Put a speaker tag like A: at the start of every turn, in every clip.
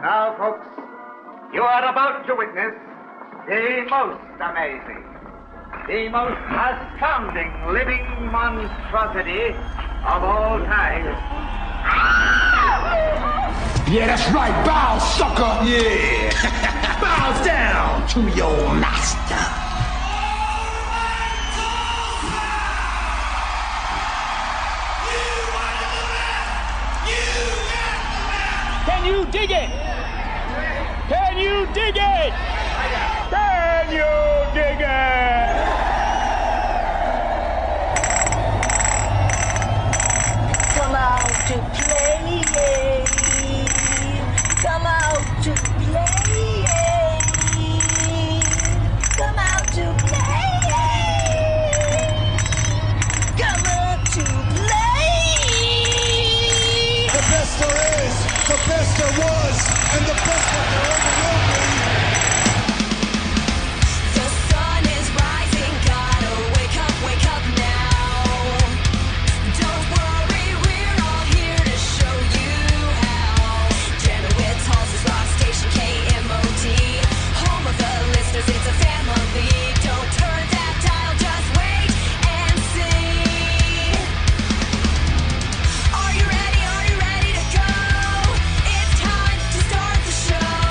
A: Now, folks, you are about to witness the most amazing, the most astounding living monstrosity of all time.
B: Yeah, that's right. Bow, sucker. Yeah. Bow down to your master.
C: Can you dig it? Can you dig it? Can you dig it?
D: Come out to play. Come out to play. Come out to play. Come out to play.
E: The best there is, the best there was, and the best that there ever will be.
F: The sun is rising, gotta wake up, wake up now. Don't worry, we're all here to show you how. Janowitz Halls is rock station KMOD, home of the listeners. It's a family. Don't turn that dial, just wait and see. Are you ready? Are you ready to go? It's time to start the show.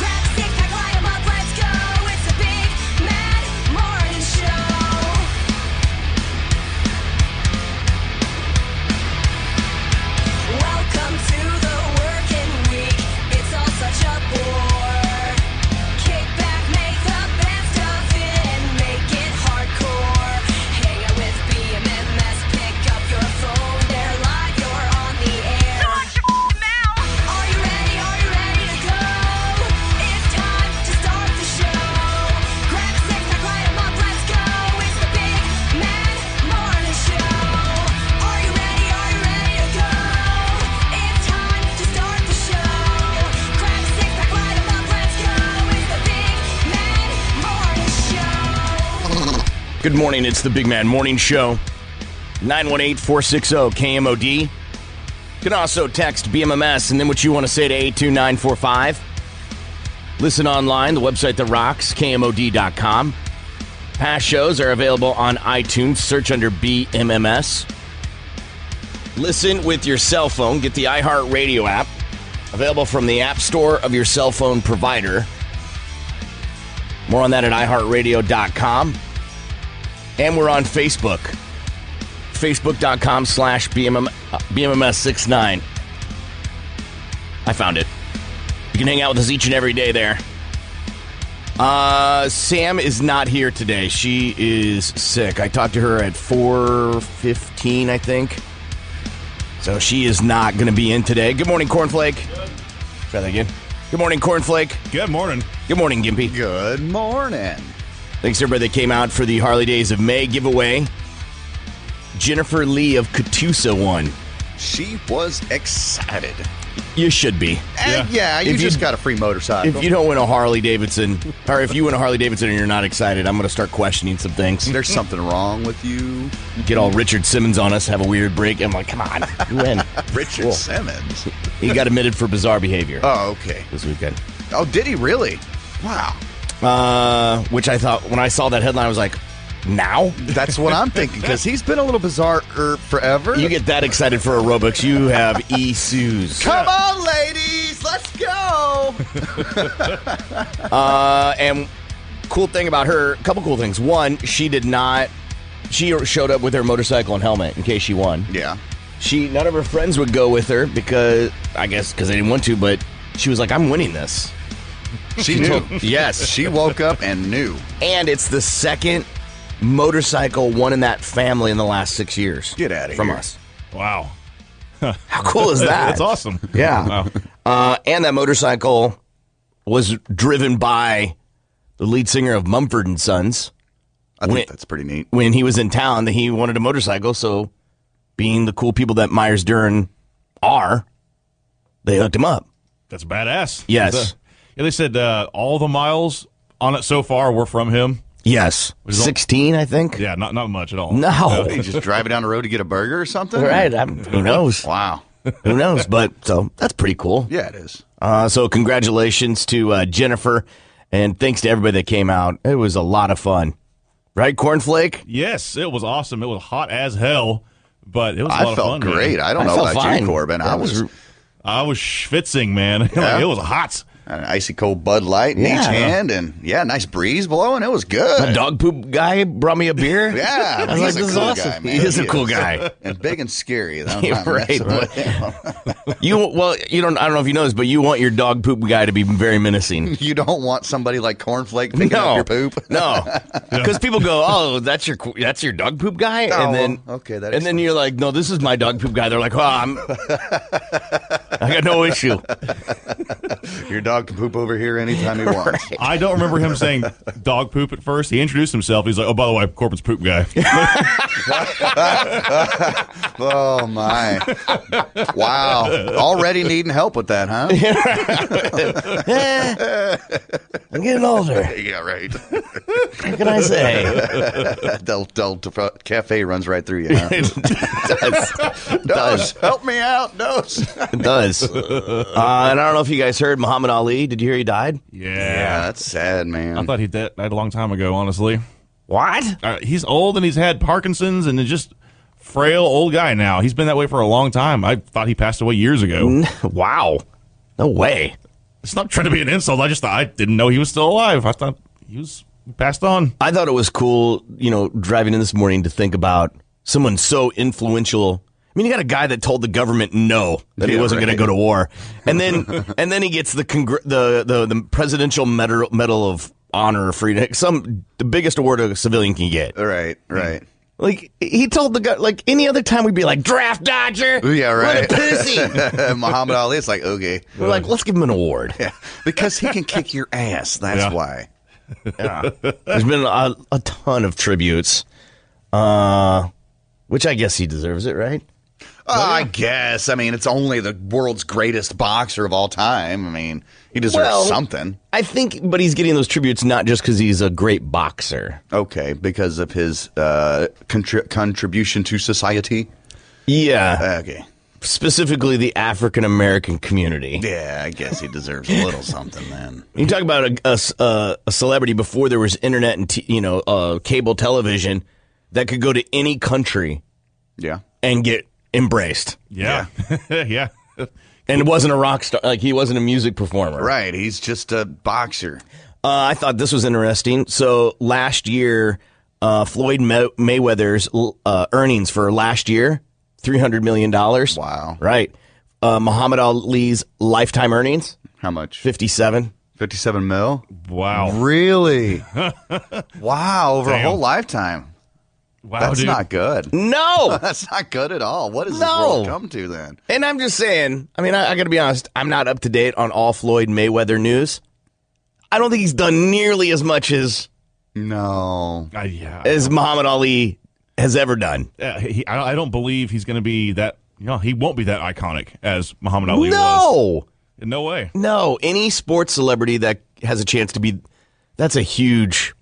F: Grab stick, pack, line 'em up, let's go. It's a big mad morning show. Welcome to the working week. It's all such a bore. Kick back, make the best of it, and make it hardcore. Hang out with BMMS, pick up your phone. They're live, you're on the air. Are you ready? Are you ready to go? It's time to start the show. Grab six, pack, light 'em up, let's go. It's the big mad morning show. Are you ready? Are you ready to go? It's time to start the show. Grab six, pack, light 'em up, let's go. It's the big mad morning show.
G: Good morning. It's the Big Man Morning Show. 918 460 KMOD. You can also text BMMS and then what you want to say to 82945. Listen online, the website that rocks, KMOD.com. Past shows are available on iTunes. Search under BMMS. Listen with your cell phone. Get the iHeartRadio app, available from the App Store of your cell phone provider. More on that at iHeartRadio.com. And we're on Facebook. Facebook.com slash BMM, uh, BMMS69. I found it. You can hang out with us each and every day there. Uh, Sam is not here today. She is sick. I talked to her at 4.15, I think. So she is not going to be in today. Good morning, Cornflake. Try that again. Good morning, Cornflake.
H: Good morning.
G: Good morning, Gimpy.
I: Good morning.
G: Thanks to everybody that came out for the Harley Days of May giveaway. Jennifer Lee of Catoosa won.
I: She was excited.
G: You should be.
I: And Eh, yeah, you
G: If you-
I: just got a free motorcycle.
G: If you don't win a Harley Davidson, or if you win a Harley Davidson and you're not excited, I'm going to start questioning some things.
I: There's something wrong with you,
G: Get all Richard Simmons on us, have a weird break. I'm like, come on, you win.
I: Richard
G: Cool.
I: Simmons.
G: He got admitted for bizarre behavior
I: Oh, okay.
G: this weekend.
I: Oh, did he really? Wow.
G: Uh, which I thought, when I saw that headline, I was like, now?
I: That's what I'm thinking because he's been a little bizarre er, forever.
G: You get that excited for aerobics, you have issues.
I: Come on, ladies, let's go.
G: Uh, and cool thing about her, couple cool things. One, she did not. She showed up with her motorcycle and helmet in case she won.
I: yeah.
G: She none of her friends would go with her because I guess because they didn't want to. But she was like, "I'm winning this."
I: She knew. yes, she woke up and knew.
G: And it's the second motorcycle one in that family in the last six years.
I: Get outta
G: from
I: here.
G: us.
H: Wow.
G: How cool is that?
H: That's awesome.
G: Yeah.
H: Wow.
G: Uh, and that motorcycle was driven by the lead singer of Mumford and Sons.
I: I think
G: Wait.
I: that's pretty neat.
G: when he was in town that he wanted a motorcycle. So, being the cool people that Myers Dern are, they hooked him up.
H: That's badass.
G: Yes.
H: The- yeah, they said uh, all the miles on it so far were from him.
G: Yes,
H: all-
G: sixteen, I think.
H: Yeah, not not much at all.
G: No,
I: What, you Oh, just driving down the road to get a burger or something?
G: right? I'm, who knows?
I: Wow.
G: Who knows? But so that's pretty cool.
I: Yeah, it is.
G: Uh, so congratulations to uh, Jennifer, and thanks to everybody that came out. It was a lot of fun, right, Cornflake?
H: Yes, it was awesome. It was hot as hell, but it was a lot
I: I
H: of
I: felt
H: fun. man.
I: great. I don't
G: I
I: know
G: felt
I: about
G: fine.
I: you, Corbin. I
G: That
I: was,
G: was-
H: I was schwitzing, man. Like,
I: Yeah.
H: it was hot.
I: an icy cold Bud Light in
G: Yeah.
I: each hand, and yeah, nice breeze blowing. It was
G: The
I: good.
G: dog poop guy brought me a beer.
I: Yeah,
G: I was
I: he's a
G: like, this is
I: cool
G: awesome.
I: guy, man.
G: he is a
I: He
G: cool
I: is.
G: guy.
I: and big and scary. I'm
G: Yeah,
I: not
G: right,
I: messing
G: but-
I: with him.
G: You well, you don't. I don't know if you know this, but you want your dog poop guy to be very menacing.
I: You don't want somebody like Cornflake picking
G: no,
I: up your poop.
G: no, because people go, "Oh, that's your qu- that's your dog poop guy,"
I: Oh,
G: and then
I: well, okay, that
G: and then you're like, "No, this is my dog poop guy." They're like, "Oh, I'm, I got no issue."
I: Your dog can poop over here anytime he wants.
H: I don't remember him saying dog poop at first. He introduced himself. He's like, oh, by the way, Corbin's poop guy.
I: Oh my! Wow! Already needing help with that, huh?
G: I'm getting older.
I: yeah, right.
G: What can I say?
I: Del Del Cafe runs right through you. Huh?
G: does.
I: Does help me out? Does?
G: It does. Uh, and I don't know if you guys heard Muhammad Ali. Did you hear he died?
I: Yeah,
H: yeah.
I: that's sad, man.
H: I thought he died a long time ago, honestly.
G: What?
H: Uh, he's old and he's had Parkinson's and is just frail old guy now. He's been that way for a long time. I thought he passed away years ago.
G: Wow. No way.
H: It's not trying to be an insult. I just thought I didn't know he was still alive. I thought he was passed on.
G: I thought it was cool, you know, driving in this morning to think about someone so influential. I mean, you got a guy that told the government no that he
I: Yeah,
G: wasn't going
I: right.
G: to go to war, and then and then he gets the congr- the, the the presidential medal medal of honor for some the biggest award a civilian can get.
I: Right, right.
G: Like he told the guy, like any other time we'd be like draft dodger,
I: Yeah, right.
G: what a pussy.
I: Muhammad Ali. It's like okay,
G: We're like, let's give him an award.
I: yeah, because he can kick your ass. That's
H: Yeah.
I: why.
G: There's been a, a ton of tributes, uh, which I guess he deserves it, right?
I: Oh, I guess. I mean, it's only the world's greatest boxer of all time. I mean, he deserves
G: Well-
I: something.
G: I think, but he's getting those tributes not just because he's a great boxer.
I: Okay, because of his uh, contri- contribution to society. Uh,
G: Yeah,
I: Okay.
G: specifically the African American community.
I: Yeah, I guess he deserves a little something then.
G: You talk about a, a s- uh, a celebrity before there was internet and t- you know uh, cable television that could go to any country
I: Yeah.
G: and get embraced,
H: Yeah. Yeah.
G: and it wasn't a rock star. Like he wasn't a music performer.
I: Right. He's just a boxer.
G: Uh, I thought this was interesting. So last year, uh, Floyd May- Mayweather's uh, earnings for last year, three hundred million dollars.
I: Wow.
G: Right. Uh, Muhammad Ali's lifetime earnings,
I: How much?
G: 57.
I: 57 mil?
H: Wow.
I: Really? wow. Over a
H: Damn.
I: whole lifetime.
H: Wow,
I: That's
H: dude.
I: not good.
G: No.
I: That's not good at all. What does this
G: Oh! No.
I: world come to then?
G: and I'm just saying, I mean, I, I got to be honest, I'm not up to date on all Floyd Mayweather news. I don't think he's done nearly as much as,
I: No.
H: Uh, yeah.
G: as Muhammad Ali has ever done.
H: Uh, he, I, I don't believe he's going to be that. No, he won't be that iconic as Muhammad Ali was.
G: no.
H: No way.
G: No. Any sports celebrity that has a chance to be, that's a huge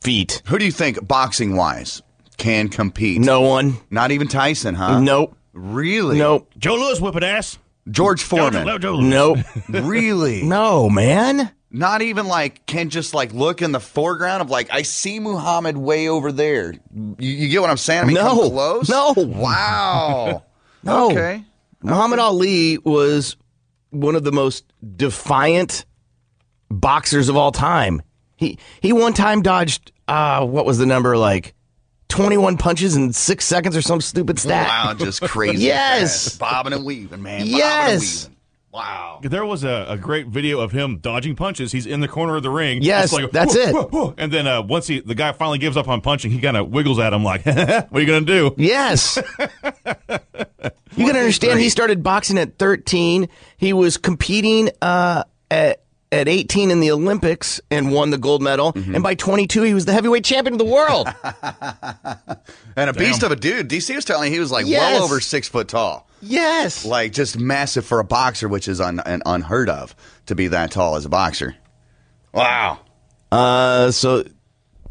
G: feat.
I: Who do you think, boxing wise, can compete?
G: No one.
I: Not even Tyson, huh?
G: Nope.
I: Really?
G: Nope.
H: Joe Lewis whipping ass.
I: George Foreman.
H: Joe, Joe Lewis.
G: Nope.
I: really?
G: no, man.
I: Not even like can just like look in the foreground of like I see Muhammad way over there. You, you get what I'm saying? I mean, come
G: No.
I: close.
G: No.
I: Wow.
G: No.
I: Okay.
G: Muhammad Ali was one of the most defiant boxers of all time. He he one time dodged uh what was the number like 21 punches in 6 seconds or some stupid stat.
I: Wow, just crazy.
G: Yes.
I: fast. bobbing and weaving, man. Bobbing
G: Yes.
I: And weaving. Wow.
H: There was a, a great video of him dodging punches. He's in the corner of the ring.
G: Yes,
H: It's like,
G: that's
H: "Whoa,
G: it."
H: whoa, whoa." And then uh, once he, the guy finally gives up on punching, he kind of wiggles at him like, "What are you gonna do?"
G: Yes. you can understand he started boxing at 13. He was competing uh at at 18 in the Olympics and won the gold medal
I: Mm-hmm.
G: and by 22 he was the heavyweight champion of the world.
I: And a beast of a dude. DC was telling me he was like
G: Yes.
I: well over six foot tall.
G: yes.
I: Like just massive for a boxer, which is un- un- unheard of to be that tall as a boxer. Wow.
G: Uh, so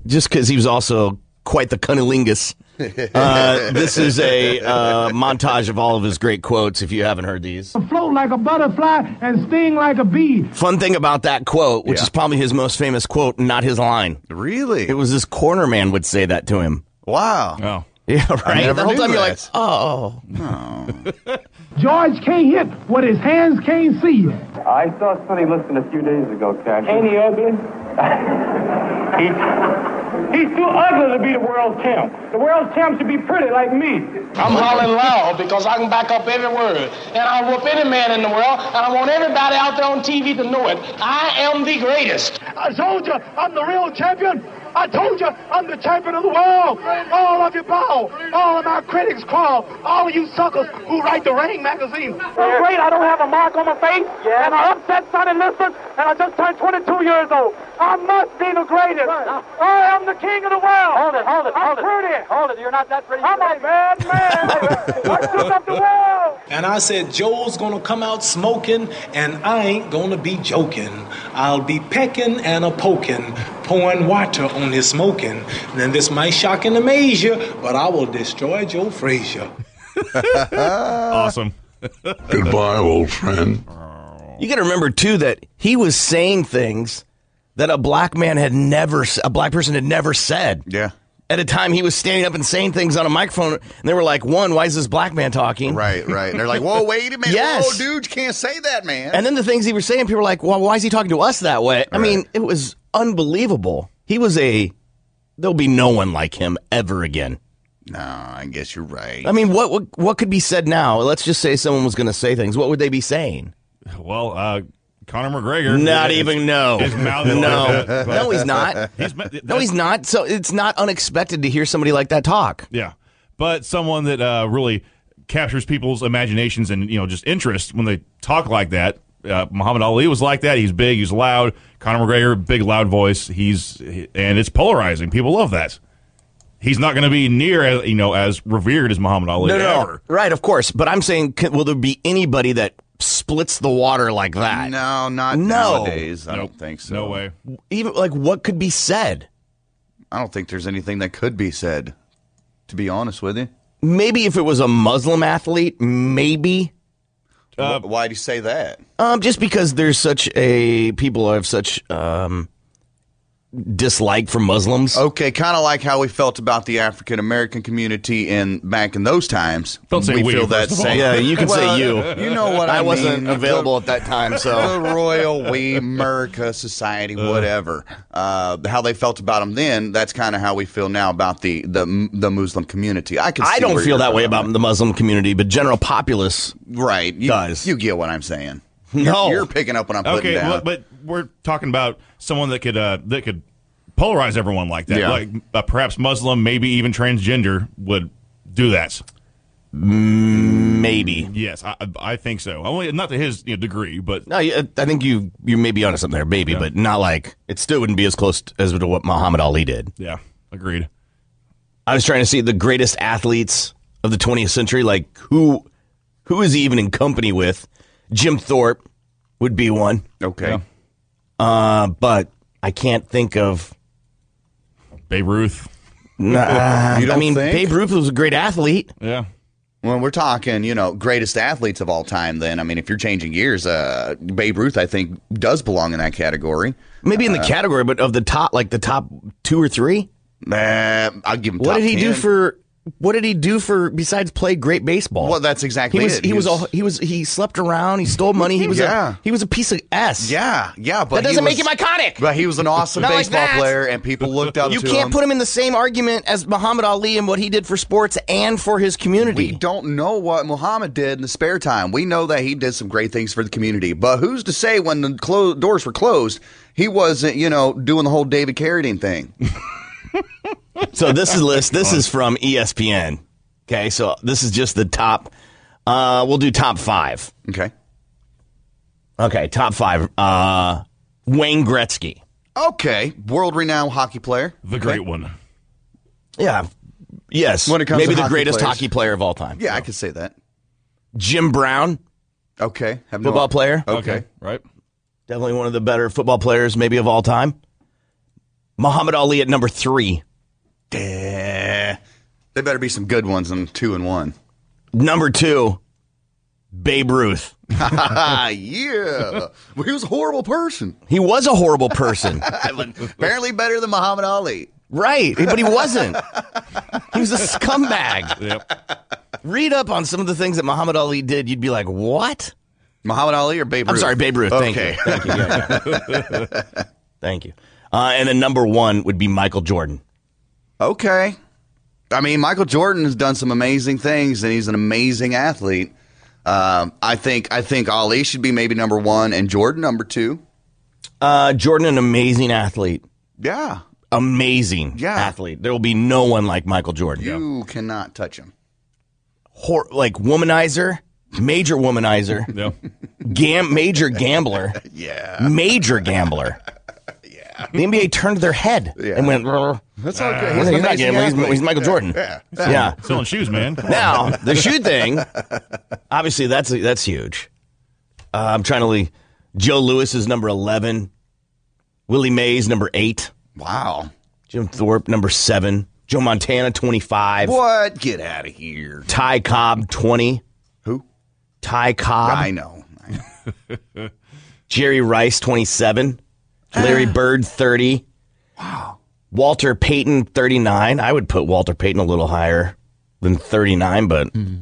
G: just because he was also quite the cunnilingus, Uh, this is a uh, montage of all of his great quotes. If you haven't heard these,
J: Float like a butterfly and sting like a bee.
G: fun thing about that quote, which
I: Yeah.
G: is probably his most famous quote, not his line.
I: Really?
G: It was this corner man would say that to him.
I: wow.
H: Oh.
G: Yeah, right.
I: never
G: the whole
I: knew
G: time you're like,
I: that.
G: oh,
J: Oh. George can't hit what his hands can't see.
K: I saw Sonny Liston a few days ago, Cash. Ain't he ugly?
C: He's too ugly to be the world champ. The world champ should be pretty like me.
K: I'm hollering loud because I can back up every word. And I'll whoop any man in the world, and I want everybody out there on TV to know it. I am the greatest.
J: I told you I'm the real champion. I told you I'm the champion of the world. All of you bow. All of my critics crawl. All of you suckers who write the Ring magazine.
C: I'm great. I don't have a mark on my face. And I upset Sonny Liston, and I just turned 22 years old. I must be the greatest. I am the king of the world. Hold it, hold it, hold it. pretty. Hold it. You're not that pretty. I'm a bad man. I took up the world.
E: And I said, Joe's gonna come out smoking, and I ain't gonna be joking. I'll be pecking and a poking, pouring water on his smoking. Then this might shock and amaze you, but I will destroy Joe Frazier.
H: Awesome.
B: Goodbye, old friend.
G: You got to remember too that he was saying things that a black man had never, s- a black person had never said.
I: Yeah.
G: At a time he was standing up and saying things on a microphone, and they were like, "One, why is this black man talking?"
I: Right, right. They're like, whoa, wait a minute.
G: Yes.
I: Whoa, dude, you can't say that, man.
G: And then the things he was saying, people were like, "Well, why is he talking to us that way?" I mean, it was unbelievable. He was a. There'll be no one like him ever again.
I: no, I guess you're right.
G: I mean, what what, what could be said now? Let's just say someone was going to say things. What would they be saying?
H: Well, uh, Conor McGregor.
G: Not
H: It's-
G: even no.
H: his mouth is
G: no.
H: like that, but-
G: no, he's not.
H: He's, ma-
G: No, he's not. So it's not unexpected to hear somebody like that talk.
H: Yeah, but someone that uh, really captures people's imaginations and you know just interest when they talk like that. Uh, Muhammad Ali was like that. He's big. He's loud. Conor McGregor, big loud voice. He's he- and it's polarizing. People love that. He's not going to be near as you know as revered as Muhammad Ali Oh, ever.
G: Right, of course. But I'm saying, can, will there be anybody that splits the water like that?
I: no, not
G: No.
I: nowadays. I don't
H: Nope.
I: think so.
H: No way.
G: Even like, what could be said?
I: I don't think there's anything that could be said, to be honest with you.
G: Maybe if it was a Muslim athlete, maybe.
H: Uh,
I: Wh- Why do you say that?
G: Um, just because there's such a people have such um dislike for Muslims.
I: Okay, kind of like how we felt about the African American community in back in those times.
H: Don't say we,
I: feel that
H: first of all.
I: same.
G: Yeah, you can
I: Well,
G: say you.
I: You know what I,
G: I wasn't
I: mean.
G: available at that time, so
I: the Royal We America Society, whatever. Uh, how they felt about them then, that's kind of how we feel now about the the the Muslim community. I can.
G: I
I: see
G: don't
I: where
G: feel
I: you're
G: that way
I: coming
G: about the Muslim community, but general populace.
I: from. right. You,
G: Does.
I: you get what I'm saying?
G: No.
I: you're picking up what I'm putting
H: Okay,
I: down.
H: well, but we're talking about someone that could uh, that could polarize everyone like that.
I: Yeah.
H: Like uh, perhaps Muslim, maybe even transgender would do that.
G: Maybe.
H: Yes, I, I- I think so. Only not to his you know, degree, but
G: No, you- I think you you may be onto something there, maybe, but not like it still wouldn't be as close t- as to what Muhammad Ali did.
H: yeah, agreed.
G: I was trying to see the greatest athletes of the 20th century, like who who is he even in company with? Jim Thorpe would be one,
I: okay.
G: uh, but I can't think of.
H: Babe Ruth.
G: Nah,
I: You
G: I
I: don't
G: mean,
I: think?
G: Babe Ruth was a great athlete.
H: Yeah.
I: When we're talking, you know, greatest athletes of all time, then I mean, if you're changing years, uh, Babe Ruth, I think, does belong in that category.
G: Maybe in the category, but of the top, like the top two or three.
I: Uh, I'll give him.
G: What
I: top
G: did he
I: 10.
G: do for? What did he do for besides play great baseball?
I: Well, that's exactly
G: he was.
I: it.
G: He,
I: He
G: was.
I: was-
G: a, he was. He slept around. He stole money. He was.
I: Yeah.
G: A, he was a piece of s.
I: Yeah, yeah, but
G: That
I: he
G: doesn't make
I: was-
G: him iconic.
I: But he was an awesome
G: Not like
I: baseball
G: that.
I: player, and people looked up
G: You
I: to
G: can't
I: him.
G: put him in the same argument as Muhammad Ali and what he did for sports and for his
I: we
G: community.
I: don't know what Muhammad did in the spare time. We know that he did some great things for the community, but who's to say when the clo- doors were closed, he wasn't, you know, doing the whole David Carradine thing?
G: So this is list. This is from E ESPN. Okay, so this is just the top. Uh, we'll do top five.
I: Okay.
G: Okay, top five. Uh, Wayne Gretzky.
I: Okay, world-renowned hockey player.
H: The great one.
G: Yeah. Yes.
I: When it comes
G: maybe
I: to
G: the
I: hockey
G: greatest
I: players.
G: hockey player of all time.
I: Yeah, I could say that.
G: Jim Brown,
I: Okay, have no-
G: football player.
I: Okay.
H: Right.
G: Definitely one of the better football players, maybe of all time. Muhammad Ali at number three.
I: Duh. They better be some good ones on two and one.
G: Number two, Babe Ruth.
I: yeah. Well, he was a horrible person.
G: He was a horrible person.
I: Apparently better than Muhammad Ali.
G: Right, but he wasn't. he was a scumbag. Read up on some of the things that Muhammad Ali did. You'd be like, what?
I: Muhammad Ali or Babe
G: I'm
I: Ruth?
G: sorry, Babe Ruth. Thank
I: Okay.
G: you. Thank you. Yeah, yeah. Thank you. Uh, and then number one would be Michael Jordan.
I: Okay. I mean, Michael Jordan has done some amazing things, and he's an amazing athlete. Um, I think I think Ali should be maybe number one, and Jordan number two.
G: Uh, Jordan, an amazing athlete.
I: Yeah,
G: Amazing
I: Yeah.
G: athlete. There will be no one like Michael Jordan.
I: you cannot touch him.
G: Hor- like womanizer, major womanizer, gam- major gambler,
I: Yeah,
G: major gambler. yeah. The NBA turned their head and went,
I: that's okay.
G: He's, not gambling. He's, he's Michael Jordan.
I: Yeah.
G: Yeah.
H: Selling shoes, man. Come on.
G: Now the shoe thing, obviously that's that's huge. Uh, I'm trying to. Leave. Joe Lewis is number eleven. Willie Mays number eight.
I: Wow.
G: Jim Thorpe number seven. Joe Montana twenty five.
I: What? Get out of here.
G: Ty Cobb twenty.
I: Who?
G: Ty Cobb.
I: I know.
G: Jerry Rice, 27.
I: Ah.
G: Larry Bird, 30. Wow. Walter Payton, 39. I would put Walter Payton a little higher than 39, but.
I: Hmm.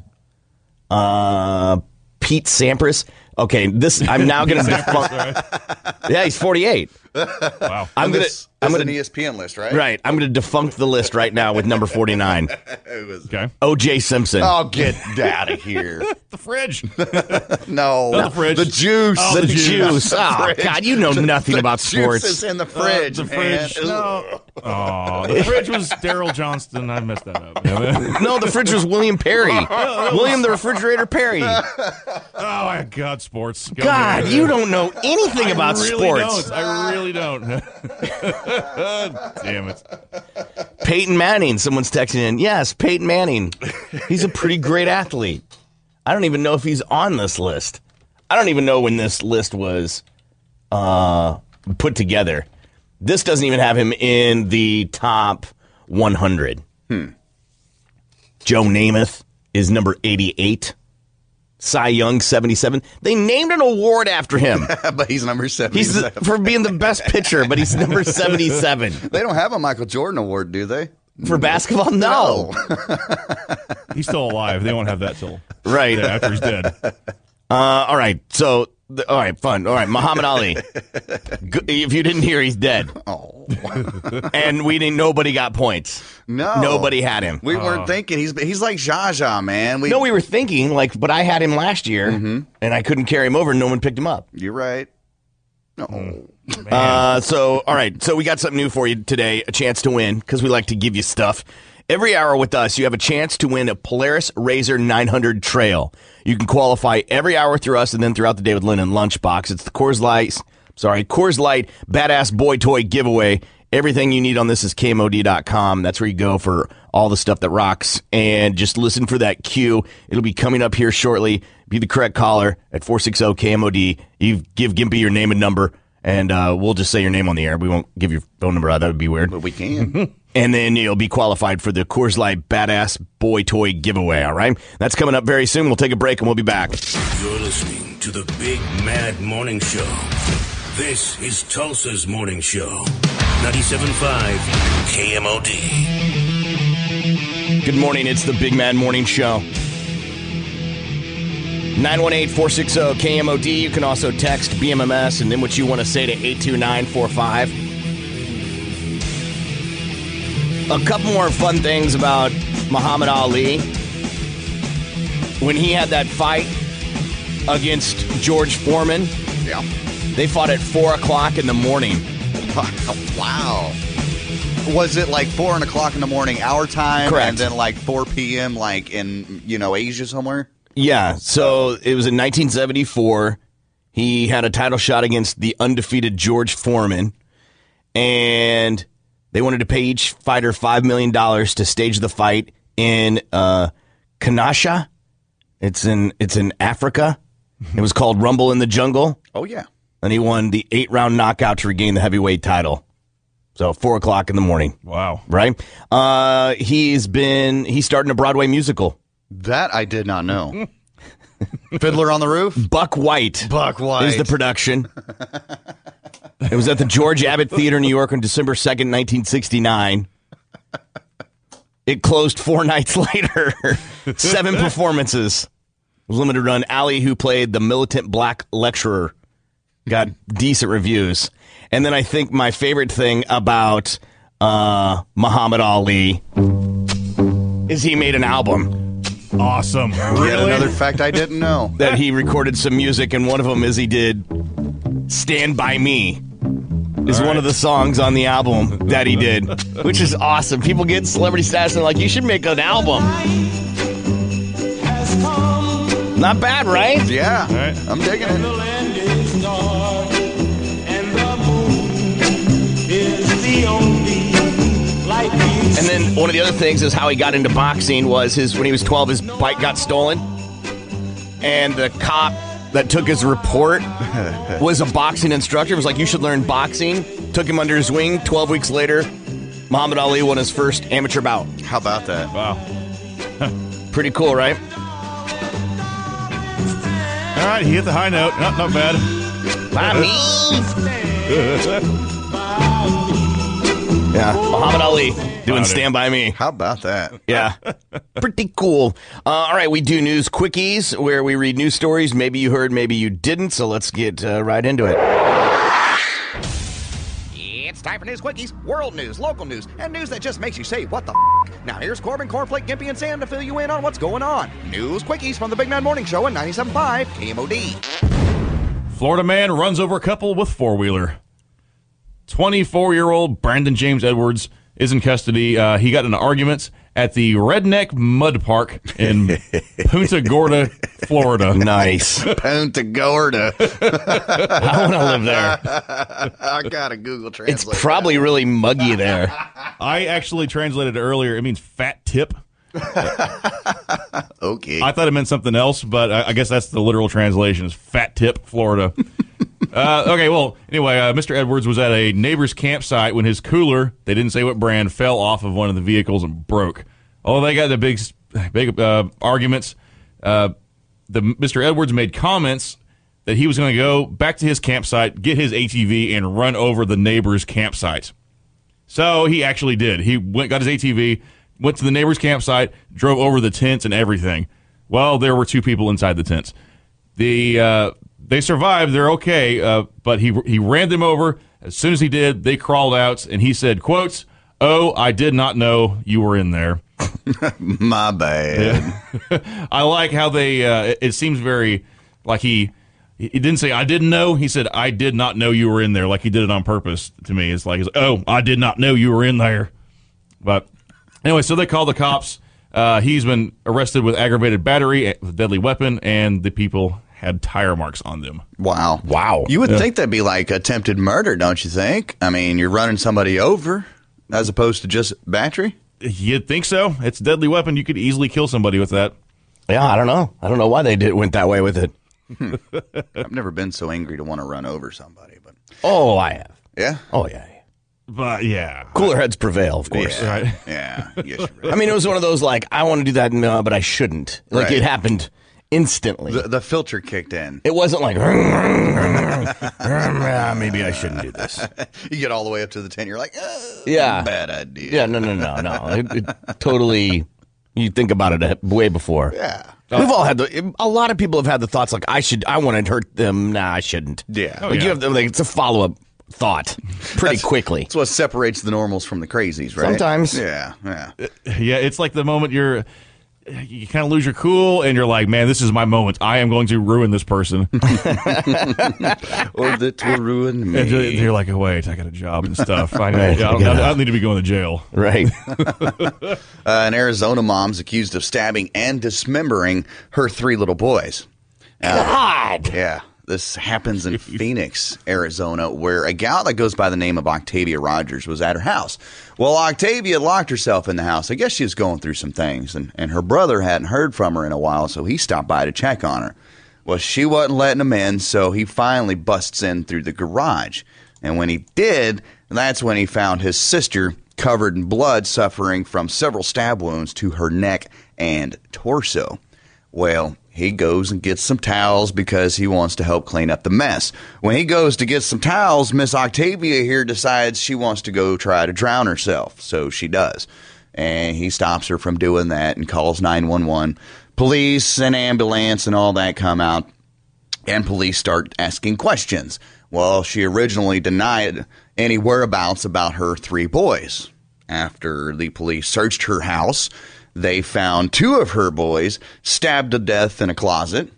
G: Uh, Pete Sampras. Okay, this I'm now going to defunk. yeah, he's 48.
H: Wow.
G: I'm going to
I: This,
G: I'm
I: this
G: going to
I: is an E ESPN list, right?
G: right. I'm going to defunk the list right now with number 49,
H: Okay.
G: O.J. Simpson.
I: Oh, get out of here.
H: The fridge.
I: No.
H: Not the fridge.
I: The juice.
H: Oh,
G: the
H: the juice.
G: juice. Oh
I: fridge.
G: God, you know nothing about sports. Uh,
I: Juice is in the fridge.
H: the
I: man.
H: fridge. No. Oh, the fridge was Daryl Johnston. I messed that up.
G: no, the fridge was William Perry. William the refrigerator Perry.
H: oh my God, sports. Go
G: God,
H: me.
G: you don't know anything
H: I
G: about
H: really
G: sports.
H: don't. I really don't. Damn it.
G: Peyton Manning, someone's texting in. Yes, Peyton Manning. He's a pretty great athlete. I don't even know if he's on this list. I don't even know when this list was uh, put together. This doesn't even have him in the top 100.
I: Hmm.
G: Joe Namath is number 88. Cy Young, 77. They named an award after him.
I: but he's number seven.
G: He's the, for being the best pitcher, but he's number 77.
I: they don't have a Michael Jordan award, do they?
G: For basketball? No.
H: He's still alive. They won't have that till
G: Right.
H: yeah, after he's dead.
G: Uh, all right. So, th- all right, fun. All right, Muhammad Ali. G- if you didn't hear, he's dead.
I: Oh
G: And we didn't, nobody got points.
I: no!
G: Nobody had him.
I: We
H: Oh.
I: weren't thinking he's he's like Zsa Zsa, man. We, Mm-hmm.
G: no, we were thinking, like, but I had him last year and I couldn't carry him over and no one picked him up.
I: You're right. No,
G: Uh, so, all right. So, we got something new for you today a chance to win because we like to give you stuff. Every hour with us, you have a chance to win a Polaris Razor 900 Trail. You can qualify every hour through us and then throughout the day with Lynn and Lunchbox. It's the Coors Light, sorry, Coors Light Badass Boy Toy Giveaway. Everything you need on this is KMOD.com. That's where you go for all the stuff that rocks. And just listen for that cue. It'll be coming up here shortly. Be the correct caller at 460 KMOD. You give Gimpy your name and number and uh, we'll just say your name on the air. We won't give your phone number out. That would be weird.
I: but we can.
G: And then you'll be qualified for the Coors Light Badass Boy Toy Giveaway. All right, that's coming up very soon. We'll take a break and we'll be back.
L: You're listening to the Big Mad Morning Show. This is Tulsa's Morning Show. 97.5 KMOD.
G: Good morning. It's the Big Man Morning Show. 918 460 KMOD. You can also text BMMS and then what you want to say to 82945. A couple more fun things about Muhammad Ali. When he had that fight against George Foreman,
I: yeah.
G: they fought at 4 o'clock in the morning.
I: oh, Wow. Was it like four and o'clock in the morning our time,
G: Correct.
I: and then like four p.m. like in you know Asia somewhere?
G: Yeah, so it was in 1974. He had a title shot against the undefeated George Foreman, and they wanted to pay each fighter five million dollars to stage the fight in uh, Kenosha. It's in it's in Africa. It was called Rumble in the Jungle,
I: Oh yeah.
G: and he won the eight round knockout to regain the heavyweight title. So four o'clock in the morning.
H: Wow.
G: Right. Uh, he's been he's starting a Broadway musical.
I: That I did not know. Fiddler on the Roof.
G: Buck White.
I: Buck White
G: is the production. it was at the George Abbott Theater in New York on December second, nineteen sixty nine. It closed four nights later. Seven performances. It was limited run. Ali, who played the militant black lecturer, got decent reviews. And then I think my favorite thing about uh, Muhammad Ali is he made an album.
H: Awesome.
I: Yet another fact I didn't know.
G: that he recorded some music, and one of them is he did "Stand by Me." Is one of the songs on the album that he did, which is awesome. People get celebrity status and like, you should make an album. Not bad, right?
I: Yeah, I'm digging it.
G: And then one of the other things is how he got into boxing was his when he was 12 his bike got stolen and the cop that took his report was a boxing instructor. It was like you should learn boxing. Took him under his wing. 12 weeks later, Muhammad Ali won his first amateur bout.
I: How about that?
G: Wow. Pretty cool, right?
H: All right, he hit the high note. Not, not bad.
G: By me. Yeah, Muhammad Ali doing Stand By Me.
I: How about that?
G: Yeah, pretty cool. Uh, all right, we do news quickies where we read news stories. Maybe you heard, maybe you didn't. So let's get uh, right into it.
M: It's time for news quickies, world news, local news, and news that just makes you say, what the f-? Now here's Corbin, Cornflake, Gimpy, and Sam to fill you in on what's going on. News quickies from the Big Man Morning Show on 97.5 KMOD.
H: Florida man runs over couple with four wheeler. 24 year old Brandon James Edwards is in custody. Uh, he got in an argument at the Redneck Mud Park in Punta Gorda, Florida.
G: Nice.
I: Punta Gorda.
G: I want to live there.
I: I gotta Google
G: It's
I: Translate.
G: probably really muggy there.
H: I actually translated it earlier. It means fat tip.
I: okay.
H: I thought it meant something else, but I, I guess that's the literal translation is fat tip, Florida. uh, okay, well, anyway, uh, Mr. Edwards was at a neighbor's campsite when his cooler, they didn't say what brand, fell off of one of the vehicles and broke. Oh, they got the big, s- big uh, arguments. Uh, the Mr. Edwards made comments that he was going to go back to his campsite, get his ATV, and run over the neighbor's campsite. So he actually did. He went, got his ATV, went to the neighbor's campsite, drove over the tents and everything. Well, there were two people inside the tents. The uh, they survived. They're okay, uh, but he he ran them over. As soon as he did, they crawled out, and he said, "quotes Oh, I did not know you were in there."
I: My bad.
H: I like how they. Uh, it- it seems very like he. He didn't say I didn't know. He said I did not know you were in there. Like he did it on purpose to me. It's like it's, oh, I did not know you were in there. But anyway, so they called the cops. Uh, he's been arrested with aggravated battery eh, with a deadly weapon, and the people had tire marks on them.
I: Wow.
G: Wow.
I: You would
H: Yeah.
I: think that'd be like attempted murder, don't you think? I mean, you're running somebody over as opposed to just battery.
H: You'd think so. It's a deadly weapon. You could easily kill somebody with that.
G: Yeah, I don't know. I don't know why they did went that way with it.
I: I've never been so angry to want to run over somebody, but
G: Oh, I have.
I: yeah.
G: Oh yeah.
H: But Uh, yeah,
G: Cooler heads prevail, of course.
I: Yeah.
H: Right.
I: Yeah. Yes, you're right.
G: I mean, it was one of those like I want to do that, no, but I shouldn't. Like
I: Right.
G: it happened instantly.
I: The, the filter kicked in.
G: it wasn't like maybe I shouldn't do this.
I: You get all the way up to the tent, you're like, "Ugh,
G: Yeah.
I: bad idea.
G: Yeah, no, no, no, no. It, it totally. You think about it uh, way before.
I: Yeah.
G: We've all had the. A lot of people have had the thoughts like, "I should. I want to hurt them. Nah, I shouldn't."
I: Yeah.
G: like you
H: Oh, yeah.
G: have the, like it's a follow up thought pretty quickly.
I: That's what separates the normals from the crazies, right?
G: Sometimes.
I: Yeah. Yeah.
H: yeah. It's like the moment you're. You kind of lose your cool, and you're like, "Man, this is my moment. I am going to ruin this person."
I: or that will ruin
H: And
I: me.
H: you're- you're like, oh, wait, I got a job and stuff. I,
G: Right,
H: I, don't,
G: yeah.
H: I don't need to be going to jail.
G: Right.
I: Uh, an Arizona mom's accused of stabbing and dismembering her three little boys. Uh,
G: God.
I: Yeah. This happens in Phoenix, Arizona, where a gal that goes by the name of Octavia Rogers was at her house. Well, Octavia locked herself in the house. I guess she was going through some things, and, and her brother hadn't heard from her in a while, so he stopped by to check on her. Well, she wasn't letting him in, so he finally busts in through the garage. And when he did, And that's when he found his sister covered in blood, suffering from several stab wounds to her neck and torso. Well, he goes and gets some towels because he wants to help clean up the mess. When he goes to get some towels, Miss Octavia here decides she wants to go try to drown herself. So she does. And he stops her from doing that and calls 911. Police and ambulance and all that come out and police start asking questions. Well, she originally denied any whereabouts about her three boys. After the police searched her house, they found two of her boys stabbed to death in a closet.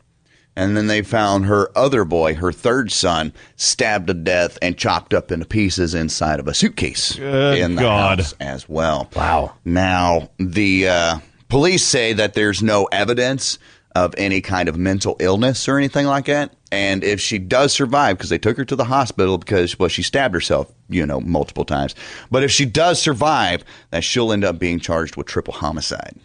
I: And then they found her other boy, her third son, stabbed to death and chopped up into pieces inside of a suitcase
H: Good
I: in the
H: God.
I: house as well. Wow. Now, the uh, police say that there's no evidence of any kind of mental illness or anything like that. And if she does survive, because they took her to the hospital because, well, she stabbed herself, you know, multiple times. But if she does survive, that she'll end up being charged with triple homicide.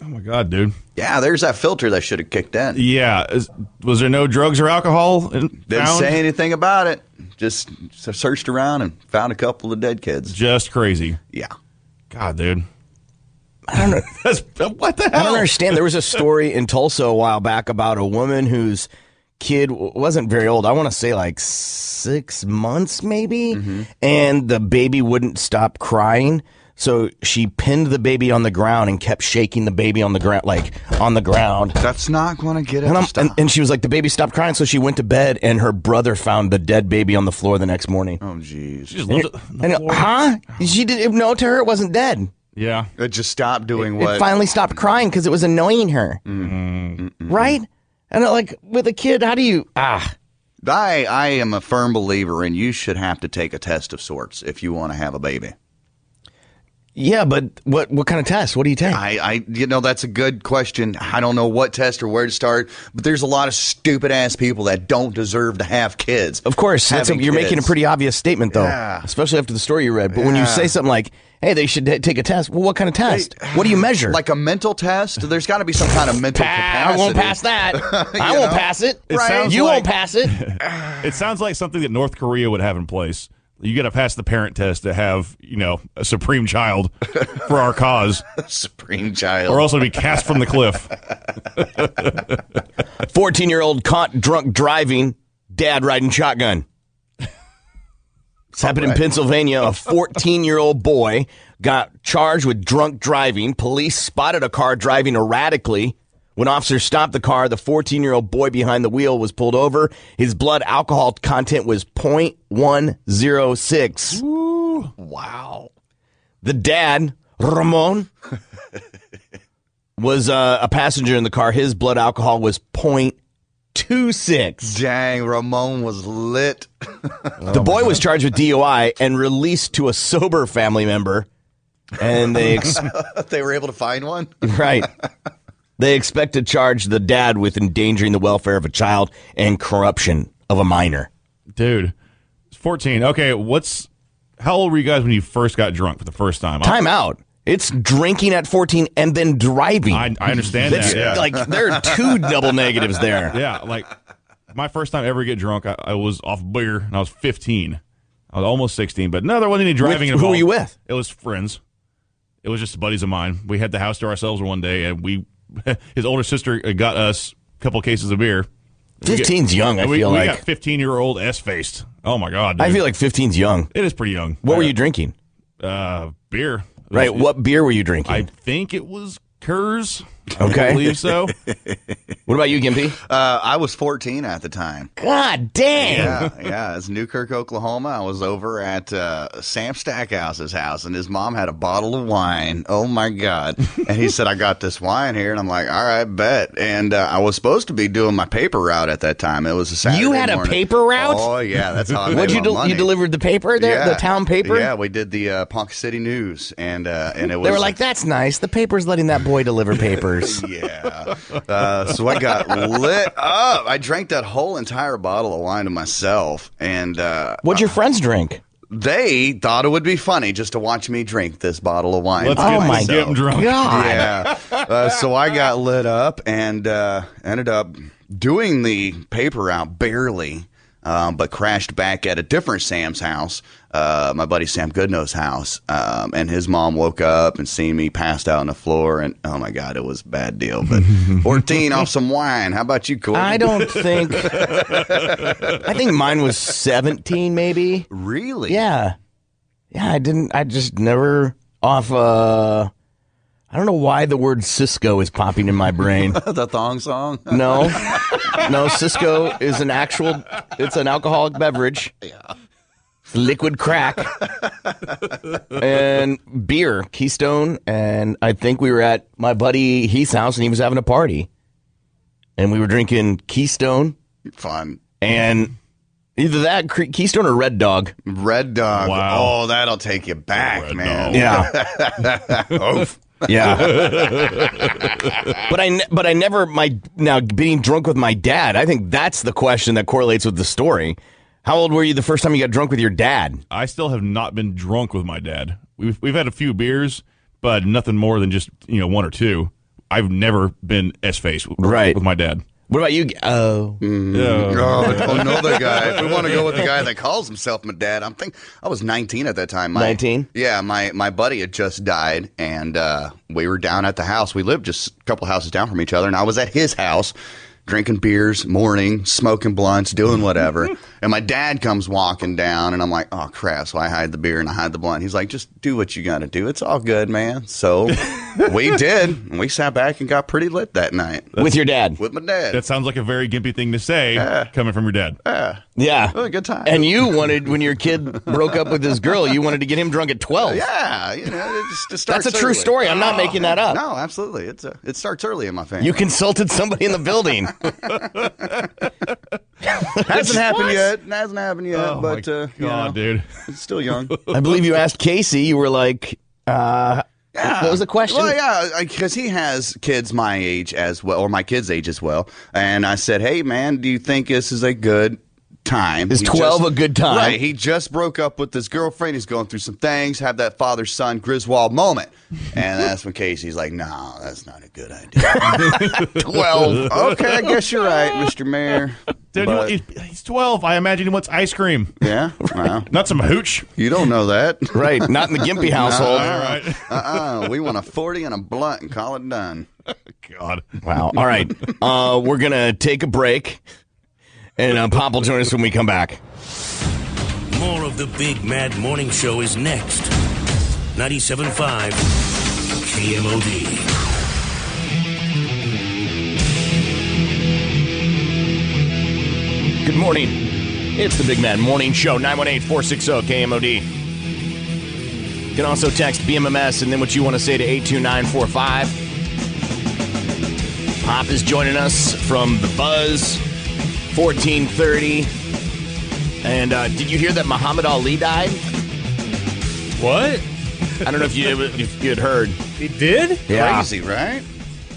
H: Oh my god, dude.
I: Yeah, there's that filter that should have kicked in.
H: Yeah. Is, was there no drugs or alcohol? In,
I: Didn't
H: found?
I: say anything about it. Just s- searched around and found a couple of dead kids.
H: Just crazy.
I: Yeah.
H: God, dude.
G: I don't know.
H: That's, what the hell?
G: I don't understand. There was a story in Tulsa a while back about a woman whose kid w- wasn't very old. I want to say like six months, maybe.
I: Mm-hmm.
G: And the baby wouldn't stop crying. So she pinned the baby on the ground and kept shaking the baby on the ground, like on the ground.
I: That's not going to get it.
G: And, I'm- and, and she was like, the baby stopped crying. So she went to bed, and her brother found the dead baby on the floor the next morning.
I: Oh, jeez.
G: She huh? She did no. To her, it wasn't dead.
H: Yeah.
I: It just stopped doing what? Mm.
G: It finally stopped crying because it was annoying her. Right? And like with a kid, how do you ah?
I: I I am a firm believer in you should have to take a test of sorts if you want to have a baby.
G: Yeah, but what what kind of test? What do you take?
I: I, I you know that's a good question. I don't know what test or where to start, but there's a lot of stupid ass people that don't deserve to have kids.
G: Of course, that's a, you're making a pretty obvious statement, though,
I: Yeah.
G: especially after the story you read. But when you
I: Yeah.
G: say something like, "Hey, they should t- take a test," well, what kind of test? what do you measure?
I: like a mental test. There's got to be some kind of mental capacity.
G: I won't pass that. I
I: You
G: won't
I: know?
G: pass it.
H: It sounds
G: you won't
H: like-
G: pass it.
H: It sounds like something that North Korea would have in place. You got to pass the parent test to have, you know, a supreme child for our cause,
I: Supreme child,
H: or else it'd be cast from the cliff.
G: 14 year old caught drunk driving, dad riding shotgun. This happened in Pennsylvania. A 14 year old boy got charged with drunk driving. Police spotted a car driving erratically. When officers stopped the car, the 14 year old boy behind the wheel was pulled over. His blood alcohol content was 0.106.
I: Wow.
G: The dad, Ramon, was uh, a passenger in the car. His blood alcohol was 0.26.
I: Dang, Ramon was lit.
G: the boy was charged with DUI and released to a sober family member. And they ex-
I: they were able to find one.
G: right. They expect to charge the dad with endangering the welfare of a child and corruption of a minor.
H: Dude, it's 14. Okay, what's how old were you guys when you first got drunk for the first time?
G: Time out. It's drinking at 14 and then driving.
H: I, I understand
G: That's
H: that. yeah.
G: Like there are two double negatives there.
H: Yeah, like my first time ever get drunk, I, I was off beer and I was 15. I was almost 16, but no, there wasn't any driving
G: With-
H: involved.
G: who were you with?
H: It was friends. It was just buddies of mine. We had the house to ourselves one day, and we his older sister got us a couple cases of beer. We get-
G: 15's young, I
H: we,
G: feel
H: we
G: like.
H: got 15 year old S faced. Oh my god,
G: I
H: dude.
G: feel like 15's young.
H: it is pretty young.
G: What were you drinking?
H: Uh, beer.
G: Right. What beer were you drinking?
H: I think it was Kurz.
G: Okay.
H: I believe so.
G: what about you, Gimpy?
I: Uh, I was 14 at the time.
G: God damn.
I: yeah, yeah. It's Newkirk, Oklahoma. I was over at uh, Sam Stackhouse's house, and his mom had a bottle of wine. Oh my god! And he said, "I got this wine here," and I'm like, "All right, bet." And uh, I was supposed to be doing my paper route at that time. It was a Saturday.
G: You had a
I: morning.
G: paper route?
I: Oh yeah, that's how. I made
G: What'd you
I: my
G: do?
I: money.
G: You delivered the paper there, the
I: Yeah.
G: town paper.
I: Yeah, we did the uh, Ponca City News, and uh, and it was
G: They were like, "That's nice. The paper's letting that boy deliver papers."
I: yeah. Uh, so I got lit up. I drank that whole entire bottle of wine to myself, and uh,
G: What'd your friends drink?
I: they thought it would be funny just to watch me drink this bottle of wine.
H: Let's
I: by
H: get-
G: Oh my
I: myself.
H: get 'em drunk.
G: God.
I: Yeah. Uh, so I got lit up and uh, ended up doing the paper out barely. um, but crashed back at a different Sam's house, uh, my buddy Sam Goodnow's house, um, and his mom woke up and seen me passed out on the floor, and oh my god, it was a bad deal. But fourteen off some wine. How about you, Corey?
G: I don't think. I think mine was 17, maybe.
I: Really?
G: Yeah. Yeah, I didn't. I just never off. Uh, I don't know why the word Cisco is popping in my brain.
I: the thong song?
G: No, no. Cisco is an actual. It's an alcoholic beverage.
I: Yeah.
G: Liquid crack and beer, Keystone, and I think we were at my buddy Heath's house, and he was having a party, and we were drinking Keystone.
I: Fun.
G: And either that Cre- Keystone or Red Dog.
I: Red Dog. Oh, that'll take you back, man.
G: Yeah.
I: Oof.
G: Yeah. but I ne- but I never my now being drunk with my dad. I think that's the question that correlates with the story. How old were you the first time you got drunk with your dad?
H: I still have not been drunk with my dad. We've we've had a few beers, but nothing more than just you know one or two. I've never been s faced right with my dad.
G: What about you? Oh,
I: Mm. Oh, another guy. If we want to go with the guy that calls himself my dad, I'm think I was 19 at that time. My,
G: 19?
I: Yeah, my my buddy had just died, and uh, we were down at the house. We lived just a couple houses down from each other, and I was at his house. Drinking beers, morning, smoking blunts, doing whatever. and my dad comes walking down, and I'm like, oh crap. So I hide the beer and I hide the blunt. He's like, just do what you got to do. It's all good, man. So we did. And we sat back and got pretty lit that night.
G: With your dad.
I: With my dad. Ah.
H: That sounds like a very gimpy thing to say coming from your dad.
G: yeah,
I: a good time.
G: And you wanted when your kid broke up with his girl, you wanted to get him drunk at twelve.
I: Yeah, you know, it just, it starts
G: Oh. That's a true
I: early. Oh.
G: story. I'm not making that up.
I: No, absolutely. It's a, it starts early in my family.
G: You consulted somebody in the building.
I: hasn't happened yet. It hasn't happened yet.
G: Oh,
I: but uh, you know,
G: God, dude.
I: it's still young.
G: I believe you asked Casey. You were like, uh, "What was the question?"
I: Well, yeah, because he has kids my age as well, or my kids' age as well. And I said, "Hey, man, do you think this is a good time?
G: Is
I: He
G: 12
I: just-
G: a good time?
I: Right. He just broke up with his girlfriend. He's going through some things. Have that father-son Griswold moment. And that's when Casey's like, "No, that's not a good idea. Twelve. Okay, I guess you're right, Mister Mayor.
H: Dude, he-
I: But-
H: he's, he's 12. I imagine he wants ice cream.
I: Yeah, wow.
H: Not some hooch.
I: You don't know that,
G: right? Not in the Gimpy household.
I: uh-uh. We want a forty and a blunt and call it done.
H: God.
G: Wow. All right. Uh, we're going to take a break, and uh, Pop will join us when we come back.
L: More of the Big Mad Morning Show is next. 97.5 KMOD.
G: Good morning. It's the Big Man Morning Show, 918 460 KMOD. You can also text BMMS and then what you want to say to 82945. Pop is joining us from The Buzz, 1430. And uh, did you hear that Muhammad Ali died?
H: What?
G: I don't know if you, if you had heard.
N: He did?
G: Yeah.
I: Crazy, right?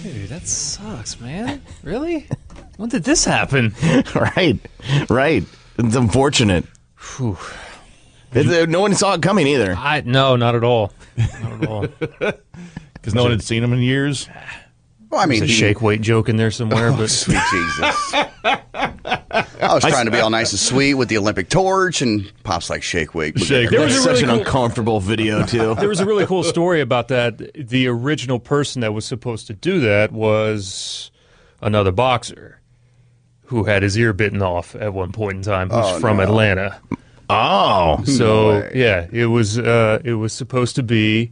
N: Dude, that sucks, man. Really? when did this happen?
G: right, right. It's unfortunate. It- uh, no one saw it coming either.
N: I no, not at all. Not at all.
H: Because no one had seen him in years. Oh,
I: Well, I mean,
N: There's a
I: he-
N: shake weight joke in there somewhere, but
I: sweet Jesus. I was trying to be all nice and sweet with the Olympic torch, and Pop's like, shake, wake. we'll get
N: Shake, There was
I: everybody."
N: a really cool-
G: uncomfortable video too.
N: there was a really cool story about that. The original person that was supposed to do that was another boxer who had his ear bitten off at one point in time, who's
G: Oh,
N: from
G: no.
N: Atlanta.
G: Oh,
N: so yeah, it was uh, it was supposed to be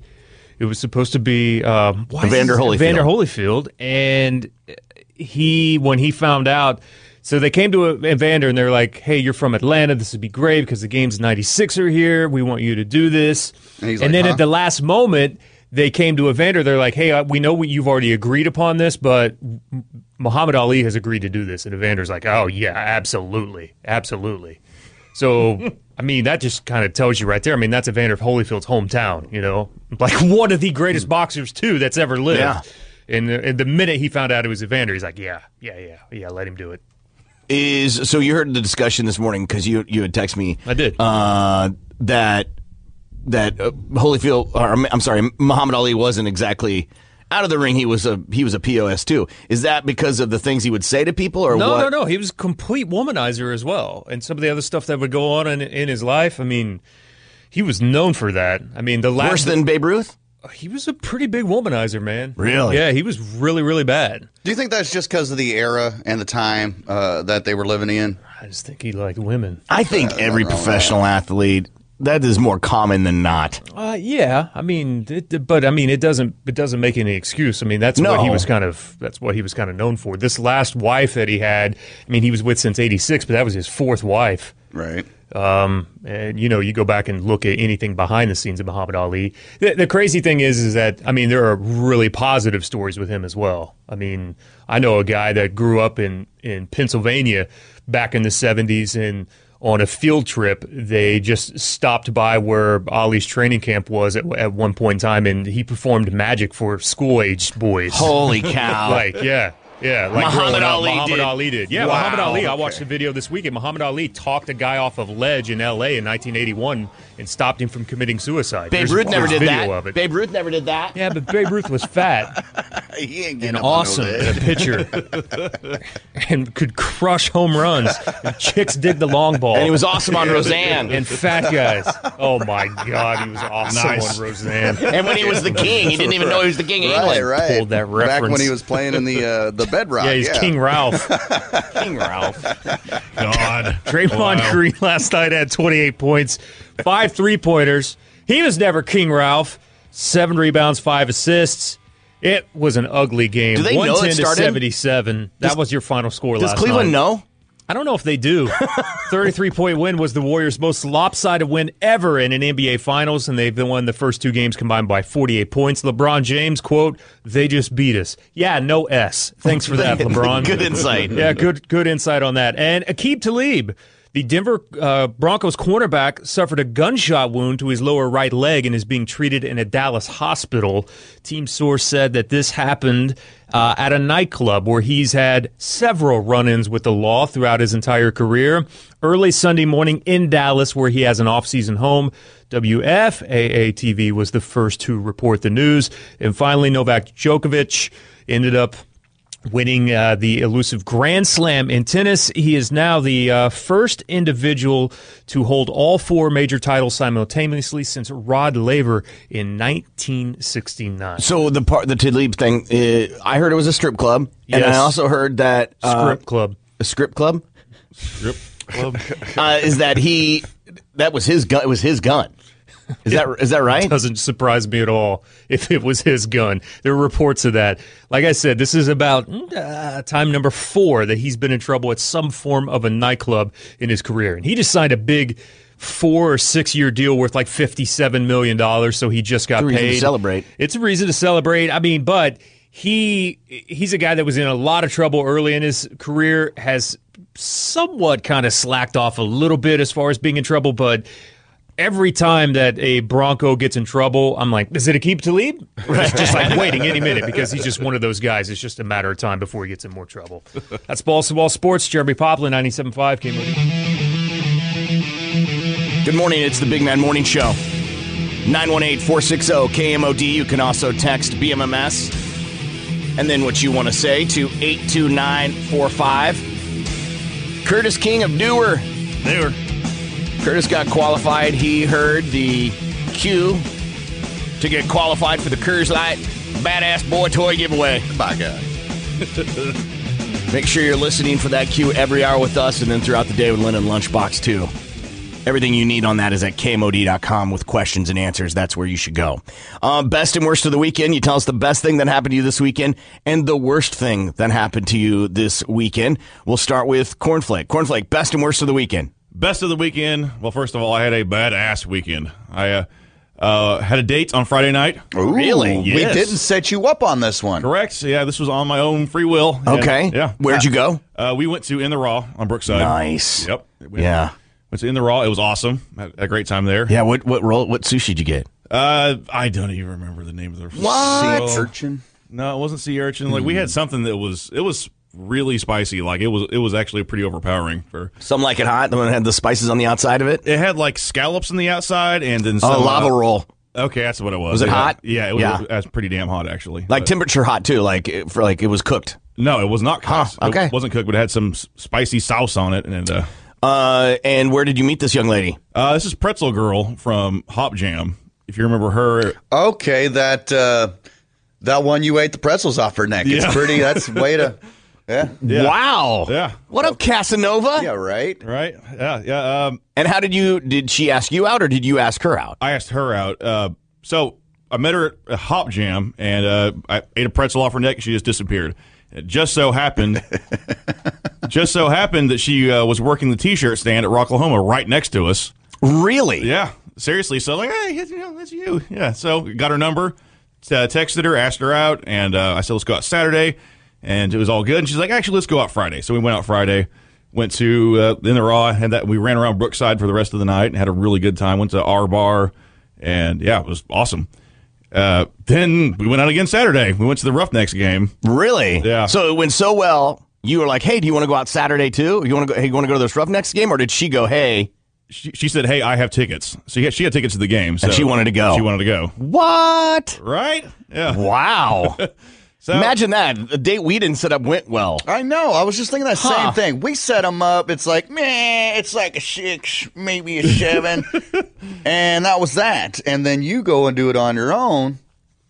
N: it was supposed to be um, why is
G: Evander
N: his-
G: Holyfield.
N: Evander Holyfield, and he when he found out. So they came to Evander and they're like, "Hey, you're from Atlanta. This would be great because the game's 96 are here. We want you to do this." And,
I: like,
N: then
I: "Huh?"
N: at the last moment, they came to Evander. They're like, "Hey, uh, we know what you've already agreed upon this, but Muhammad Ali has agreed to do this." And Evander's like, "Oh yeah, absolutely, absolutely." So, I mean, that just kind of tells you right there. I mean, that's Evander Holyfield's hometown, you know? Like, one of the greatest boxers, too, that's ever lived.
G: Yeah.
N: And, and the minute he found out it was Evander, he's like, yeah, yeah, yeah, yeah, let him do it.
G: is so you heard the discussion this morning because you you had texted me. I
N: did
G: uh, that that uh, Holyfield or I'm I'm sorry, Muhammad Ali wasn't exactly Out of the ring, he was a he was a pos too. Is that because of the things he would say to people, or
N: no,
G: what?
N: no, no. He was a complete womanizer as well, and some of the other stuff that would go on in, in his life. I mean, he was known for that. I mean, the last
G: Worse than Babe Ruth.
N: He was a pretty big womanizer, man.
G: Really?
N: Yeah, he was really, really bad.
I: Do you think that's just because of the era and the time uh, that they were living in?
N: I just think he liked women. Uh,
G: I think every professional athlete that is more common than not.
N: Uh, yeah, I mean, it, but I mean, it doesn't it doesn't make any excuse. I mean, that's what he
G: No.
N: was kind of that's what he was kind of known for. This last wife that he had, I mean, he was with since '86, but that was his fourth wife.
I: Right.
N: Um, and you know, you go back and look at anything behind the scenes of Muhammad Ali. The, the crazy thing is, is that I mean, there are really positive stories with him as well. I mean, I know a guy that grew up in in Pennsylvania back in the '70s, and on a field trip, they just stopped by where Ali's training camp was at, at one point in time, and he performed magic for school aged boys.
G: Holy cow.
N: like, yeah. Yeah, like
G: Muhammad
N: growing up,
G: Ali
N: Muhammad
G: did.
N: Ali did. Yeah,
G: Wow.
N: Muhammad Ali. I watched the video this weekend. Muhammad Ali talked a guy off of ledge in L.A. in 1981 and stopped him from committing suicide.
G: Babe
N: There's-
G: Ruth never
N: there's
G: did
N: video
G: that.
N: Of it.
G: Babe Ruth never did that.
N: Yeah, but Babe Ruth was fat
I: he ain't
N: and awesome in a pitcher and could crush home runs. And chicks dig the long ball.
G: And
H: Oh.
G: he was awesome on Roseanne.
N: and fat guys. Oh my God, he was awesome
G: Nice.
N: on Roseanne.
G: And when he was the king, he didn't even know he was the king of
I: Right,
G: England.
I: right.
N: Pulled that
I: Back when
N: reference.
I: he was playing in the uh, the Bedrock.
N: Yeah, he's King Ralph.
G: King Ralph.
H: God.
N: Draymond
H: Wow.
N: Green last night had 28 points, five three pointers. He was never King Ralph. Seven rebounds, five assists. It was an ugly game.
G: Do they know it
N: 110 to
G: started?
N: 77. That was your final score
G: does
N: last
G: Cleveland
N: night.
G: know?
N: I don't know if they do. 33 point win was the Warriors' most lopsided win ever in an NBA Finals, and they've won the first two games combined by 48 points. LeBron James, quote, they just beat us. Yeah, no S. Thanks for that, LeBron.
G: Good insight.
N: Yeah, good, good insight on that. And Akib Talib. The Denver uh, Broncos cornerback suffered a gunshot wound to his lower right leg and is being treated in a Dallas hospital. Team source said that this happened uh, at a nightclub where he's had several run ins with the law throughout his entire career. Early Sunday morning in Dallas, where he has an off season home, WFAA TV was the first to report the news. And finally, Novak Djokovic ended up winning uh, the elusive Grand Slam in tennis. He is now the uh, first individual to hold all four major titles simultaneously since Rod Laver in 1969.
G: So the part the Talib thing, uh, I heard it was a strip club, and I
N: Yes.
G: also heard that uh,
N: Script club.
G: a script club,
H: strip club
G: uh, is that he that was his gun. It was his gun. Is that is that right?
N: Doesn't surprise me at all if it was his gun. There were reports of that. Like I said, this is about mm, uh, time number four that he's been in trouble at some form of a nightclub in his career, and he just signed a big four or six year deal worth like fifty seven million dollars. So he just got
G: It's a reason to
N: paid.
G: celebrate.
N: It's a reason to celebrate. I mean, but he he's a guy that was in a lot of trouble early in his career, has somewhat kind of slacked off a little bit as far as being in trouble, but every time that a Bronco gets in trouble, I'm like, is it a keep to lead? Just, just like waiting any minute because he's just one of those guys. It's just a matter of time before he gets in more trouble. That's Balls to Wall Sports. Jeremy Poplin, 97.5 came with
G: Good morning. It's the Big Man Morning Show. 918 460 KMOD. You can also text BMMS and then what you want to say to 82945. Curtis King of Newer. Newer. Curtis got qualified. He heard the cue to get qualified for the Curz Light Badass Boy Toy Giveaway. By God. Make sure you're listening for that cue every hour with us and then throughout the day with Lynn and Lunchbox, too. Everything you need on that is at kmod.com with questions and answers. That's where you should go. Um, best and worst of the weekend. You tell us the best thing that happened to you this weekend and the worst thing that happened to you this weekend. We'll start with Cornflake. Cornflake, best and worst of the weekend.
H: Best of the weekend. Well, first of all, I had a badass weekend. I uh, uh, had a date on Friday night.
I: Ooh, We
H: Yes.
I: didn't set you up on this one.
H: Correct. Yeah, this was on my own free will. Yeah.
G: Okay.
H: Yeah.
G: Where'd you go?
H: Uh, we went to In the Raw on Brookside.
G: Nice.
H: Yep. We-
G: Yeah.
H: Went to In the Raw. It was awesome. Had a great time there.
G: Yeah. What what roll? What sushi did you get?
H: Uh, I don't even remember the name of the
I: What? Sea
H: urchin. No, it wasn't sea urchin. Like we
G: Hmm.
H: had something that was it was really spicy. Like it was it was actually pretty overpowering for
G: Some like it hot. The one that had the spices on the outside of it.
H: It had like scallops on the outside and then
G: Oh,
H: some, uh,
G: lava roll.
H: Okay, that's what it was.
G: Was it
H: Yeah.
G: hot?
H: Yeah, it was,
G: Yeah.
H: it was pretty damn hot actually. Uh,
G: Like
H: But-
G: temperature hot too, like it- for like it was cooked.
H: No, it was not cooked.
G: okay.
H: It wasn't cooked, but it had some s- spicy sauce on it. And uh,
G: uh, and where did you meet this young lady?
H: Uh, this is Pretzel Girl from Hop Jam. If you remember her,
I: Okay, that uh, that one you ate the pretzels off her neck.
H: Yeah.
I: It's pretty. That's way to. Yeah.
G: Wow.
H: Yeah.
G: What up, Casanova?
I: Yeah. Right.
H: Right. Yeah. Yeah. Um,
G: and how did you? Did she ask you out, or did you ask her out?
H: I asked her out. Uh, so I met her at Hop Jam, and uh, I ate a pretzel off her neck, and she just disappeared. It just so happened, just so happened that she uh, was working the T-shirt stand at Rocklahoma, right next to us.
G: Really?
H: Yeah. Seriously. So like, hey, you know, that's you. Yeah. So got her number, t- uh, texted her, asked her out, and uh, I said, let's go out Saturday, and it was all good. And she's like, actually, let's go out Friday. So we went out Friday. Went to uh, in the raw had that we ran around Brookside for the rest of the night and had a really good time. Went to our bar, and yeah, it was awesome. Uh, then we went out again Saturday. We went to the Roughnecks game.
G: Really?
H: Yeah.
G: So it went so well. You were like, "Hey, do you want to go out Saturday too? You want to go? Hey, you want to go to this Roughnecks game?" Or did she go, "Hey"?
H: She, she said, "Hey, I have tickets." So yeah, she had tickets to the game, so
G: she wanted to go.
H: She wanted to go.
G: What?
H: Right? Yeah.
G: Wow. Imagine that. The date we didn't set up went well.
I: I know. I was just thinking that
G: Huh.
I: same thing. We set them up. It's like meh. It's like a six, maybe a seven, and that was that. And then you go and do it on your own,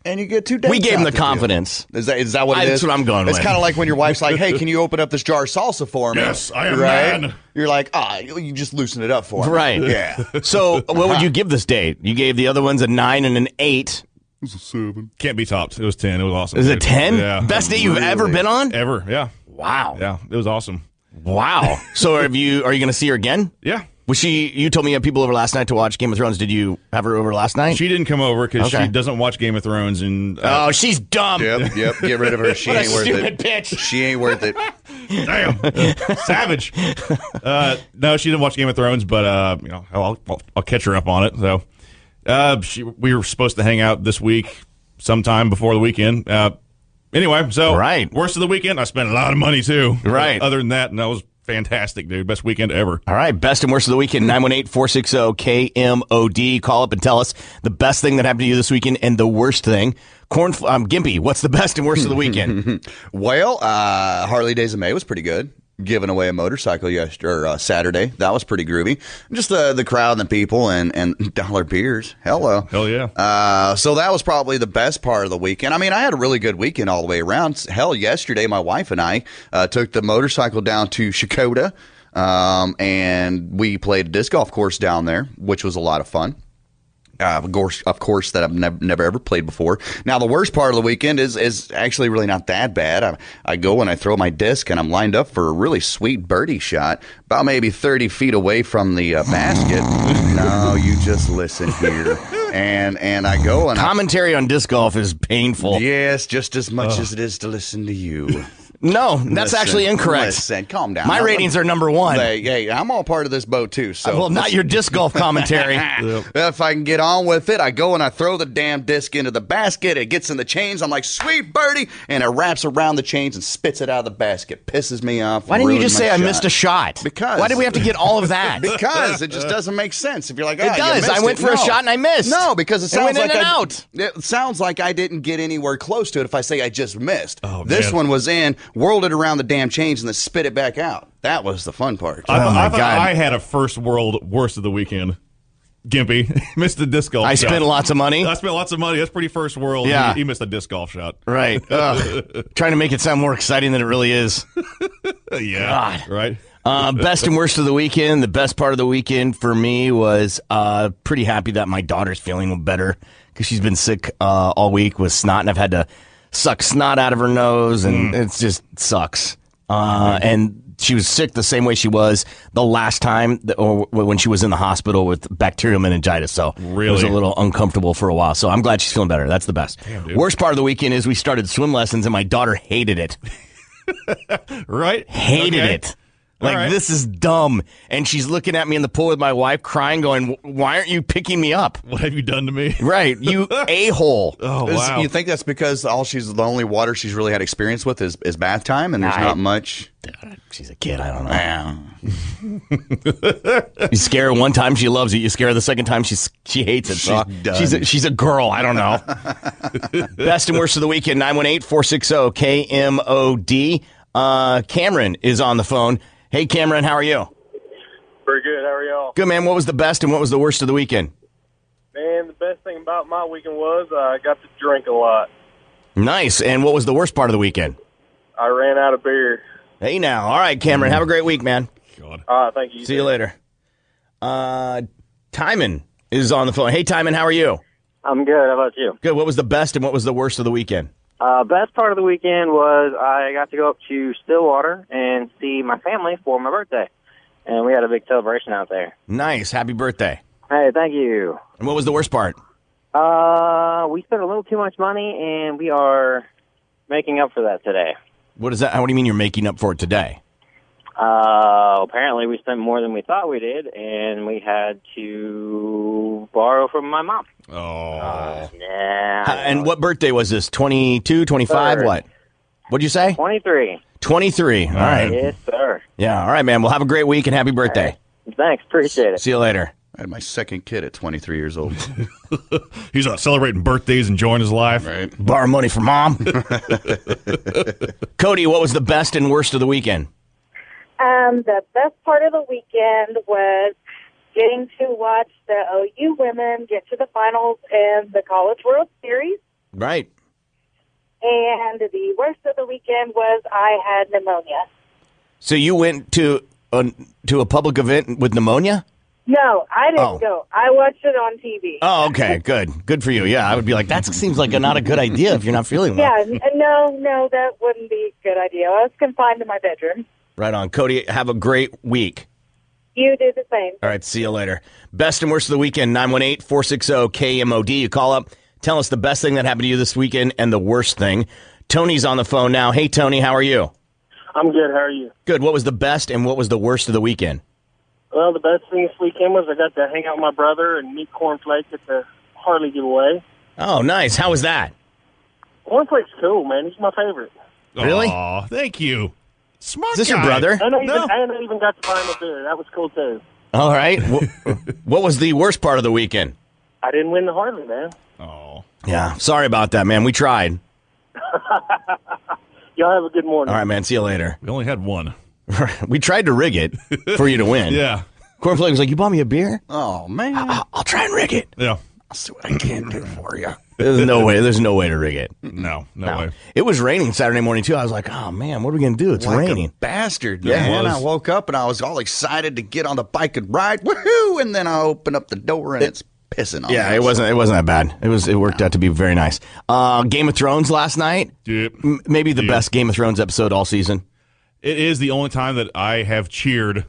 I: and you get two days.
G: We gave
I: out
G: him the
I: of deal.
G: confidence.
I: Is that is that what it
G: I-
I: is?
G: that's what I'm going
I: It's
G: with.
I: kind of like when your wife's like, "Hey, can you open up this jar of salsa for me?"
G: Yes, I am
I: Right?
G: man.
I: You're like, ah, you you just loosen it up for me.
G: Right.
I: Yeah.
G: So what would you give this date? You gave the other ones a nine and an eight.
H: It was a seven. Can't be topped. It was ten. It was awesome.
G: Is it
H: dude.
G: 10? Best date you've ever Really? been on?
H: Ever. Yeah.
G: Wow.
H: Yeah. It was awesome.
G: Wow. so have you? Are you going to see her again?
H: Yeah.
G: Was she? You told me you had people over last night to watch Game of Thrones. Did you have her over last night?
H: She didn't come over because
G: Okay.
H: she doesn't watch Game of Thrones and. uh,
G: oh, she's dumb.
I: Yep. Yep. Get rid of her. She
G: What a
I: ain't worth
G: stupid
I: it.
G: bitch.
I: She ain't worth it.
H: Damn, savage. Uh, no, she didn't watch Game of Thrones, but uh, you know, I'll, I'll, I'll catch her up on it. So, uh, she, we were supposed to hang out this week, sometime before the weekend. Uh, anyway, so right, worst of the weekend. I spent a lot of money too.
G: Right.
H: Other than that, and that was fantastic, dude. Best weekend ever.
G: All right, best and worst of the weekend, 918 460 KMOD. Call up and tell us the best thing that happened to you this weekend and the worst thing. Corn, um, Gimpy, what's the best and worst of the weekend?
I: well, uh, Harley Days of May was pretty good. Giving away a motorcycle yesterday or uh, Saturday, that was pretty groovy. Just uh, the the crowd and the people and and dollar beers. Hello,
H: hell yeah.
I: Uh, so that was probably the best part of the weekend. I mean, I had a really good weekend all the way around. Hell, yesterday my wife and I uh, took the motorcycle down to Shakota, um, and we played a disc golf course down there, which was a lot of fun uh, of course, of course, that I've nev- never ever played before. Now, the worst part of the weekend is is actually really not that bad. I, I go and I throw my disc, and I'm lined up for a really sweet birdie shot, about maybe 30 feet away from the uh, basket. no, you just listen here, and and I go and I-
G: Commentary on disc golf is painful.
I: yes, just as much as it is to listen to you.
G: No, that's
I: Listen,
G: actually incorrect.
I: Listen, calm down.
G: My
I: Now,
G: ratings
I: let-
G: are number one.
I: Hey, hey, I'm all part of this boat too. So
G: well, not your disc golf commentary.
I: if I can get on with it, I go and I throw the damn disc into the basket. It gets in the chains. I'm like, sweet birdie, and it wraps around the chains and spits it out of the basket. Pisses me off.
G: Why didn't you
I: ruined
G: just
I: my
G: say I missed a shot?
I: Because
G: Why did we have to get all of that?
I: because it just doesn't make sense. If you're like,
G: It
I: "Ah, you
G: does. I
I: missed
G: went
I: it."
G: for a
I: No.
G: shot and I missed.
I: No, because it
G: It
I: sounds
G: went in
I: like
G: and
I: I,
G: out.
I: It sounds like I didn't get anywhere close to it. If I say I just missed, oh, this
H: man.
I: one was in, whirled it around the damn chains, and then spit it back out. That was the fun part.
G: Oh
H: I, I thought I had a first world worst of the weekend. Gimpy missed the disc golf.
G: I
H: shot.
G: spent lots of money.
H: I spent lots of money. That's pretty first world.
G: Yeah.
H: He, he missed a disc golf shot.
G: Right. Ugh. Trying to make it sound more exciting than it really is.
H: yeah. Right.
G: Uh, best and worst of the weekend. The best part of the weekend for me was uh, pretty happy that my daughter's feeling better because she's been sick uh, all week with snot, and I've had to suck snot out of her nose,
H: Mm.
G: and it's just sucks. Uh, and she was sick the same way she was the last time, that, or w- when she was in the hospital with bacterial meningitis. So it was a
H: Really?
G: little uncomfortable for a while. So I'm glad she's feeling better. That's the best. worst part of the weekend is we started swim lessons, and my daughter hated it.
H: Right.
G: Hated
H: Okay.
G: it. Like this is dumb. And she's looking at me in the pool with my wife, crying, going, "Why aren't you picking me up?
H: What have you done to me? Oh,
G: Right, you a hole.
I: Is- You think that's because all she's the only water she's really had experience with is, is bath time, and there's
G: I-
I: not much.
G: She's a kid. I don't know. you scare her one time, she loves it. You scare her the second time, she's she hates it. So
I: She's done.
G: she's a, she's a girl. I don't know. Best and worst of the weekend 918-460-KMOD. Uh, Cameron is on the phone. Hey Cameron, how are you?
O: Pretty good. How are y'all?
G: Good man. What was the best and what was the worst of the weekend?
O: Man, the best thing about my weekend was I got to drink a lot.
G: Nice. And what was the worst part of the weekend?
O: I ran out of beer.
G: Hey now. All right, Cameron. Have a great week, man.
O: All right, thank you.
G: See you later. Uh, Timon is on the phone. Hey Timon, how are you?
P: I'm good. How about you?
G: Good. What was the best and what was the worst of the weekend?
P: Uh, best part of the weekend was I got to go up to Stillwater and see my family for my birthday, and we had a big celebration out there.
G: Nice. Happy birthday.
P: Hey, thank you.
G: And what was the worst part?
P: Uh, we spent a little too much money, and we are making up for that today.
G: What is that? What do you mean you're making up for it today?
P: Uh, apparently we spent more than we thought we did, and we had to borrow from my mom. Uh,
G: Oh.
P: Yeah.
G: and what birthday was this? 22, 25,
P: Third.
G: what? What'd you say?
P: 23.
G: 23. All right.
P: Yes, sir.
G: Yeah. All right, man. Well, have a great week and happy birthday.
P: Thanks. Appreciate it.
G: See you later.
I: I had my second kid at 23 years old.
H: He's out celebrating birthdays, enjoying his life.
I: Right.
G: Borrow money from mom. Cody, what was the best and worst of the weekend?
Q: Um, the best part of the weekend was getting to watch the OU women get to the finals in the College World Series.
G: Right.
Q: And the worst of the weekend was I had pneumonia.
G: So you went to a, to a public event with pneumonia?
Q: No, I didn't
G: Oh.
Q: go. I watched it on TV.
G: Oh, okay. Good. Good for you. Yeah. I would be like, that seems like a, not a good idea if you're not feeling well.
Q: Yeah, n- no, no, that wouldn't be a good idea. I was confined to my bedroom.
G: Right on. Cody, have a great week.
Q: You do the same.
G: All right, see you later. Best and worst of the weekend, 918 460 KMOD. You call up, tell us the best thing that happened to you this weekend and the worst thing. Tony's on the phone now. Hey, Tony, how are you?
O: I'm good. How are you?
G: Good. What was the best and what was the worst of the weekend?
O: Well, the best thing this weekend was I got to hang out with my brother and meet Cornflake at the Harley giveaway.
G: Oh, nice. How was that?
O: Cornflake's cool, man. He's my favorite.
G: Really?
H: Aw, thank you. Smart
G: Is this your brother?
O: And I, even, and I even got to buy him a beer. That was cool, too.
G: All right. Wh- what was the worst part of the weekend?
O: I didn't win the Harley, man.
G: Yeah. Sorry about that, man. We tried.
O: Y'all have a good morning.
G: All right, man. See you later.
H: We only had one.
G: we tried to rig it for you to win.
H: Yeah.
G: Cornflake was like, You bought me a beer?
I: Oh man, I,
G: will try and rig it.
H: Yeah.
I: I'll see what I can do for you.
G: There's no way. There's no way to rig it.
H: No, no, way.
G: It was raining Saturday morning too. I was like, oh man, what are we gonna do? It's
I: Like a
G: raining.
I: bastard,
G: Yeah, it
I: man.
G: was.
I: I woke up and I was all excited to get on the bike and ride, woohoo! And then I open up the door and it's pissing on.
G: yeah,
I: me.
G: it wasn't. It wasn't that bad. It was. It worked out to be very nice. Uh, Game of Thrones last night. M- maybe the best Game of Thrones episode all season.
H: It is the only time that I have cheered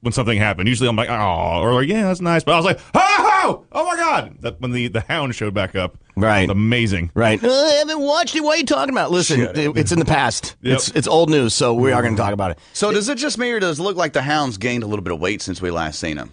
H: when something happened. Usually I'm like, oh, or like, yeah, that's nice. But I was like, oh, oh my God. That when the, the hound showed back up.
G: Right.
H: Amazing.
G: Right. Uh, I haven't watched it. What are you talking about? Listen, it- it's in the past.
I: Yep.
G: It's it's old news, so we are going to talk about it.
I: So does it just me or does it look like the hounds gained a little bit of weight since we last seen him?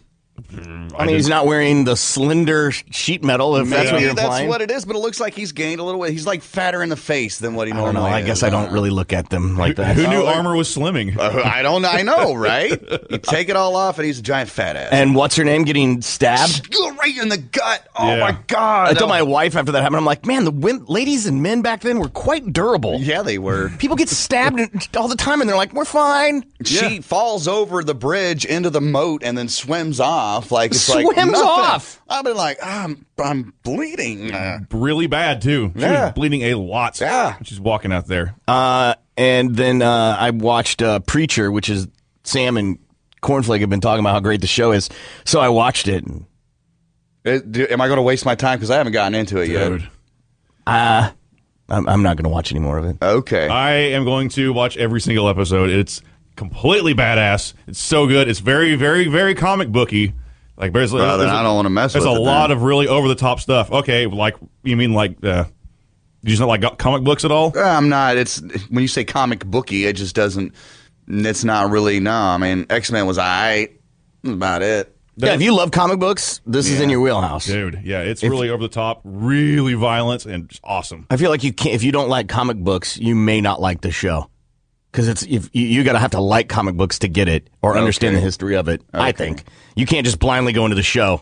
H: Mm,
G: I, mean, he's not wearing the slender sh- sheet metal. If that's
I: Maybe
G: what you're implying.
I: what it is, but it looks like he's gained a little weight. He's like fatter in the face than what he
G: I don't
I: normally
G: know. I
I: is.
G: guess I don't really look at them like that.
H: Who knew armor was slimming?
I: Uh, I don't. I know, right? you take it all off, and he's a giant fat ass.
G: And what's her name getting stabbed?
I: right in the gut. Oh
G: Yeah.
I: my god!
G: I told my wife after that happened, I'm like, man, the women, ladies and men back then were quite durable.
I: Yeah, they were.
G: People get stabbed and- all the time, and they're like, we're fine.
I: She falls over the bridge into the moat and then swims off. Like it's like
G: Swims
I: nothing.
G: off!
I: I've been like, I'm I'm bleeding. Uh,
H: Really bad, too. She
I: Yeah.
H: was bleeding a lot. Yeah. She's walking out there.
G: Uh, and then uh, I watched uh, Preacher, which is Sam and Cornflake have been talking about how great the show is. So I watched it. And,
I: it- do- am I going to waste my time because I haven't gotten into it yet?
G: uh, I'm, I'm not going to watch any more of it.
I: Okay.
H: I am going to watch every single episode. It's completely badass. It's so good. It's very, very, very comic booky. Like, there's,
I: Well, then I don't wanna mess
H: There's
I: with
H: a
I: it
H: lot
I: then.
H: of really over the top stuff. Okay, like you mean like uh,
I: Uh,
H: you just not like comic books at all?
I: I'm not. It's when you say comic booky, it just doesn't It's not really, no. I mean, X Men was all right. That's about it.
G: yeah, if you love comic books, this is in your wheelhouse,
H: dude. Yeah, it's
G: If-
H: really over the top, really violent, and just awesome.
G: I feel like you can't. If you don't like comic books, you may not like the show because it's if you, you got to have to like comic books to get it or understand
H: Okay.
G: the history of it. I think you can't just blindly go into the show.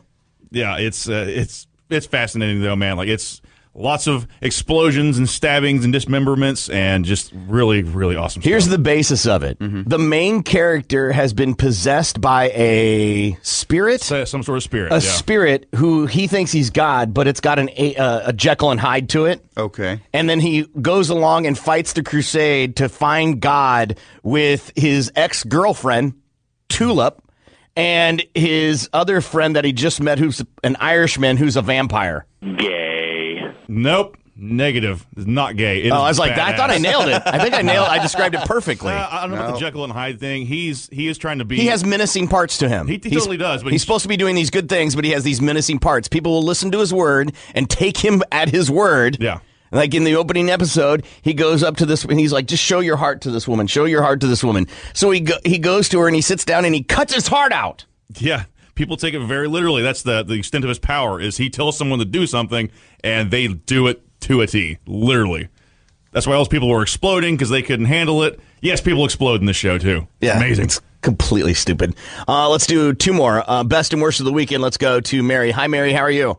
H: Yeah, it's uh, it's it's fascinating though, man. Like it's lots of explosions and stabbings and dismemberments, and just really, really awesome. Mm-hmm.
G: Here's the basis of it. The main character has been possessed by a spirit,
H: some sort of spirit,
G: a
H: yeah.
G: spirit who he thinks he's God, but it's got an a, uh, a Jekyll and Hyde to it.
I: Okay,
G: and then he goes along and fights the crusade to find God with his ex girlfriend Tulip and his other friend that he just met, who's an Irishman who's a vampire.
H: Gay. Nope. Negative. It's not gay. It
G: Oh,
H: is
G: I was like, I thought I
H: badass.
G: nailed it. I think I nailed- I described it perfectly.
H: Uh, I don't know about
G: No.
H: the Jekyll and Hyde thing. He's he is trying to be.
G: He has menacing parts to him.
H: He- he
G: He's-
H: totally does, but
G: he's
H: he's-
G: supposed to be doing these good things, but he has these menacing parts. People will listen to his word and take him at his word. Yeah. Like in the opening episode, he goes up to this and he's like, "Just show your heart to this woman. Show your heart to this woman." So he go, he goes to her and he sits down and he cuts his heart out.
H: Yeah. People take it very literally. That's the the extent of his power. Is he tells someone to do something and they do it to a T, literally. That's why all those people were exploding because they couldn't handle it. Yes, people explode in the show too.
G: Yeah, amazing. It's completely stupid. Uh, let's do two more. Uh, best and worst of the weekend. Let's go to Mary. Hi, Mary. How are you?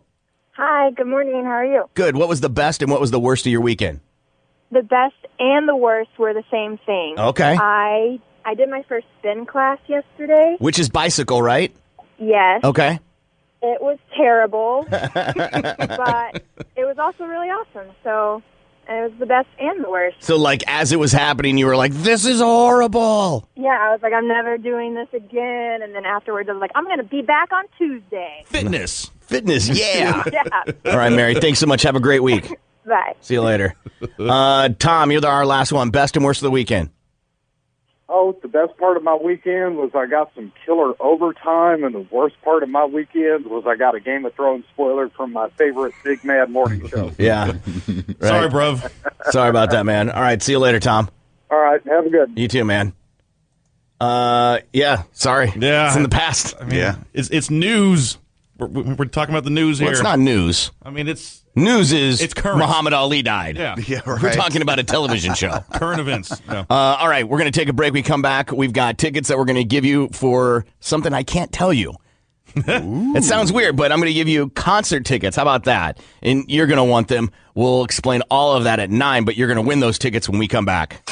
R: Hi, good morning. How are you?
G: Good. What was the best and what was the worst of your weekend?
R: The best and the worst were the same thing.
G: Okay.
R: I I did my first spin class yesterday.
G: Which is bicycle, right?
R: Yes.
G: Okay.
R: It was terrible, but it was also really awesome. So it was the best and the worst.
G: So, like, as it was happening, you were like, this is horrible.
R: Yeah, I was like, I'm never doing this again. And then afterwards, I was like, I'm going to be back on Tuesday.
G: Fitness. Fitness, yeah.
R: yeah.
G: All right, Mary, thanks so much. Have a great week.
R: Bye.
G: See you later. Uh, Tom, you're the, our last one. Best and worst of the weekend.
S: Oh, the best part of my weekend was I got some killer overtime, and the worst part of my weekend was I got a Game of Thrones spoiler from my favorite Big Mad Morning Show.
G: Yeah.
H: Sorry, bruv.
G: Sorry about that, man. All right, see you later, Tom.
S: All right, have a good.
G: You too, man. Uh, yeah, sorry.
H: Yeah.
G: It's in the past.
H: yeah. It's it's news. We're, we're we're talking about the news
G: Well,
H: here.
G: it's not news.
H: I mean, it's
G: News is
H: It's current.
G: Muhammad Ali died.
H: Yeah. Yeah,
G: We're
H: right.
G: talking about a television show.
H: current events. No.
G: Uh, all right, we're going to take a break. We come back. We've got tickets that we're going to give you for something I can't tell you. it sounds weird, but I'm going to give you concert tickets. How about that? And you're going to want them. We'll explain all of that at nine, but you're going to win those tickets when we come back.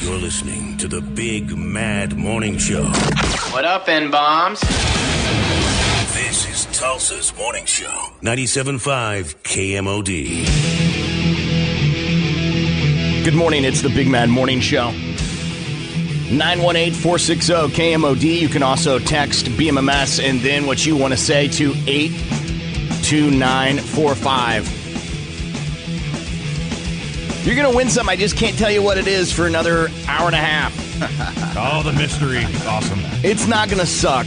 L: You're listening to the Big Mad Morning Show.
T: What up, N bombs?
L: This is Tulsa's Morning Show. 97.5 KMOD.
G: Good morning. It's the Big Man Morning Show. 918 460 KMOD. You can also text BMMS and then what you want to say to 82945. You're going to win some. I just can't tell you what it is for another hour and a half.
H: oh, the mystery. Awesome.
G: It's not going to suck.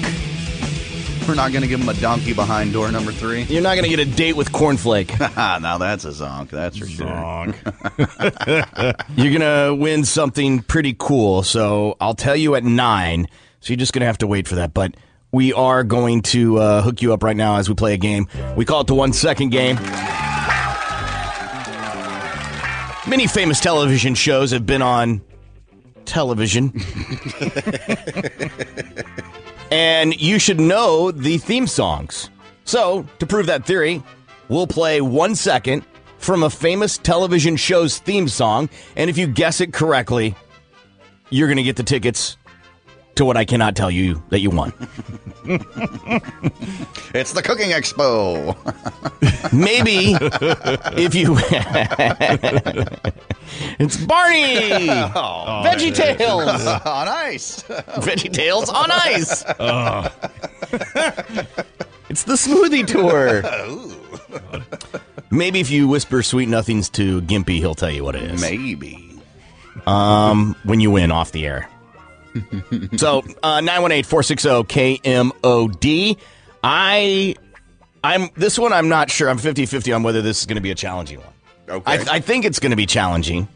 I: We're not going to give him a donkey behind door number three.
G: You're not going to get a date with Cornflake.
I: now that's a zonk. That's for sure.
G: You're going to win something pretty cool. So I'll tell you at nine. So you're just going to have to wait for that. But we are going to uh, hook you up right now as we play a game. We call it the one second game. Many famous television shows have been on television. and you should know the theme songs. So, to prove that theory, we'll play one second from a famous television show's theme song. And if you guess it correctly, you're going to get the tickets to what I cannot tell you that you won.
I: it's the cooking expo.
G: Maybe if you. it's Barney!
I: Oh,
G: Veggie
I: man.
G: Tales!
I: on ice.
G: Veggie Tales on ice!
H: Uh-huh.
G: It's the smoothie tour. Maybe if you whisper sweet nothings to Gimpy, he'll tell you what it is.
I: Maybe.
G: Um, when you win off the air. so, uh, 918 460 KMOD. I, I'm, this one I'm not sure. I'm 50 50 on whether this is going to be a challenging one. Okay. I, I think it's going to be challenging,